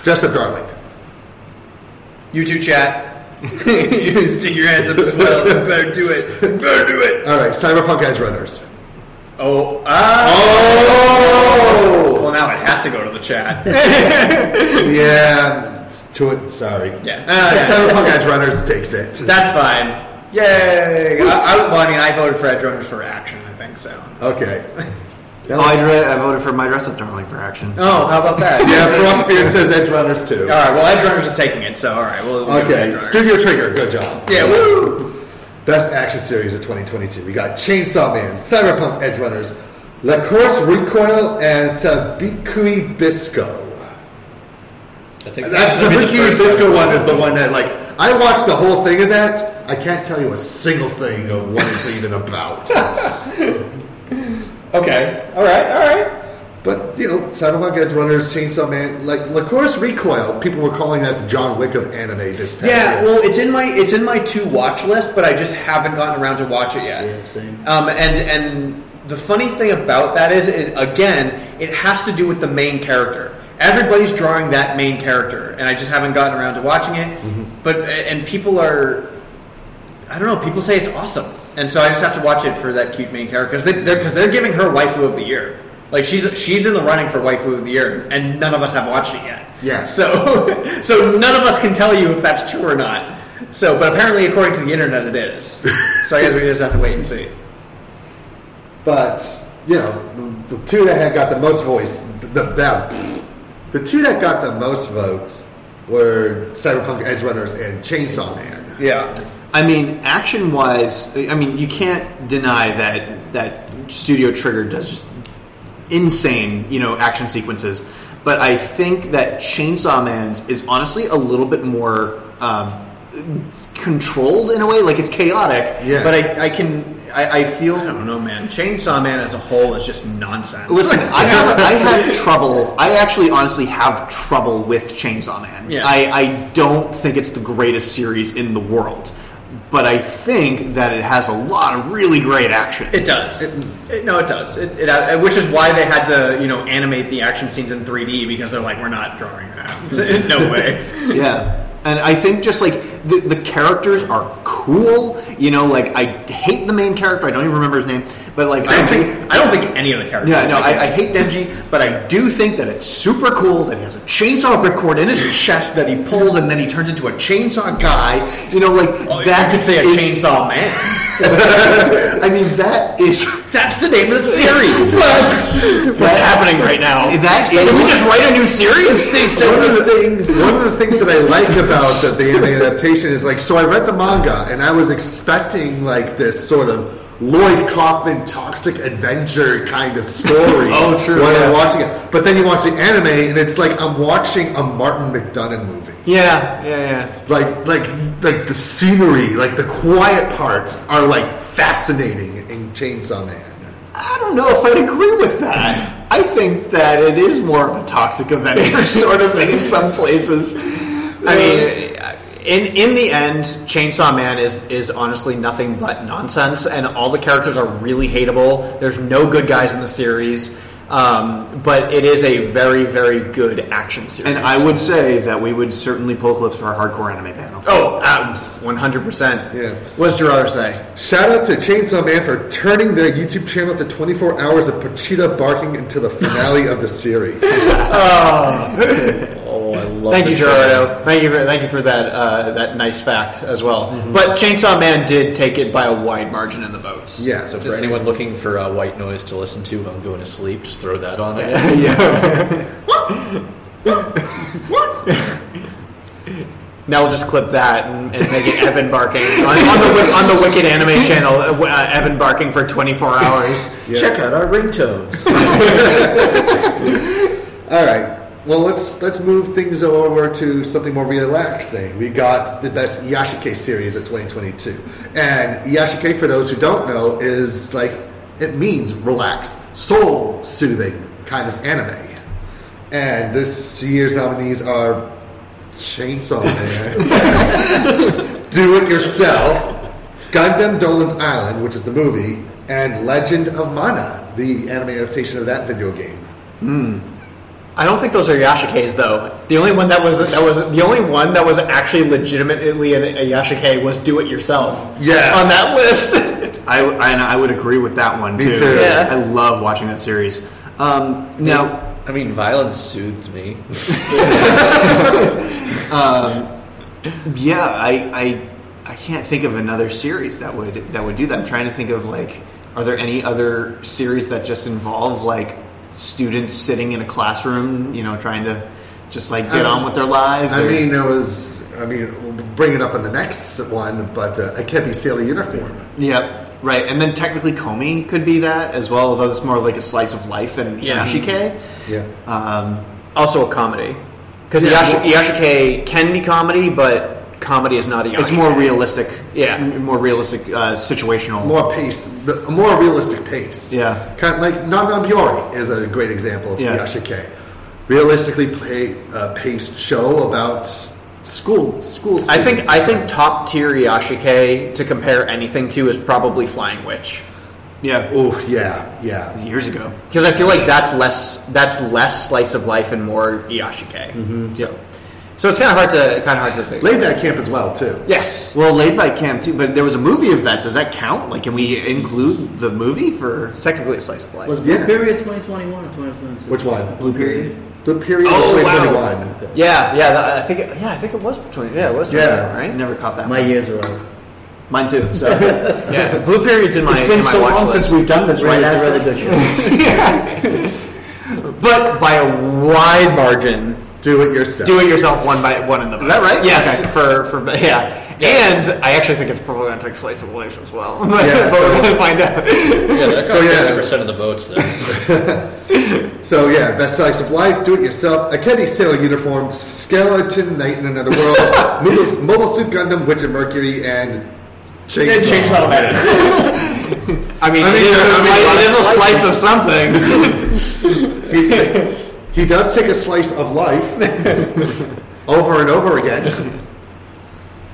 S14: dress up darling.
S5: You two
S14: (laughs)
S5: chat. you stick your hands up as well. Better do
S9: (laughs)
S5: it. Better do it.
S14: All right, Cyberpunk Edge Runners.
S5: Oh,
S14: oh!
S5: Well, now it has to go to the chat.
S14: (laughs) yeah, it's to it. Sorry.
S5: Yeah.
S14: Uh, Cyberpunk Edge Runners takes it.
S5: That's fine. Yay! I, I, well, I mean, I voted for Edge Runners for action. I think so.
S14: Okay.
S9: Oh, I, dre- I voted for my dress up darling for action.
S5: Oh, how about that?
S14: yeah, Frostbeard says Edge Runners too.
S5: All right. Well, Edge Runners is taking it. So, all right. We'll we'll give it
S14: Okay,
S5: Edge Runners.
S14: Studio Trigger, good job.
S5: Yeah,
S14: woo! Best action series of 2022. We got Chainsaw Man, Cyberpunk Edge Runners, La Course Recoil, and Sabikui Bisco.
S1: I think
S14: That
S1: gonna be
S3: (laughs)
S1: the
S14: Sabikui
S1: first
S14: Bisco one is the one that, like, I watched the whole thing of that. I can't tell you a single thing of what it's
S5: (laughs)
S14: even about.
S5: Okay. All right. All right.
S14: But, you know, Cyberpunk Edge Runners, Chainsaw Man, like, La Course Recoil, people were calling that the John Wick of anime this past
S5: Yeah,
S14: year.
S5: well, it's in my it's in my to watch list, but I just haven't gotten around to watch it yet. Yeah,
S13: same.
S5: Um, and and the funny thing about that is, it, again, it has to do with the main character. Everybody's drawing that main character, and I just haven't gotten around to watching it. But and people are, I don't know, people say it's awesome, and so I just have to watch it for that cute main character because they, they're because they're giving her waifu of the year. Like she's she's in the running for waifu of the year, and none of us have watched it yet.
S14: Yeah.
S5: So, (laughs) so none of us can tell you if that's true or not. So, but apparently, according to the internet, it is. So I guess we just have to wait and see.
S14: But you know, the, the two that had got the most voice, the, the that- the two that got the most votes were Cyberpunk Edge Runners and Chainsaw Man.
S5: Yeah.
S9: I mean, action wise, I mean, you can't deny that that Studio Trigger does just insane, you know, action sequences. but I think that Chainsaw Man's is honestly a little bit more um, controlled in a way. Like it's chaotic,
S15: Yeah.
S9: but I, I can. I, I feel. I don't
S15: know, man. Chainsaw Man as a whole is just nonsense. (laughs)
S9: Listen, I have, I have trouble. I actually, honestly, have trouble with Chainsaw Man.
S15: Yeah.
S9: I, I don't think it's the greatest series in the world, but I think that it has a lot of really great action.
S15: It does. It, it- no, it does. It, it, uh, which is why they had to, you know, animate the action scenes in 3D because they're like, we're not drawing that. (laughs) out. no way.
S9: (laughs) yeah. And I think just like the, the characters are cool, you know. Like I hate the main character; I don't even remember his name. But like, I don't think
S15: I don't think any of the characters.
S9: Yeah, no,
S15: are
S9: I,
S15: like
S9: I hate Denji, but I do think that it's super cool that he has a chainsaw ripcord in his chest that he pulls, and then he turns into a chainsaw guy. You know, like that
S15: Oh, you could say a
S9: is-
S15: chainsaw man.
S9: (laughs) I mean, that is
S15: that's the name of the series.
S9: What's
S15: happening (laughs) right now?
S9: That
S15: Did
S9: is-
S15: we just write a new series?
S14: one, of the things, one of the things that I like about the, the anime adaptation is like, so I read the manga and I was expecting like this sort of Lloyd Kaufman toxic adventure kind of
S15: (laughs)
S14: story.
S15: Oh, true,
S14: When
S15: yeah.
S14: I'm watching it, but then you watch the anime and it's like I'm watching a Martin McDonough movie.
S15: Yeah, yeah, yeah.
S14: Like, like, like the scenery, like the quiet parts are like fascinating in Chainsaw Man.
S9: I don't know if I'd agree with that. I think that it is more of a toxic avenger (laughs) sort of thing in some places.
S15: I mean, in in the end, Chainsaw Man is is honestly nothing but nonsense, and all the characters are really hateable. There's no good guys in the series, um, but it is a very very good action series.
S9: and I would say that we would certainly pull clips from our hardcore anime panel.
S15: oh, one hundred percent.
S14: Yeah.
S15: What's your other say?
S14: Shout out to Chainsaw Man for turning their YouTube channel to 24 hours of Pachita barking into the finale of the (laughs) series.
S15: Oh, I love Thank you,
S14: the show.
S15: Gerardo. Thank you for thank you for that uh, that nice fact as well.
S5: Mm-hmm.
S15: But Chainsaw Man did take it by a wide margin in the votes.
S1: So for anyone looking for uh, white noise to listen to while I'm going to sleep, just throw that on. I guess.
S15: Now we'll just clip that and, and make it Evan barking on, on the Wik- on the Wicked Anime Channel. uh, w- Uh, Evan barking for 24 hours.
S14: Yeah.
S1: Check out our ringtones.
S14: All right. Well, let's let's move things over to something more relaxing. We got the best Yashike series of 2022, and Yashike, for those who don't know, is like it means relaxed, soul soothing kind of anime. And this year's nominees are Chainsaw Man, (laughs) Do It Yourself, Gundam Dolan's Island, which is the movie, and Legend of Mana, the anime adaptation of that video game.
S15: Hmm. I don't think those are Yashikes though. The only one that was that was the only one that was actually legitimately a, a Yashike was Do It Yourself.
S9: Yeah.
S15: on that list.
S9: (laughs) I and I would agree with that one
S15: Me
S9: too.
S15: too. Yeah.
S9: I love watching that series. Um, now,
S1: I mean, violence soothes me.
S9: um, yeah, I, I I can't think of another series that would that would do that. I'm trying to think of like, are there any other series that just involve like students sitting in a classroom, you know, trying to just like get on with their lives?
S14: I
S9: or-
S14: mean, it was. I mean, we'll bring it up in the next one, but uh, Akebi Sailor Uniform.
S9: Yep. Right, and then technically Comey could be that as well, although it's more like a slice of life than
S15: Yeah.
S9: Yashike.
S14: Yeah.
S9: Um,
S15: also a comedy because
S9: Yeah.
S15: Yashi- Yashike can be comedy, but comedy is not a. Yashike.
S9: It's more realistic.
S15: Yeah.
S9: m- more realistic uh, situational.
S14: More pace, the, a more realistic pace.
S9: Yeah.
S14: Kind of like Nangan Biori is a great example of
S9: Yeah.
S14: Yashike. Realistically play, uh, paced show about school school.
S15: I think
S14: students.
S15: I think top tier Yashike to compare anything to is probably Flying Witch
S9: Yeah.
S14: Oh yeah, yeah.
S9: Years ago.
S15: because I feel like that's less that's less slice of life and more Yashike. Mm-hmm. So, so it's kind of hard to kind of hard to think.
S14: Laid Back Camp as well too.
S15: Yes.
S9: Well, laid by Cam too, but there was a movie of that. Does that count? Like, can we include the movie for
S15: technically a slice of life?
S13: Was Blue Period 2021 or 2022?
S14: Which one?
S9: Blue Period.
S14: The period
S15: Oh,
S14: was
S15: wow.
S14: 2021.
S15: Yeah, yeah, that- I think it, yeah, I think it was between yeah, it was between
S9: Yeah.
S15: them, right.
S9: Never caught that.
S13: My
S9: one.
S13: years are up.
S9: Mine too.
S5: (laughs)
S9: So yeah,
S15: Blue Period's in my.
S9: It's been
S15: in my
S9: so
S15: watch
S9: long
S15: list.
S9: since we've done this, right?
S13: Right, it's a
S9: Astor?
S13: really good show.
S15: but by a wide margin,
S14: Do it yourself.
S15: do it yourself one by one in the.
S9: Is that right?
S15: Yes,
S9: Okay.
S15: for for yeah, And I actually think it's probably going to take slice of life as well. (laughs)
S9: Yeah,
S15: but we're
S9: so-
S15: going to find out.
S1: Yeah, that
S9: So,
S1: so,
S9: yeah.
S1: percent of the votes there.
S14: (laughs) So yeah, best slice of life, do it yourself, a Kenny Sailor uniform, skeleton knight in another
S15: (laughs)
S14: world, Moodles, mobile suit Gundam, Witch of Mercury, and
S15: Yeah,
S14: (laughs)
S15: Chainsaw Man. I mean, it is a slice- it is a slice of
S14: (laughs) something. he, he does take a slice of life (laughs) over and over again.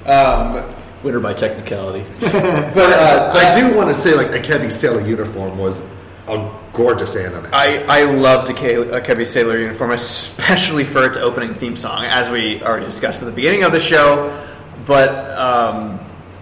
S14: Um,
S1: Winner by technicality.
S14: (laughs) but uh, I do want to say, like, Akebi Sailor uniform was a gorgeous anime.
S5: I, I loved Akebi Sailor uniform, especially for its opening theme song, as we already discussed at the beginning of the show. But um,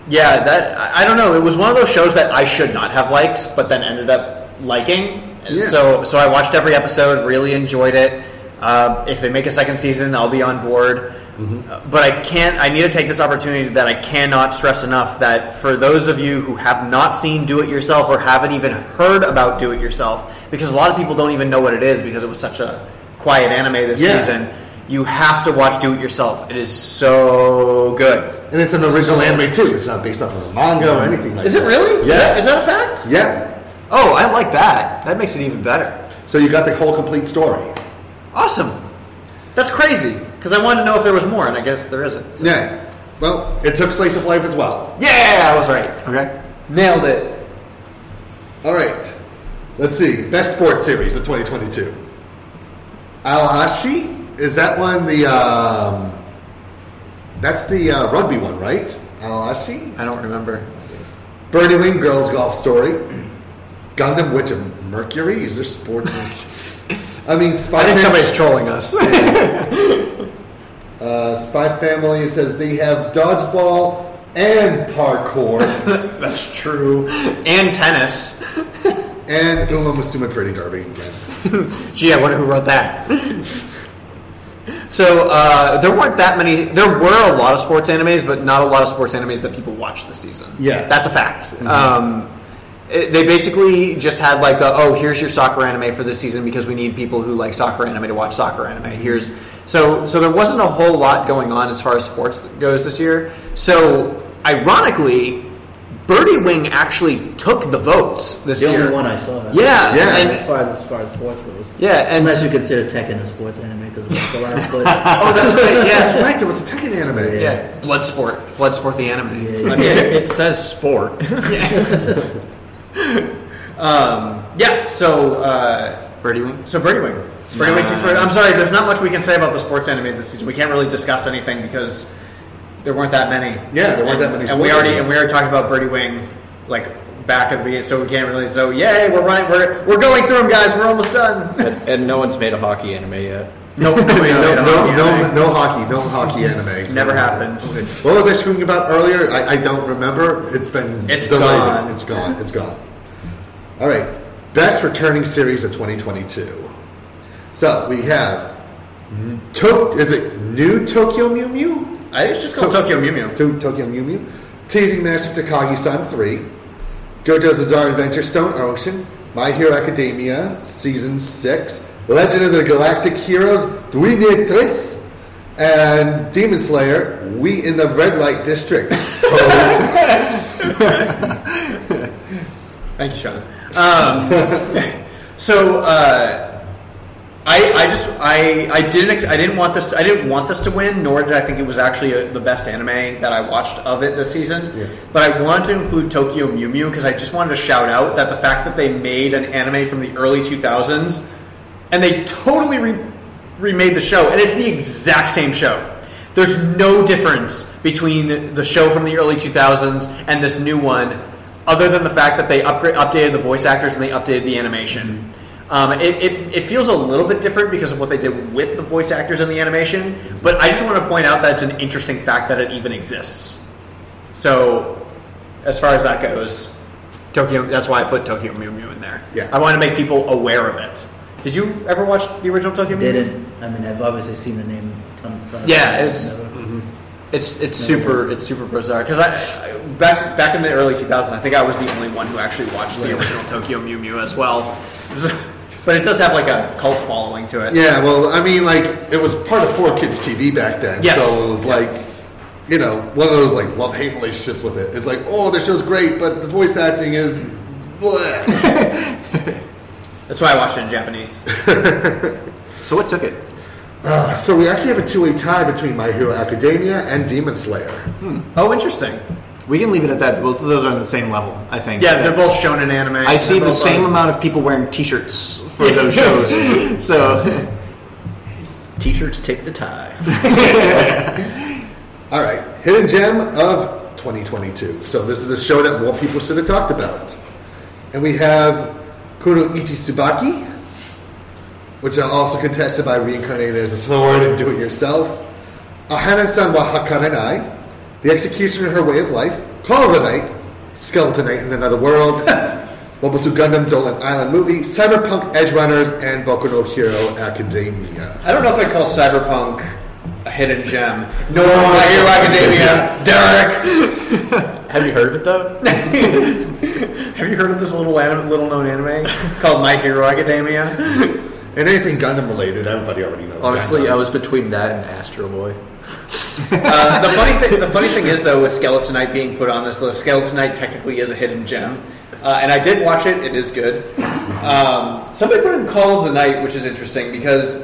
S5: yeah, that I I don't know. It was one of those shows that I should not have liked, but then ended up liking.
S14: Yeah.
S5: So so I watched every episode, really enjoyed it. Uh, if they make a second season, I'll be on board. Uh, But I can't. I need to take this opportunity that I cannot stress enough that for those of you who have not seen Do It Yourself or haven't even heard about Do It Yourself, because a lot of people don't even know what it is because it was such a quiet anime this
S14: Yeah.
S5: season. You have to watch Do It Yourself. It is so good.
S14: And it's an
S5: So-
S14: original anime, too. It's not based off of a manga or anything like
S5: Is
S14: that.
S5: it really?
S14: Yeah.
S5: Is that, is that a fact?
S14: Yeah.
S5: Oh, I like that. That makes it even better.
S14: So you got the whole complete story.
S5: Awesome. That's crazy. Because I wanted to know if there was more, and I guess there isn't.
S14: Yeah. Well, it took slice of life as well.
S5: Yeah, I was right.
S14: Okay.
S5: Nailed it.
S14: All right. Let's see. Best sports series of 2022. Alahashi? Is that one the, um, that's the uh, rugby one, right? Alahashi?
S5: I don't remember.
S14: Burning Wing Girls Golf Story. Gundam Witch of Mercury? Is
S5: (laughs)
S14: there sports? I mean, Spy
S5: I think
S14: Fam-
S5: somebody's trolling us.
S14: Uh, Spy Family says they have dodgeball and parkour.
S5: (laughs) That's true. And tennis.
S14: And Uma Musuma Pretty Derby.
S5: Gee, I wonder who wrote that. (laughs) So uh, there weren't that many. There were a lot of sports animes, but not a lot of sports animes that people watched this season.
S14: Yeah.
S5: that's a fact. Um, it- they basically just had like the oh, here's your soccer anime for this season because we need people who like soccer anime to watch soccer anime. Here's so so there wasn't a whole lot going on as far as sports goes this year. So ironically, Birdie Wing actually took the votes this
S13: the
S5: year.
S13: only one I saw.
S5: Yeah, and-
S13: as far as, as far as sports goes.
S5: Yeah, and-
S13: unless you consider Tekken a sports anime because it was
S5: (laughs)
S13: the last. But
S5: Oh, that's right. Yeah,
S14: That's right, there was a Tekken anime.
S5: Yeah, Bloodsport. Bloodsport the anime. (laughs)
S1: I mean, it says sport.
S5: Um, yeah, so uh, Birdie Wing. So Birdie Wing. Birdie Wing takes
S1: Nice.
S5: Birdie. I'm sorry, there's not much we can say about the sports anime this season. We can't really discuss anything because there weren't that many.
S14: Yeah, there
S5: And-
S14: weren't that many
S5: And we
S14: sports
S5: already
S14: anime.
S5: and we already talked about Birdie Wing, like back at the beginning. So we can't really. So yay, we're running. We're we're going through them, guys. We're almost done.
S1: and, and no one's made a hockey anime yet.
S5: No, (laughs) no,
S14: No, no, no, no hockey, no hockey anime.
S5: Never happened.
S14: What was I screaming about earlier? I, I don't remember. It's been
S5: It's
S14: delayed.
S5: gone.
S14: It's gone. It's gone. All right. Best returning series of 2022. So we have to- is it New Tokyo Mew Mew?
S5: I think it's just called Tokyo Mew Mew.
S14: To- Tokyo Mew Mew. Teasing Master Takagi San 3. JoJo's Bizarre Adventure Stone Ocean. My Hero Academia Season 6. Legend of the Galactic Heroes Duine Tres. And Demon Slayer We in the Red Light District.
S5: Thank you, Sean. Um, so uh, I, I just I, I didn't ex- I didn't want this I didn't want this to win, nor did I think it was actually uh the best anime that I watched of it this season. But I wanted to include Tokyo Mew Mew because I just wanted to shout out that the fact that they made an anime from the early two thousands and they totally re- remade the show, and it's the exact same show. There's no difference between the show from the early 2000s and this new one, other than the fact that they upgrade, updated the voice actors and they updated the animation. Um, it, it, it feels a little bit different because of what they did with the voice actors and the animation, but I just want to point out that it's an interesting fact that it even exists. So, as far as that goes, Tokyo. That's why I put Tokyo Mew Mew in there.
S14: Yeah.
S5: I want to make people aware of it. Did you ever watch the original Tokyo Mew? Mew?
S13: didn't. I mean, I've obviously seen the name. a Ton, ton of
S5: Yeah,
S13: times,
S5: it's Mm-hmm.
S13: never-
S5: it's it's super it's super bizarre because I, I back back in the early 2000s, I think I was the only one who actually watched the original Tokyo Mew Mew as well. So- but it does have like a cult following to it.
S14: yeah, well, I mean, like, it was part of 4Kids TV back then.
S5: Yes.
S14: So it was like, you know, one of those like love hate relationships with it. It's like, oh, this show's great, but the voice acting is. bleh.
S5: That's why I watched it in
S14: (laughs)
S5: Japanese.
S14: so what took it? Uh, so we actually have a two-way tie between My Hero Academia and Demon Slayer.
S5: Oh, interesting.
S9: We can leave it at that. Both of those are on the same level, I think.
S5: Yeah, they're both shown in anime.
S9: I see the
S5: They're both
S9: same
S5: on-
S9: amount of people wearing T-shirts for those shows. so
S1: T-shirts take the
S9: (laughs)
S1: tie.
S14: All right, hidden gem of 2022. So this is a show that more people should have talked about, and we have Kuno Ichisubaki, which are also contested by reincarnated as a sword and do-it-yourself. Ahana-san wa Hakarenai, the executioner and her way of life. Call of the Night, Skeleton Knight in Another World. (laughs) Mobusu Gundam Dolan Island movie, Cyberpunk Edge Runners, and Boku no Hero Academia.
S5: I don't know if I call Cyberpunk a hidden gem.
S14: No,
S5: My Hero Academia, Derek.
S14: (laughs)
S1: Have you heard of it though?
S5: (laughs) Have you heard of this little anim- little known anime called My Hero Academia?
S14: (laughs) And anything Gundam related, everybody already knows.
S1: Honestly, I was between that and Astro Boy.
S5: Uh, the funny thing, the funny thing is though, with Skeletonite being put on this list, Skeletonite technically is a hidden gem, uh, and I did watch it. It is good. Um, somebody put in Call of the Night, which is interesting because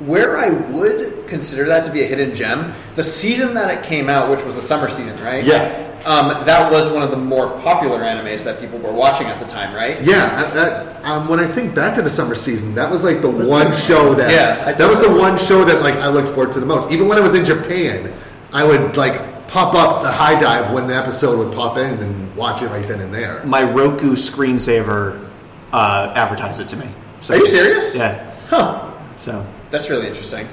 S5: where I would consider that to be a hidden gem, the season that it came out, which was the summer season, right?
S14: Yeah.
S5: Um, that was one of the more popular animes that people were watching at the time, right?
S14: Yeah, I- that, um, when I think back to the summer season, that was like the one show that
S5: Yeah, I
S14: that was the
S5: totally-
S14: one show that like I looked forward to the most. Even when I was in Japan, I would like pop up the high dive when the episode would pop in and watch it right then and there.
S9: my Roku screensaver uh, advertised it to me. So,
S5: Are you serious?
S9: Yeah.
S5: Huh.
S9: So
S5: That's really interesting.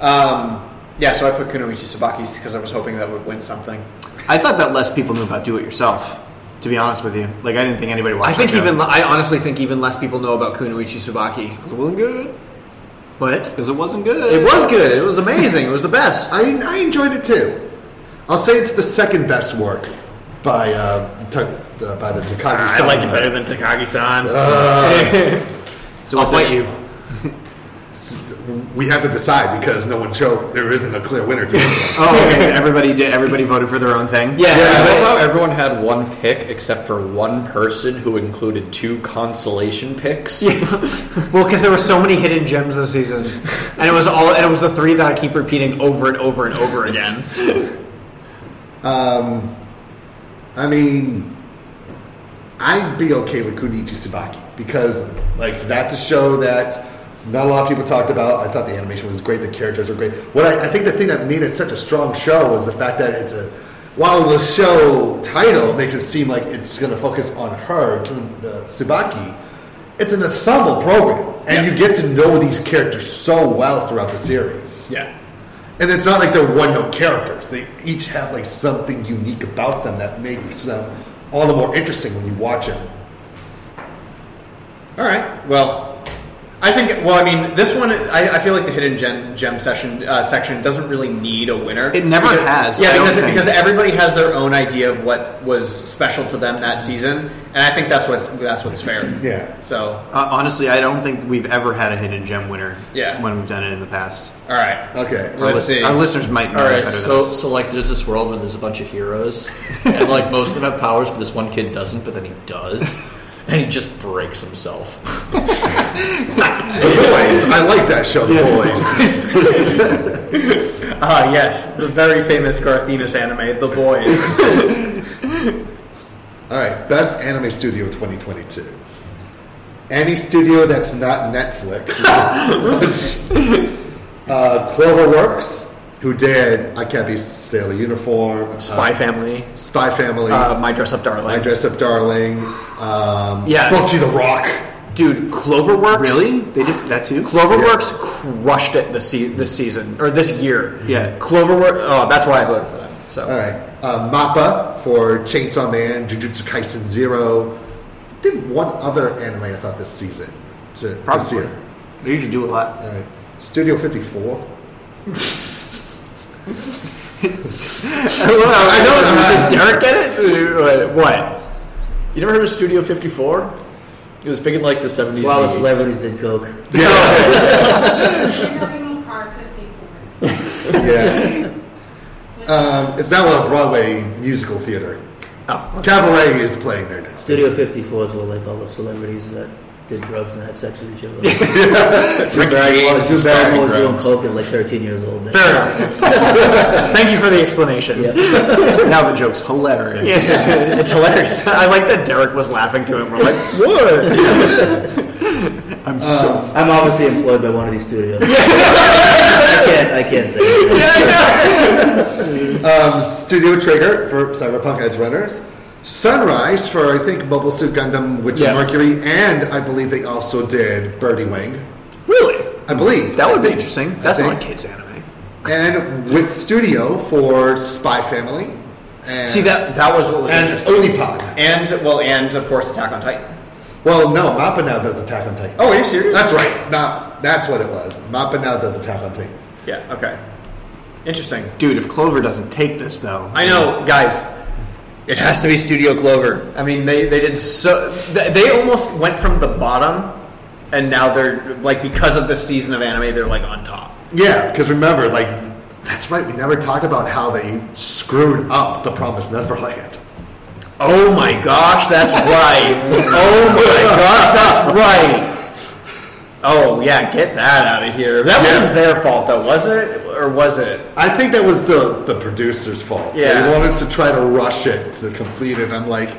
S5: Um, yeah, so I put Kunoichi Sabaki's because I was hoping that would win something.
S9: I thought that less people knew about do-it-yourself. To be honest with you, like I didn't think anybody
S15: I
S9: watched.
S15: think
S9: that show.
S15: even I honestly think even less people know about Kunoichi Tsubaki because it wasn't good.
S9: What? Because it wasn't good.
S15: It was good. It was amazing. It was the best.
S14: I, I enjoyed it too. I'll say it's the second best work by uh, Ta- uh, by the Takagi.
S5: I like it better than Takagi-san. (laughs)
S14: Uh,
S5: So I'll fight you.
S14: (laughs) we have to decide because no one chose. There isn't a clear winner.
S9: (laughs)
S14: To this one.
S9: Oh, okay. everybody did. Everybody voted for their own thing.
S1: I love how everyone had one pick except for one person who included two consolation picks.
S15: Well, because there were so many hidden gems this season, and it was all and it was the three that I keep repeating over and over and over again.
S14: Um, I mean, I'd be okay with Kunichi Tsubaki because, like, that's a show that not a lot of people talked about. I thought the animation was great, the characters were great. What I, I think the thing that made it such a strong show was the fact that it's a. While the show title makes it seem like it's going to focus on her, Kun- uh, Tsubaki, it's an ensemble program, and you get to know these characters so well throughout the series.
S5: Yeah.
S14: And it's not like they're one note characters. They each have like something unique about them that makes them all the more interesting when you watch them.
S5: All right. Well, I think. Well, I mean, this one. I, I feel like the hidden gem, gem session uh, section doesn't really need a winner.
S9: It never
S5: Because-
S9: has, I
S5: Yeah,
S9: don't
S5: because
S9: think.
S5: because everybody has their own idea of what was special to them that season, and I think that's what that's what's fair.
S14: Yeah.
S5: So,
S9: Uh, honestly, I don't think we've ever had a hidden gem winner.
S5: Yeah.
S9: When we've done it in the past.
S5: all right.
S14: Okay.
S9: Our
S1: Let's
S9: lis-
S1: see.
S9: Our listeners might know
S1: All
S9: that
S1: right,
S9: better
S1: so
S9: than us.
S1: so like there's this world where there's a bunch of heroes, and like most of them have powers, but this one kid doesn't, but then he
S9: (laughs)
S1: does, and he just breaks himself.
S14: The boys, I like that show, The Boys.
S5: Ah, yes, the very famous Garthenis anime, The Boys.
S14: all right, best anime studio of 2022. Any studio that's not
S15: (laughs)
S14: Netflix. uh, Cloverworks, who did Akebi's Sailor Uniform,
S15: Spy
S14: uh,
S15: Family,
S14: Spy Family,
S15: uh, My Dress Up Darling.
S14: I Dress Up Darling, um,
S15: Yeah.
S14: Bugsy the Rock.
S15: Dude, Cloverworks
S9: really, they did that too.
S15: Cloverworks crushed it this se- this season or this year.
S9: Yeah.
S15: Cloverworks. Oh, that's why I voted for them. So
S14: All right. Uh, Mappa for Chainsaw Man, Jujutsu Kaisen Zero. Did one other anime I thought this season. To, this
S9: Probably.
S14: year.
S9: They usually do a lot.
S14: All right. Studio 54.
S15: I don't know. I
S14: (laughs)
S15: don't know. Does Derek get it? What?
S1: You never heard of Studio 54? It was big in like the 70s.
S13: Well, the
S1: and (laughs) 80s.
S13: celebrities did coke.
S14: Yeah. Um, it's now a Broadway musical theater.
S13: Oh,
S14: Cabaret is playing there now.
S13: Studio 54 is where like all the celebrities that did drugs and had sex with each other.
S5: (laughs)
S14: Rick James is
S13: Barrymore
S14: having
S13: was doing
S14: drugs.
S13: coke at like 13 years old.
S9: Fair enough. Thank you for the explanation. now the joke's hilarious. (laughs) it's hilarious. I like that Derek was laughing to him. We're like, what? (laughs) I'm so.
S13: I'm obviously employed by one of these studios.
S5: (laughs)
S13: I can't. I can't say.
S14: um, Studio Trigger for Cyberpunk Edge Runners. Sunrise for I think Mobile Suit Gundam, Witch
S9: Yeah.
S14: of Mercury, and I believe they also did Birdie Wing.
S9: Really?
S14: I believe
S9: That would be interesting. That's
S14: I
S9: not
S14: think.
S9: kids' anime.
S14: And Wit Studio for Spy Family. And
S9: See that that was what was
S14: and
S9: interesting.
S14: Onipod.
S9: and well, and of course, Attack on Titan.
S14: Well, no, Mappa now does Attack on Titan.
S9: Oh, are you serious?
S14: That's right. Nah, that's what it was. Mappa now does Attack on Titan.
S9: Yeah. Okay. Interesting.
S5: Dude, if Clover doesn't take this though,
S9: I know, guys. It has to be Studio Glover. I mean, they, they did so. th- They almost went from the bottom, and now they're like because of this season of anime, they're like on top.
S14: Yeah, because remember, like, that's right. We never talked about how they screwed up the Promised Neverland.
S9: Oh my gosh, that's right. oh my gosh, that's right. Oh yeah, get that out of here. That wasn't their fault though, was it? Or was it?
S14: I think that was the the producer's fault.
S9: Yeah.
S14: they wanted to try to rush it to complete it. I'm like,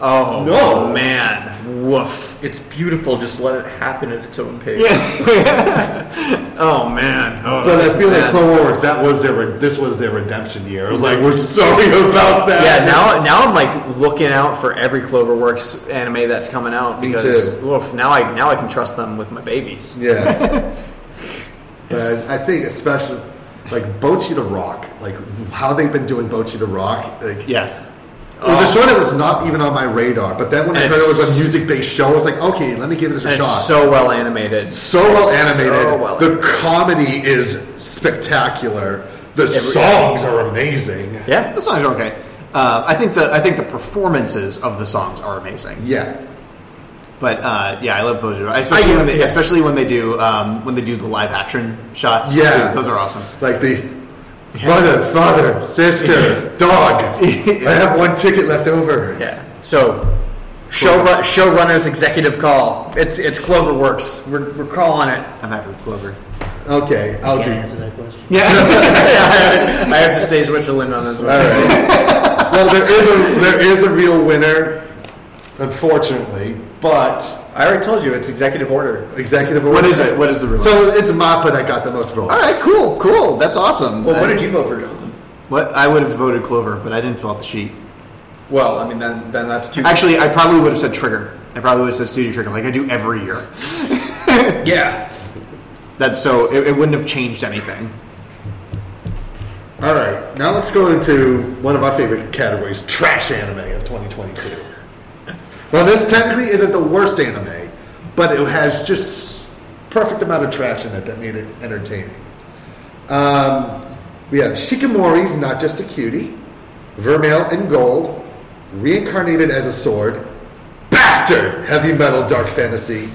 S9: oh
S14: no,
S9: man, woof.
S31: It's beautiful. Just let it happen at its own pace.
S9: (laughs) Oh man. Oh,
S14: but I feel like
S9: man.
S14: Cloverworks that was their re- this was their redemption year. It was like we're sorry about that.
S9: Yeah, now now I'm like looking out for every Cloverworks anime that's coming out
S14: Me
S9: because
S14: too.
S9: oof, now I now I can trust them with my babies.
S14: Yeah.
S9: (laughs)
S14: but I think especially like Bochi to Rock, like how they've been doing Bochi to Rock, like
S9: yeah. Oh.
S14: It was a show that was not even on my radar, but then when I
S9: And
S14: heard it was
S9: it's-
S14: a music-based show, I was like, okay, let me give this a
S9: And
S14: shot.
S9: it's so well animated.
S14: so well
S9: It's
S14: animated.
S9: so well
S14: the comedy is spectacular. The
S9: Every-
S14: songs are amazing.
S5: Yeah, the songs are okay. Uh, I think the I think the performances of the songs are amazing.
S14: Yeah.
S5: But uh, yeah, I love Bojo. Especially
S14: I-
S5: when they,
S14: yeah.
S5: especially when they do um, when they do the live action shots.
S14: Yeah.
S5: Dude, those are awesome.
S14: Like the mother, father, sister, dog. I have one ticket left over.
S9: Yeah.
S5: So,
S9: show showrunners executive call. It's it's Cloverworks. We're we're calling it.
S5: I'm happy with Clover.
S14: Okay, I'll do.
S13: answer that question.
S9: Yeah. I have to stay Switzerland on this one.
S14: well, there is a there is a real winner, unfortunately, but
S9: I already told you it's executive order.
S14: Executive order.
S5: What is it? What is the real
S14: So it's Mappa that got the most votes.
S5: All right, cool, cool. That's awesome.
S9: Well, what
S5: I-
S9: did you vote for, Jonathan?
S5: What I would have voted Clover, but I didn't fill out the sheet.
S9: Well, I mean, then then that's two.
S5: Actually, I probably would have said Trigger. I probably would have said Studio Trigger, like I do every year.
S9: yeah.
S5: (laughs) That's so it, it wouldn't have changed anything.
S14: All right, now let's go into one of our favorite categories: trash anime of 2022. well, this technically isn't the worst anime, but it has just perfect amount of trash in it that made it entertaining. Um, we have Shikamori's Not Just a Cutie, Vermeil and Gold, Reincarnated as a Sword, Bastard Heavy Metal Dark Fantasy,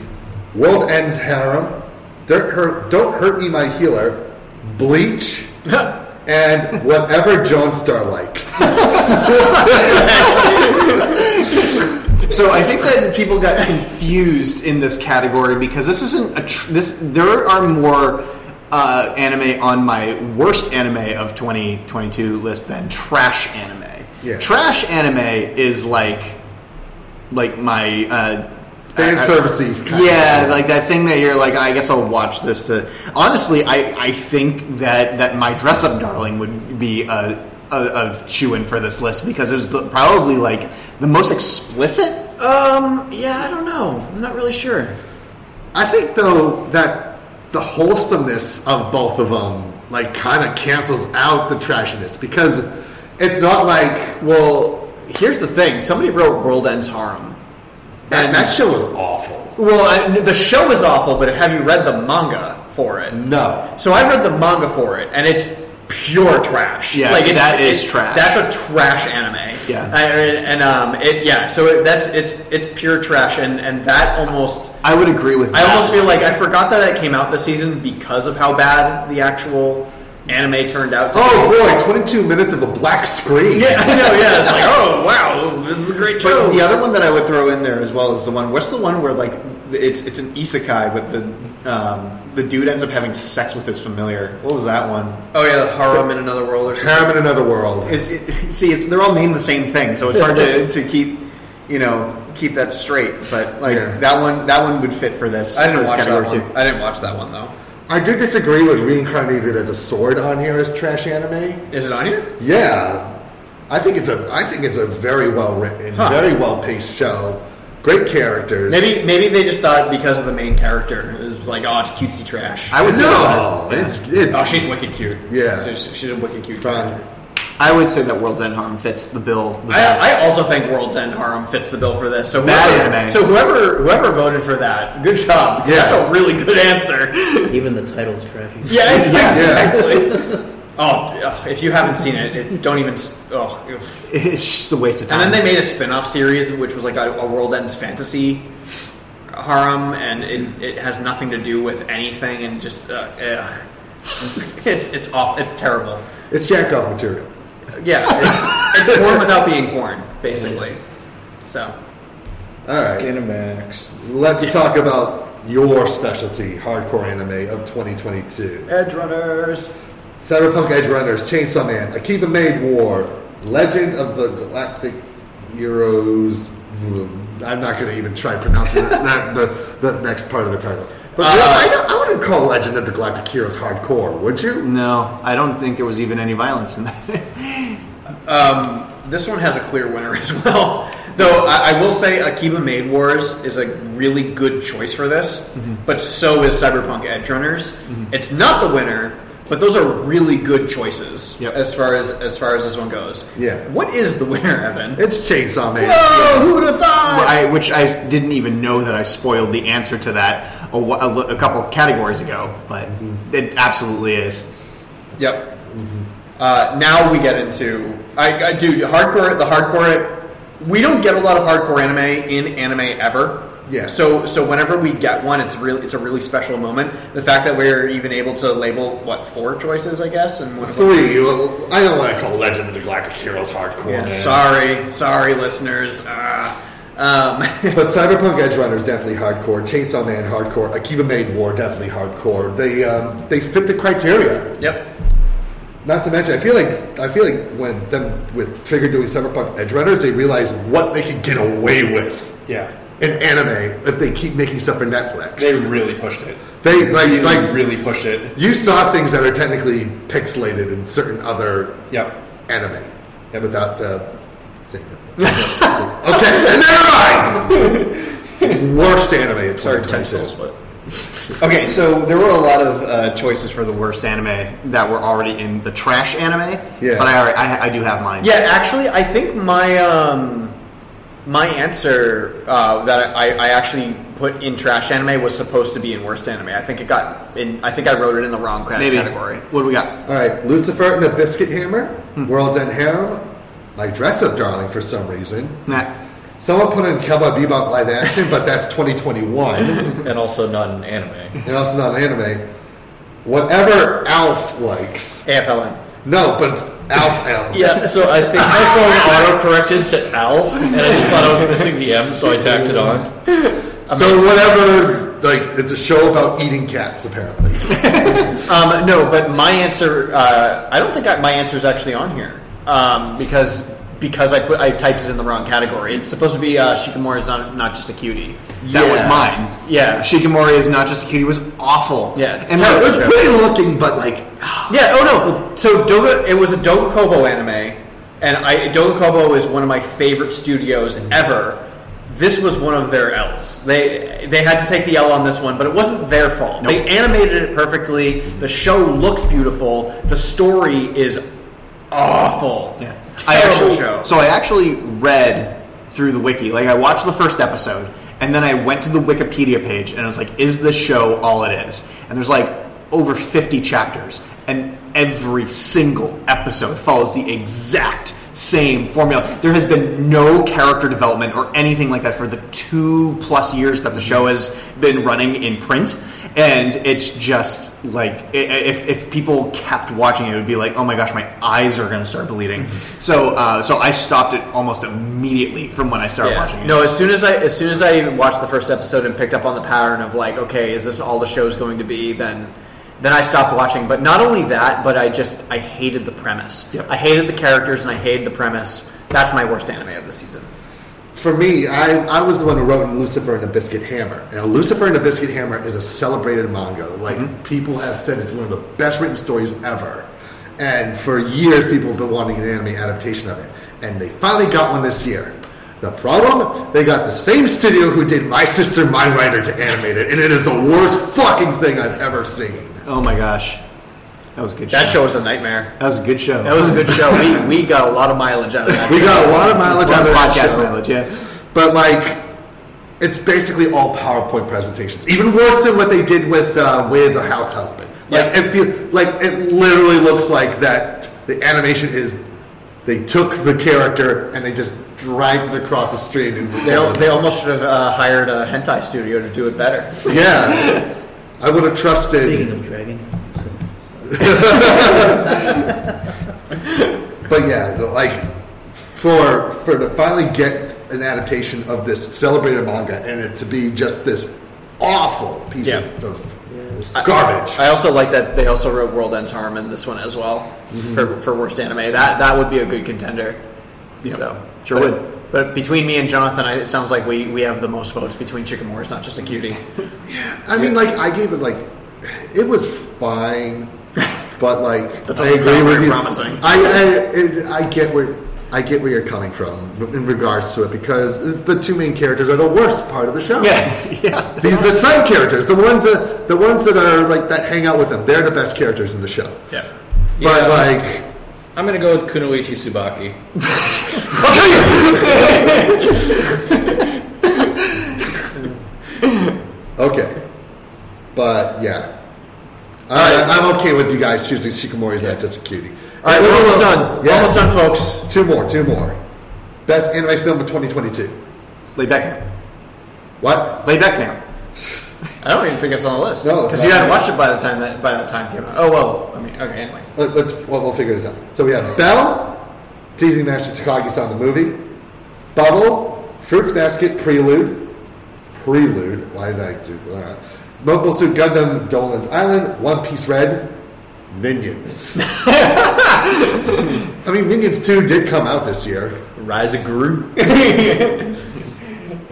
S14: World Ends Harem, Dirt Hurt, Don't Hurt Me My Healer,
S5: (laughs)
S14: Bleach, and whatever Jonestar likes.
S5: So I think that people got confused in this category because this isn't a tr- this. There are more uh, anime on my worst anime of 2022 list than trash anime.
S14: Yeah.
S5: Trash anime is like like my uh,
S14: Fan
S5: I- I-
S14: servicey kind
S5: Yeah,
S14: of.
S5: like that thing that you're like. I guess I'll watch this. To honestly, I I think that that my dress up darling would be a. A, a shoe in for this list because it was the, probably like the most explicit
S9: Um. Yeah. I don't know. I'm not really sure.
S14: I think though that the wholesomeness of both of them like kind of cancels out the trashiness because it's not like
S9: well here's the thing somebody wrote World Ends Harem
S14: and that show was awful.
S9: Well, I, the show is awful, but have you read the manga for it?
S14: No.
S9: So I read the manga for it, and it's pure trash.
S5: Yeah,
S9: it's,
S5: that is
S9: it's-
S5: trash.
S9: That's a trash anime.
S5: Yeah.
S9: I, and um, it yeah. So it, that's it's it's pure trash, and and that almost
S5: I would agree with.
S9: I
S5: that.
S9: almost feel like I forgot that it came out this season because of how bad the actual
S31: anime turned out to
S14: Oh boy, 22 minutes of a black screen.
S31: Yeah, (laughs) I know, yeah. It's like, oh, wow, this is a great show.
S5: But the other one that I would throw in there as well is the one. What's the one where like it's it's an isekai, but the um, the dude ends up having sex with his familiar? What was that one?
S31: Oh, yeah, Harem in Another World or something.
S14: Harem in Another World.
S5: Is it, see, it's, they're all named the same thing, so (laughs) it's hard to, to keep you know keep that straight. But like
S14: Yeah.
S5: that one, that one would fit for this.
S31: I didn't
S5: for this
S31: watch that
S5: category,
S31: one. I didn't watch that one, though.
S14: I do disagree with reincarnated as a sword on here as trash anime.
S31: Is it on here?
S14: Yeah, I think it's a I think it's a very well written,
S5: Huh.
S14: very well paced show. Great characters.
S31: Maybe maybe they just thought because of the main character it was like oh it's cutesy trash.
S5: I would say
S14: no.
S5: that.
S14: It's it's
S31: oh she's wicked cute.
S14: Yeah.
S31: she's, she's a wicked cute. character.
S5: I would say that World's End Harm fits the bill. The best.
S31: I, I also think World's End Harem fits the bill for this. So
S5: That
S31: whoever,
S5: anime.
S31: so whoever whoever voted for that, good job.
S5: Yeah.
S31: That's a really good answer.
S13: Even the title's trashy.
S31: Yeah, exactly. (laughs) oh, yeah, if you haven't seen it, it don't even. s- Oh, oof.
S5: it's just a waste of time.
S31: and then they made a spin-off series which was like a, a World Ends Fantasy harem, and it, it has nothing to do with anything, and just uh, ugh. (laughs) it's it's off. It's terrible.
S14: it's jack off material.
S31: Yeah, it's, it's porn without being porn, basically. So
S14: All right,
S31: Skinamax.
S14: let's talk about your specialty, hardcore anime of 2022.
S31: Edge Runners.
S14: Cyberpunk Edge Runners, Chainsaw Man, Akiba Made War, Legend of the Galactic Heroes. I'm not going to even try pronouncing that, (laughs) the, the next part of the title. But
S5: Uh,
S14: you know, I, don't- I wouldn't call Legend of the Galactic Heroes hardcore, would you?
S5: no, I don't think there was even any violence in that.
S31: Um, this one has a clear winner as well. Though I, I will say Akiba Made Wars is a really good choice for this, but so is Cyberpunk Edge Runners. It's not the winner, but those are really good choices as far as as far as this one goes.
S14: Yeah.
S31: What is the winner, Evan?
S14: It's Chainsaw Man.
S31: Whoa, who'd have thought?
S5: I, which I didn't even know that I spoiled the answer to that a, wh- a li- a couple categories ago, but it absolutely is.
S31: Yep. Uh, now we get into I, I do hardcore the hardcore. We don't get a lot of hardcore anime in anime ever.
S14: Yeah.
S31: So so whenever we get one, it's really it's a really special moment. The fact that we're even able to label what four choices, I guess, and one of them-
S14: Three. well, I don't want to call Legend of the Galactic Heroes hardcore.
S31: Yeah,
S14: man.
S31: sorry, sorry, listeners. Uh, um, (laughs)
S14: but Cyberpunk Edge Runner is definitely hardcore. Chainsaw Man hardcore. Akiba Made War definitely hardcore. They um, they fit the criteria.
S31: yep.
S14: Not to mention, I feel like I feel like when them with Trigger doing Cyberpunk Edge Runners, they realize what they can get away with
S31: Yeah.
S14: in anime if they keep making stuff for Netflix.
S25: They really pushed it.
S14: They, like
S25: They
S14: like
S25: really pushed it.
S14: you saw things that are technically pixelated in certain other
S25: Yep.
S14: anime without uh, saying (laughs) it. okay, never
S5: (laughs)
S14: mind. Worst anime of
S31: Sorry,
S14: 2022.
S5: Okay, so there were a lot of uh, choices for the worst anime that were already in the trash anime.
S14: Yeah.
S5: But I, already, I, I do have mine.
S31: Yeah, actually, I think my um, my answer uh, that I, I actually put in trash anime was supposed to be in worst anime. I think it got in. I think I wrote it in the wrong cat-
S5: Maybe.
S31: category.
S5: What do we got?
S14: All right, Lucifer and a Biscuit Hammer,
S5: Hmm.
S14: World's End Harem, My Dress Up Darling for some reason.
S5: Nah.
S14: Someone put in Cowboy Bebop live action, but that's 2021,
S31: And also not an anime.
S14: and also not an anime. Whatever Alf likes.
S31: AFLN.
S14: No, but it's Alf
S31: (laughs)
S14: L.
S31: Yeah, so I think my phone auto corrected to Alf, and I just thought I was missing the M, so I tacked it on.
S14: So whatever, like it's a show about eating cats apparently.
S31: Um, no, but my answer. Uh, I don't think I, my answer is actually on here um, because because I put I typed it in the wrong category. It's supposed to be uh, Shikimori is not not just a cutie.
S5: That was mine.
S31: Yeah.
S5: Shikamori is not just a cutie, it was awful.
S31: Yeah.
S5: And
S31: Terrible.
S5: it was
S31: Yeah.
S5: pretty looking, but like,
S31: Yeah. Oh no. So Doga, it was a Doga Kobo anime, and I Doga Kobo is one of my favorite studios ever. This was one of their L's. They they had to take the L on this one, but it wasn't their fault. They animated it perfectly. The show looks beautiful. The story is awful. Yeah.
S5: I
S31: Terrible
S5: actually,
S31: show.
S5: So I actually read through the wiki. Like I watched the first episode, and then I went to the Wikipedia page, and I was like, "Is this show all it is?" And there's like over 50 chapters, and every single episode follows the exact same formula. There has been no character development or anything like that for the two plus years that the show has been running in print.
S9: and it's just like i- if, if people kept watching it, it would be like, oh my gosh, my eyes are going to start bleeding. So uh, so I stopped it almost immediately from when I started
S31: Yeah.
S9: watching it.
S31: No, as soon as I as soon as I even watched the first episode and picked up on the pattern of like, okay, is this all the show's going to be? Then then I stopped watching. But not only that, but I just I hated the premise. I hated the characters and I hated the premise. That's my worst anime of the season.
S14: For me, I, I was the one who wrote in Lucifer and the Biscuit Hammer. Now, Lucifer and the Biscuit Hammer is a celebrated manga. Like,
S9: Mm-hmm.
S14: people have said it's one of the best written stories ever. And for years, people have been wanting an anime adaptation of it. And they finally got one this year. The problem? They got the same studio who did My Sister, My Writer to animate it. And it is the worst fucking thing I've ever seen.
S9: Oh my gosh. That was a good
S31: That show was a nightmare.
S9: That was a good show.
S31: That was a good show. We, we got a lot of mileage out of that.
S14: we got a lot of mileage out of that
S31: podcast
S14: show.
S31: mileage. Yeah.
S14: But like, it's basically all PowerPoint presentations. Even worse than what they did with uh, with the House Husband. Like it feel, like it literally looks like that. The animation is they took the character and they just dragged it across the screen and
S31: They, al- they almost should have uh, hired a hentai studio to do it better.
S14: yeah. I would have trusted. Speaking
S13: of dragon.
S14: But yeah, the- like for for to finally get an adaptation of this celebrated manga and it to be just this awful piece
S31: Yeah.
S14: of, of
S31: I-
S14: garbage.
S31: I also like that they also wrote World Ends Harm in this one as well
S14: Mhm.
S31: for, for worst anime. That that would be a good contender. So
S9: Sure
S31: but,
S9: would.
S31: But between me and Jonathan, I, it sounds like we, we have the most votes between Chicken It's not just a cutie.
S14: I mean, like I gave it like it was fine, but like
S31: (laughs) That doesn't
S14: I agree
S31: sound
S14: with
S31: very
S14: you.
S31: promising.
S14: I I, it, I get where I get where you're coming from in regards to it because it's- the two main characters are the worst part of the
S31: (laughs)
S14: show. Yeah,
S9: yeah.
S14: The, the side characters, the ones that the ones that are like that hang out with them, they're the best characters in the show.
S1: Yeah.
S14: But like,
S1: I'm gonna go with Kunoichi Tsubaki.
S14: okay, but yeah. All right, I'm okay with you guys choosing Shikamori's Not Just a Cutie.
S31: All right, we're almost done. We're almost done,
S14: folks. Two more, two more. Best anime film of 2022.
S9: Lay back now.
S14: What?
S9: Lay back now.
S31: I don't even think it's on the list.
S14: No, it's
S31: because
S14: not.
S31: you hadn't watched it by the time that by that time came out. Oh well, I mean, okay, anyway.
S14: Let, let's well, we'll figure this out. So we have Bell, teasing Master Takagi-san the movie, Bubble, Fruits Basket Prelude, Prelude. Why did I do that? Mobile Suit Gundam, Dolan's Island, One Piece Red, Minions. (laughs) I mean, Minions Two did come out this year.
S1: Rise of
S14: (laughs)
S1: Gru.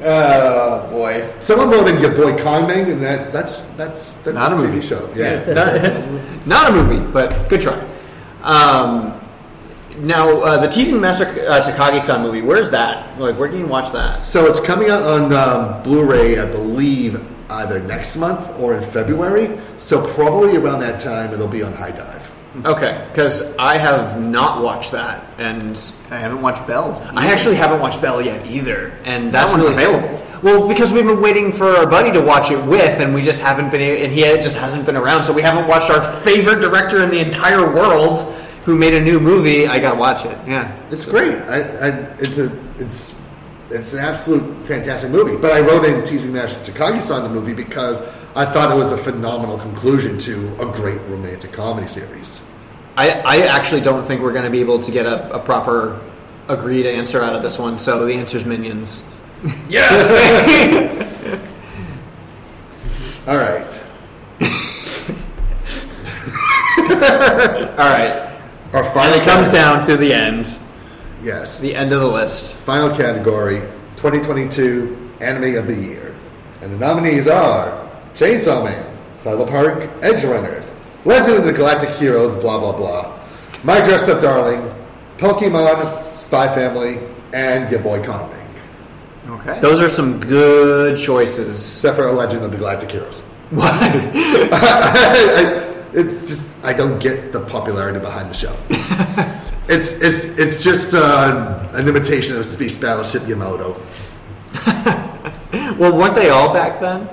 S14: Oh
S31: boy!
S14: Someone voted your boy Kanbang, and that that's that's that's
S31: Not a
S14: TV
S31: movie.
S14: show. Yeah,
S31: not, not a movie, but good try. Um, now uh, the teasing Master uh, Takagi-san movie. Where's that? Like, where can you watch that?
S14: So it's coming out on um, Blu-ray, I believe, either next month or in February. So probably around that time, it'll be on High Dive.
S31: Okay, because I have not watched that, and I haven't watched Bell. I actually haven't watched Bell yet either, and
S9: That
S31: that's
S9: one's
S31: really sad.
S9: available.
S31: Well, because we've been waiting for our buddy to watch it with, and we just haven't been, and he just hasn't been around, so we haven't watched our favorite director in the entire world who made a new movie. I gotta watch it. Yeah,
S14: It's great. I, I, it's a it's it's an absolute fantastic movie. But I wrote in teasing Nash Takagi-san the movie because I thought it was a phenomenal conclusion to a great romantic comedy series.
S31: I, I actually don't think we're going to be able to get a, a proper agreed answer out of this one, so the answer's Minions. Yes!
S14: All right.
S31: All right.
S14: Our
S31: and it comes down to the end.
S14: Yes.
S31: The end of the list.
S14: Final category 2022 Anime of the Year. And the nominees are Chainsaw Man, Cyber Park, Edge Runners, Legend of the Galactic Heroes, blah blah blah, My Dress Up Darling, Pokemon, Spy Family, and your boy Conning.
S31: Okay. Those are some good choices.
S14: Except for Legend of the Galactic Heroes. (laughs) What? it's just I don't get the popularity behind
S32: (laughs)
S14: the show. it's it's it's just uh, an imitation of Space Battleship Yamato.
S31: Well, weren't they all back then?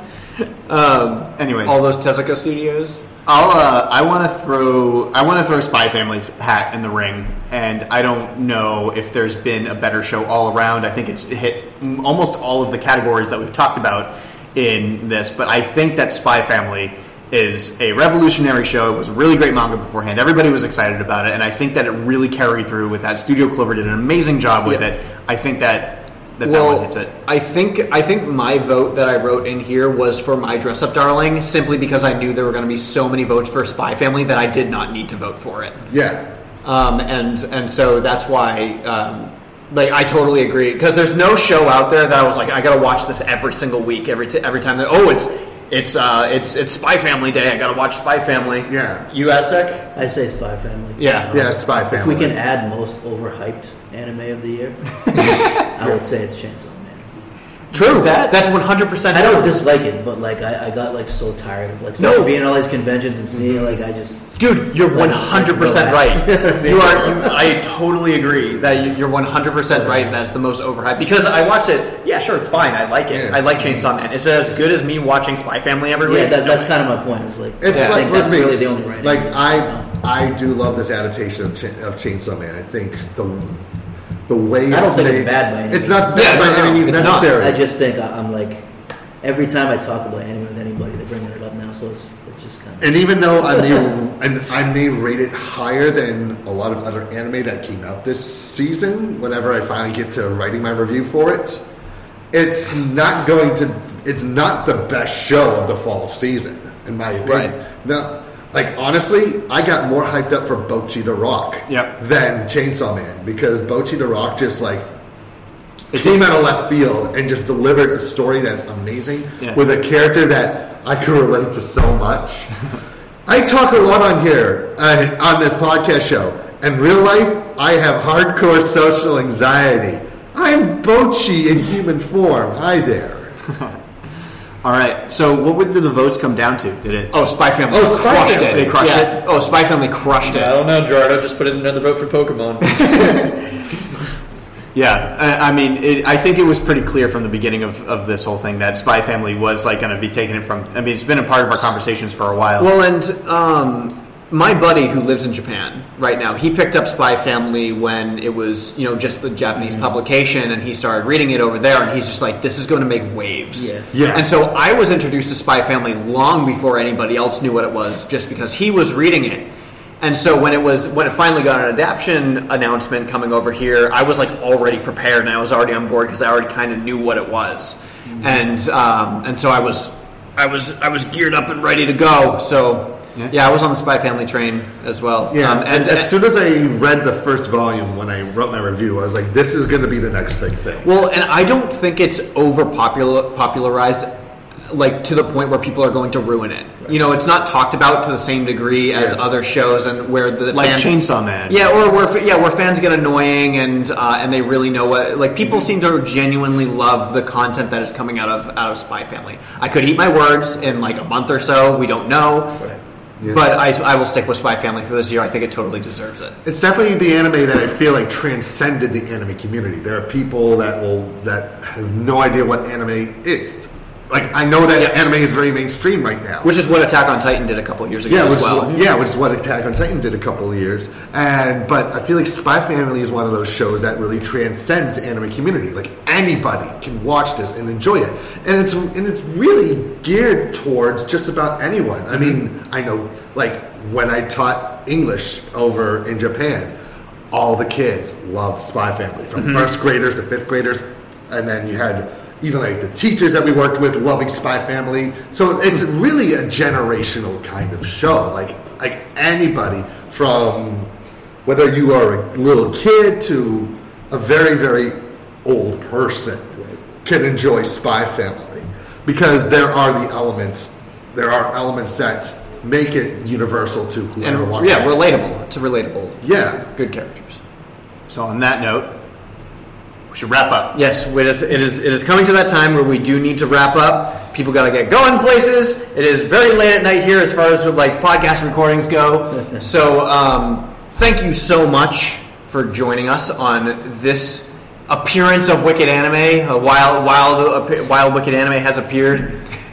S31: Um,
S9: Anyways.
S31: all those Tezuka studios.
S9: I'll, uh, I want to throw I want to throw Spy Family's hat in the ring, and I don't know if there's been a better show all around. I think it's hit m- almost all of the categories that we've talked about, in this, but I think that Spy Family is a revolutionary show. It was a really great manga beforehand. Everybody was excited about it, and I think that it really carried through with that. Studio Clover did an amazing job with
S13: Yeah.
S9: it. I think that that, that
S13: well,
S9: one hits it.
S13: I think I think my vote that I wrote in here was for my dress up darling, simply because I knew there were going to be so many votes for Spy Family that I did not need to vote for it.
S9: Yeah.
S13: um, and and so that's why um, like I totally agree because there's no show out there that I was like I gotta watch this every single week every t- every time that oh it's it's uh, it's it's Spy Family Day I gotta watch Spy Family
S9: yeah
S13: you Aztec
S32: I say Spy Family.
S13: Yeah.
S32: Um,
S13: Yeah, Spy
S32: If we
S13: Family.
S32: can add most overhyped anime of the
S13: (laughs)
S32: year, I would say it's Chainsaw Man.
S13: True, that that's one hundred percent.
S32: I don't dislike it, but like I, I got like so tired of like
S13: No.
S32: being at all these conventions and seeing like I just
S13: dude you're one
S32: Like,
S13: hundred percent right
S32: relax. (laughs)
S13: you are you, I totally agree that you- you're one hundred percent right that's the most overhyped because I watched it yeah sure it's fine I like it I like Chainsaw Man is it as good as me watching Spy Family every
S32: yeah,
S13: week
S32: that,
S13: No.
S32: that's kind of my point. Is like
S13: It's
S32: I
S13: like
S32: think that's
S13: Twin
S32: really
S13: Peaks.
S32: the only right.
S14: Like I, I do love this adaptation of, Chain, of Chainsaw Man. I think the the way
S32: I don't
S14: it's
S32: think
S14: made,
S32: it's bad by any
S14: It's
S32: means.
S14: not bad by any means
S32: It's not.
S14: necessary.
S32: I just think I, I'm like every time I talk about anime with anybody, they're bringing it up now, so it's it's just kind of.
S14: And even though I may and I may rate it higher than a lot of other anime that came out this season, whenever I finally get to writing my review for it, it's not going to. It's not the best show of the fall season, in my opinion. No, like honestly, I got more hyped up for Bochi the Rock than Chainsaw Man because Bochi the Rock just like it came out of left field and just delivered a story that's amazing
S9: Yeah.
S14: with a character that I could relate to so much. I talk a lot on here uh, on this podcast show. In real life, I have hardcore social anxiety. I'm Bochi in human form. Hi there.
S9: (laughs) All right. So, what would the votes come down to? Did it?
S13: Oh, Spy Family.
S9: Oh, Spy
S13: crushed
S9: Family.
S13: It. They crushed
S9: Yeah.
S13: it. Oh, Spy Family crushed it.
S33: I don't know, Gerardo. Just put in another vote for Pokemon.
S9: Yeah, I, I mean, it, I think it was pretty clear from the beginning of, of this whole thing that Spy Family was like going to be taking it from. I mean, it's been a part of our conversations for a while.
S13: Well, and um, my buddy who lives in Japan right now, he picked up Spy Family when it was, you know, just the Japanese publication, and he started reading it over there, and he's just like, this is going to make waves.
S9: Yeah. Yeah.
S13: And so I was introduced to Spy Family long before anybody else knew what it was, just because he was reading it. And so when it was when it finally got an adaptation announcement coming over here, I was like already prepared and I was already on board because I already kind of knew what it was, and um, and so I was I was I was geared up and ready to go. So yeah, I was on the Spy Family train as well.
S14: Yeah,
S13: Um,
S14: and as soon as I read the first volume when I wrote my review, I was like, "This is going to be the next big thing."
S13: Well, and I don't think it's over popular popularized, like to the point where people are going to ruin it. You know, it's not talked about to the same degree as
S9: Yes.
S13: other shows, and where the
S9: Like
S13: fans-
S9: Chainsaw Man.
S13: Yeah, or where yeah, where fans get annoying and uh, and they really know what like people seem to genuinely love the content that is coming out of out of Spy Family. I could eat my words in like a month or so. We don't know.
S14: Yeah.
S13: But I, I will stick with Spy Family for this year. I think it totally deserves it.
S14: It's definitely the anime that I feel like transcended the anime community. There are people that will that have no idea what anime is. Like I know that anime is very mainstream right now,
S13: Which is what Attack on Titan did a couple years ago
S14: yeah,
S13: as
S14: which
S13: well.
S14: Is what, yeah, which is what Attack on Titan did a couple of years. And but I feel like Spy Family is one of those shows that really transcends the anime community. Like anybody can watch this and enjoy it, and it's and it's really geared towards just about anyone. I
S13: Mm-hmm.
S14: mean, I know like when I taught English over in Japan, all the kids loved Spy Family from
S13: Mm-hmm.
S9: Mhm.
S14: first graders to fifth graders, and then you had even like the teachers that we worked with loving Spy Family. So it's really a generational kind of show. Like like anybody from whether you are a little kid to a very very old person can enjoy Spy Family because there are the elements there are elements that make it universal to whoever
S13: And,
S14: watches.
S13: yeah,
S14: it.
S13: relatable. It's a relatable.
S14: Yeah.
S13: Good characters.
S9: So on that note, we should wrap up.
S13: Yes, it is, it is. It is coming to that time where we do need to wrap up. People got to get going places. It is very late at night here as far as with like podcast recordings
S9: (laughs)
S13: go. so um, thank you so much for joining us on this appearance of Wicked Anime. A wild, wild, wild Wicked Anime has appeared.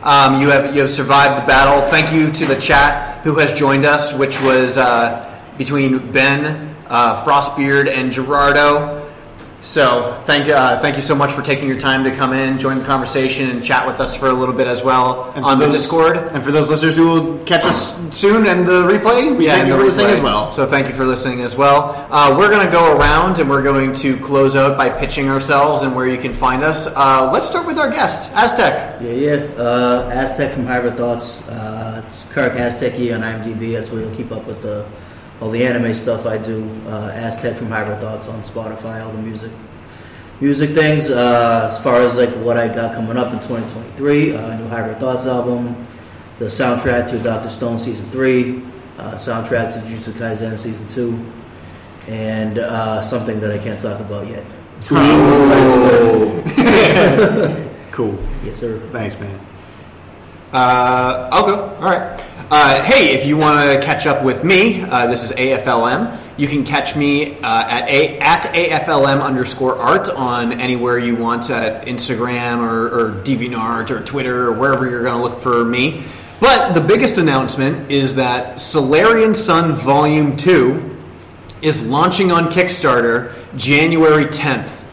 S13: Um, you have you have survived the battle. Thank you to the chat who has joined us, which was uh, between Ben, uh, Frostbeard, and Gerardo. So thank uh, thank you so much for taking your time to come in, join the conversation, and chat with us for a little bit as well
S14: And
S13: on
S14: for
S13: the
S14: those-
S13: Discord.
S14: And for those listeners who will catch us soon and the replay, we thank
S13: and
S14: you
S13: the
S14: for listening
S13: replay.
S14: as well.
S13: So thank you for listening as well. Uh, we're going to go around and we're going to close out by pitching ourselves and where you can find us. Uh, let's start with our guest, Aztec.
S34: Yeah, yeah. Uh, Aztec from Hybrid Thoughts. Uh, it's Kirk Aztec here on IMDb. That's where you'll keep up with the all the anime stuff I do. Uh, Aztec from Hybrid Thoughts on Spotify. All the music, music things. Uh, as far as like what I got coming up in 2023, uh, new Hybrid Thoughts album, the soundtrack to Doctor Stone season three, uh, soundtrack to Jujutsu Kaisen season two, and uh, something that I can't talk about yet.
S14: cool.
S34: Yes, sir.
S14: Thanks, man.
S13: Uh, I'll go. All right. Uh, hey, if you want to catch up with me, uh, this is AFLM. You can catch me uh, at a at AFLM underscore art on anywhere you want at Instagram or, or DeviantArt or Twitter or wherever you're going to look for me. But the biggest announcement is that Solarian Sun Volume Two is launching on Kickstarter January 10th.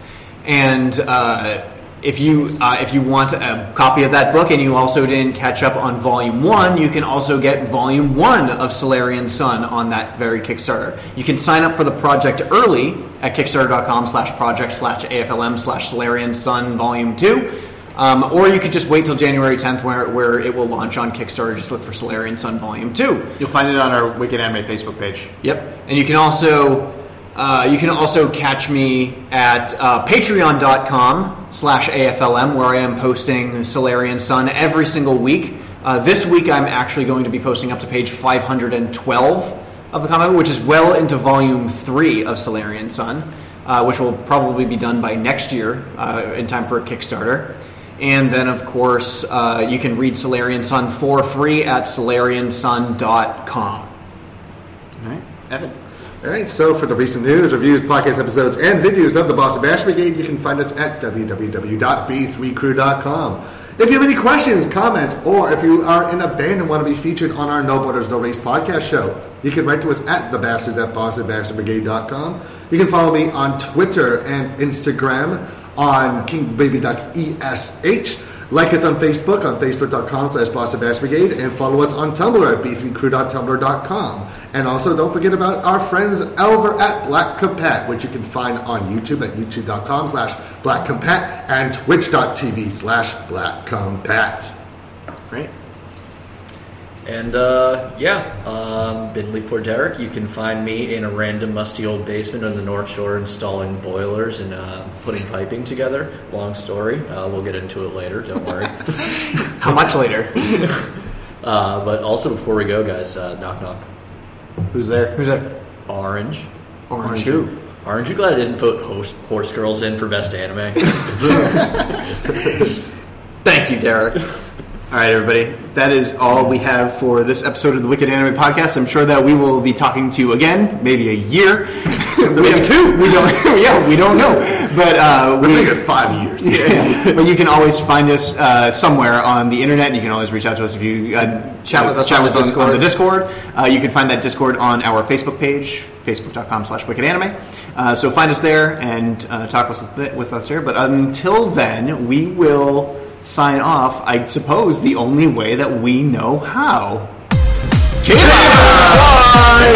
S13: And uh, if you uh, if you want a copy of that book and you also didn't catch up on Volume One, you can also get Volume One of Solarian Sun on that very Kickstarter. You can sign up for the project early at Kickstarter.com/project/aflm/solarian slash Solarian Sun Volume Two. Um, or you could just wait till January 10th, where, where it will launch on Kickstarter. Just look for Solarian Sun Volume 2. You'll find it on our Wicked Anime Facebook page. Yep. And you can also uh, you can also catch me at uh, patreon.com slash AFLM, where I am posting Solarian Sun every single week. Uh, this week, I'm actually going to be posting up to page 512 of the comic, which is well into volume three of Solarian Sun, uh, which will probably be done by next year uh, in time for a Kickstarter. And then, of course, uh, you can read Solarian Sun for free at solariansun.com.
S14: All right, Evan. All right, so for the recent news, reviews, podcast episodes, and videos of the Boston Bash Brigade, you can find us at www.b3crew.com. If you have any questions, comments, or if you are in a band and want to be featured on our No Borders, No Race podcast show, you can write to us at thebastards at bostonbastardbrigade.com. You can follow me on Twitter and Instagram on kingbabyduckesh. Like us on Facebook on facebook.com slash Boston Bash Brigade and follow us on Tumblr at b3crew.tumblr.com. And also don't forget about our friends over at Black Compat, which you can find on YouTube at youtube.com slash Black Compat and twitch.tv slash Black Compat. Great.
S1: And uh, yeah, um, been Leap for Derek. You can find me in a random musty old basement on the North Shore installing boilers and uh, putting piping together. Long story. Uh, we'll get into it later. Don't worry.
S13: How much later?
S1: (laughs) uh, but also before we go, guys, uh, knock knock.
S13: Who's there? Who's there?
S1: Orange.
S13: Orange who?
S1: Aren't you glad I didn't vote host, Horse Girls in for best anime?
S13: Thank you, (laughs) Derek. All right, everybody. That is all we have for this episode of the Wicked Anime Podcast. I'm sure that we will be talking to you again, maybe a year. (laughs) we have two. We don't. (laughs) Yeah, we don't know. But uh, we make it five (laughs) years. but you can always find us uh, somewhere on the internet. You can always reach out to us if you uh,
S35: Chat with us on the
S13: on the Discord. Uh, you can find that Discord on our Facebook page, facebook.com/slash Wicked Anime. Uh, so find us there and uh, talk with us, th- with us there. But until then, we will sign off. I suppose the only way that we know how. Bye.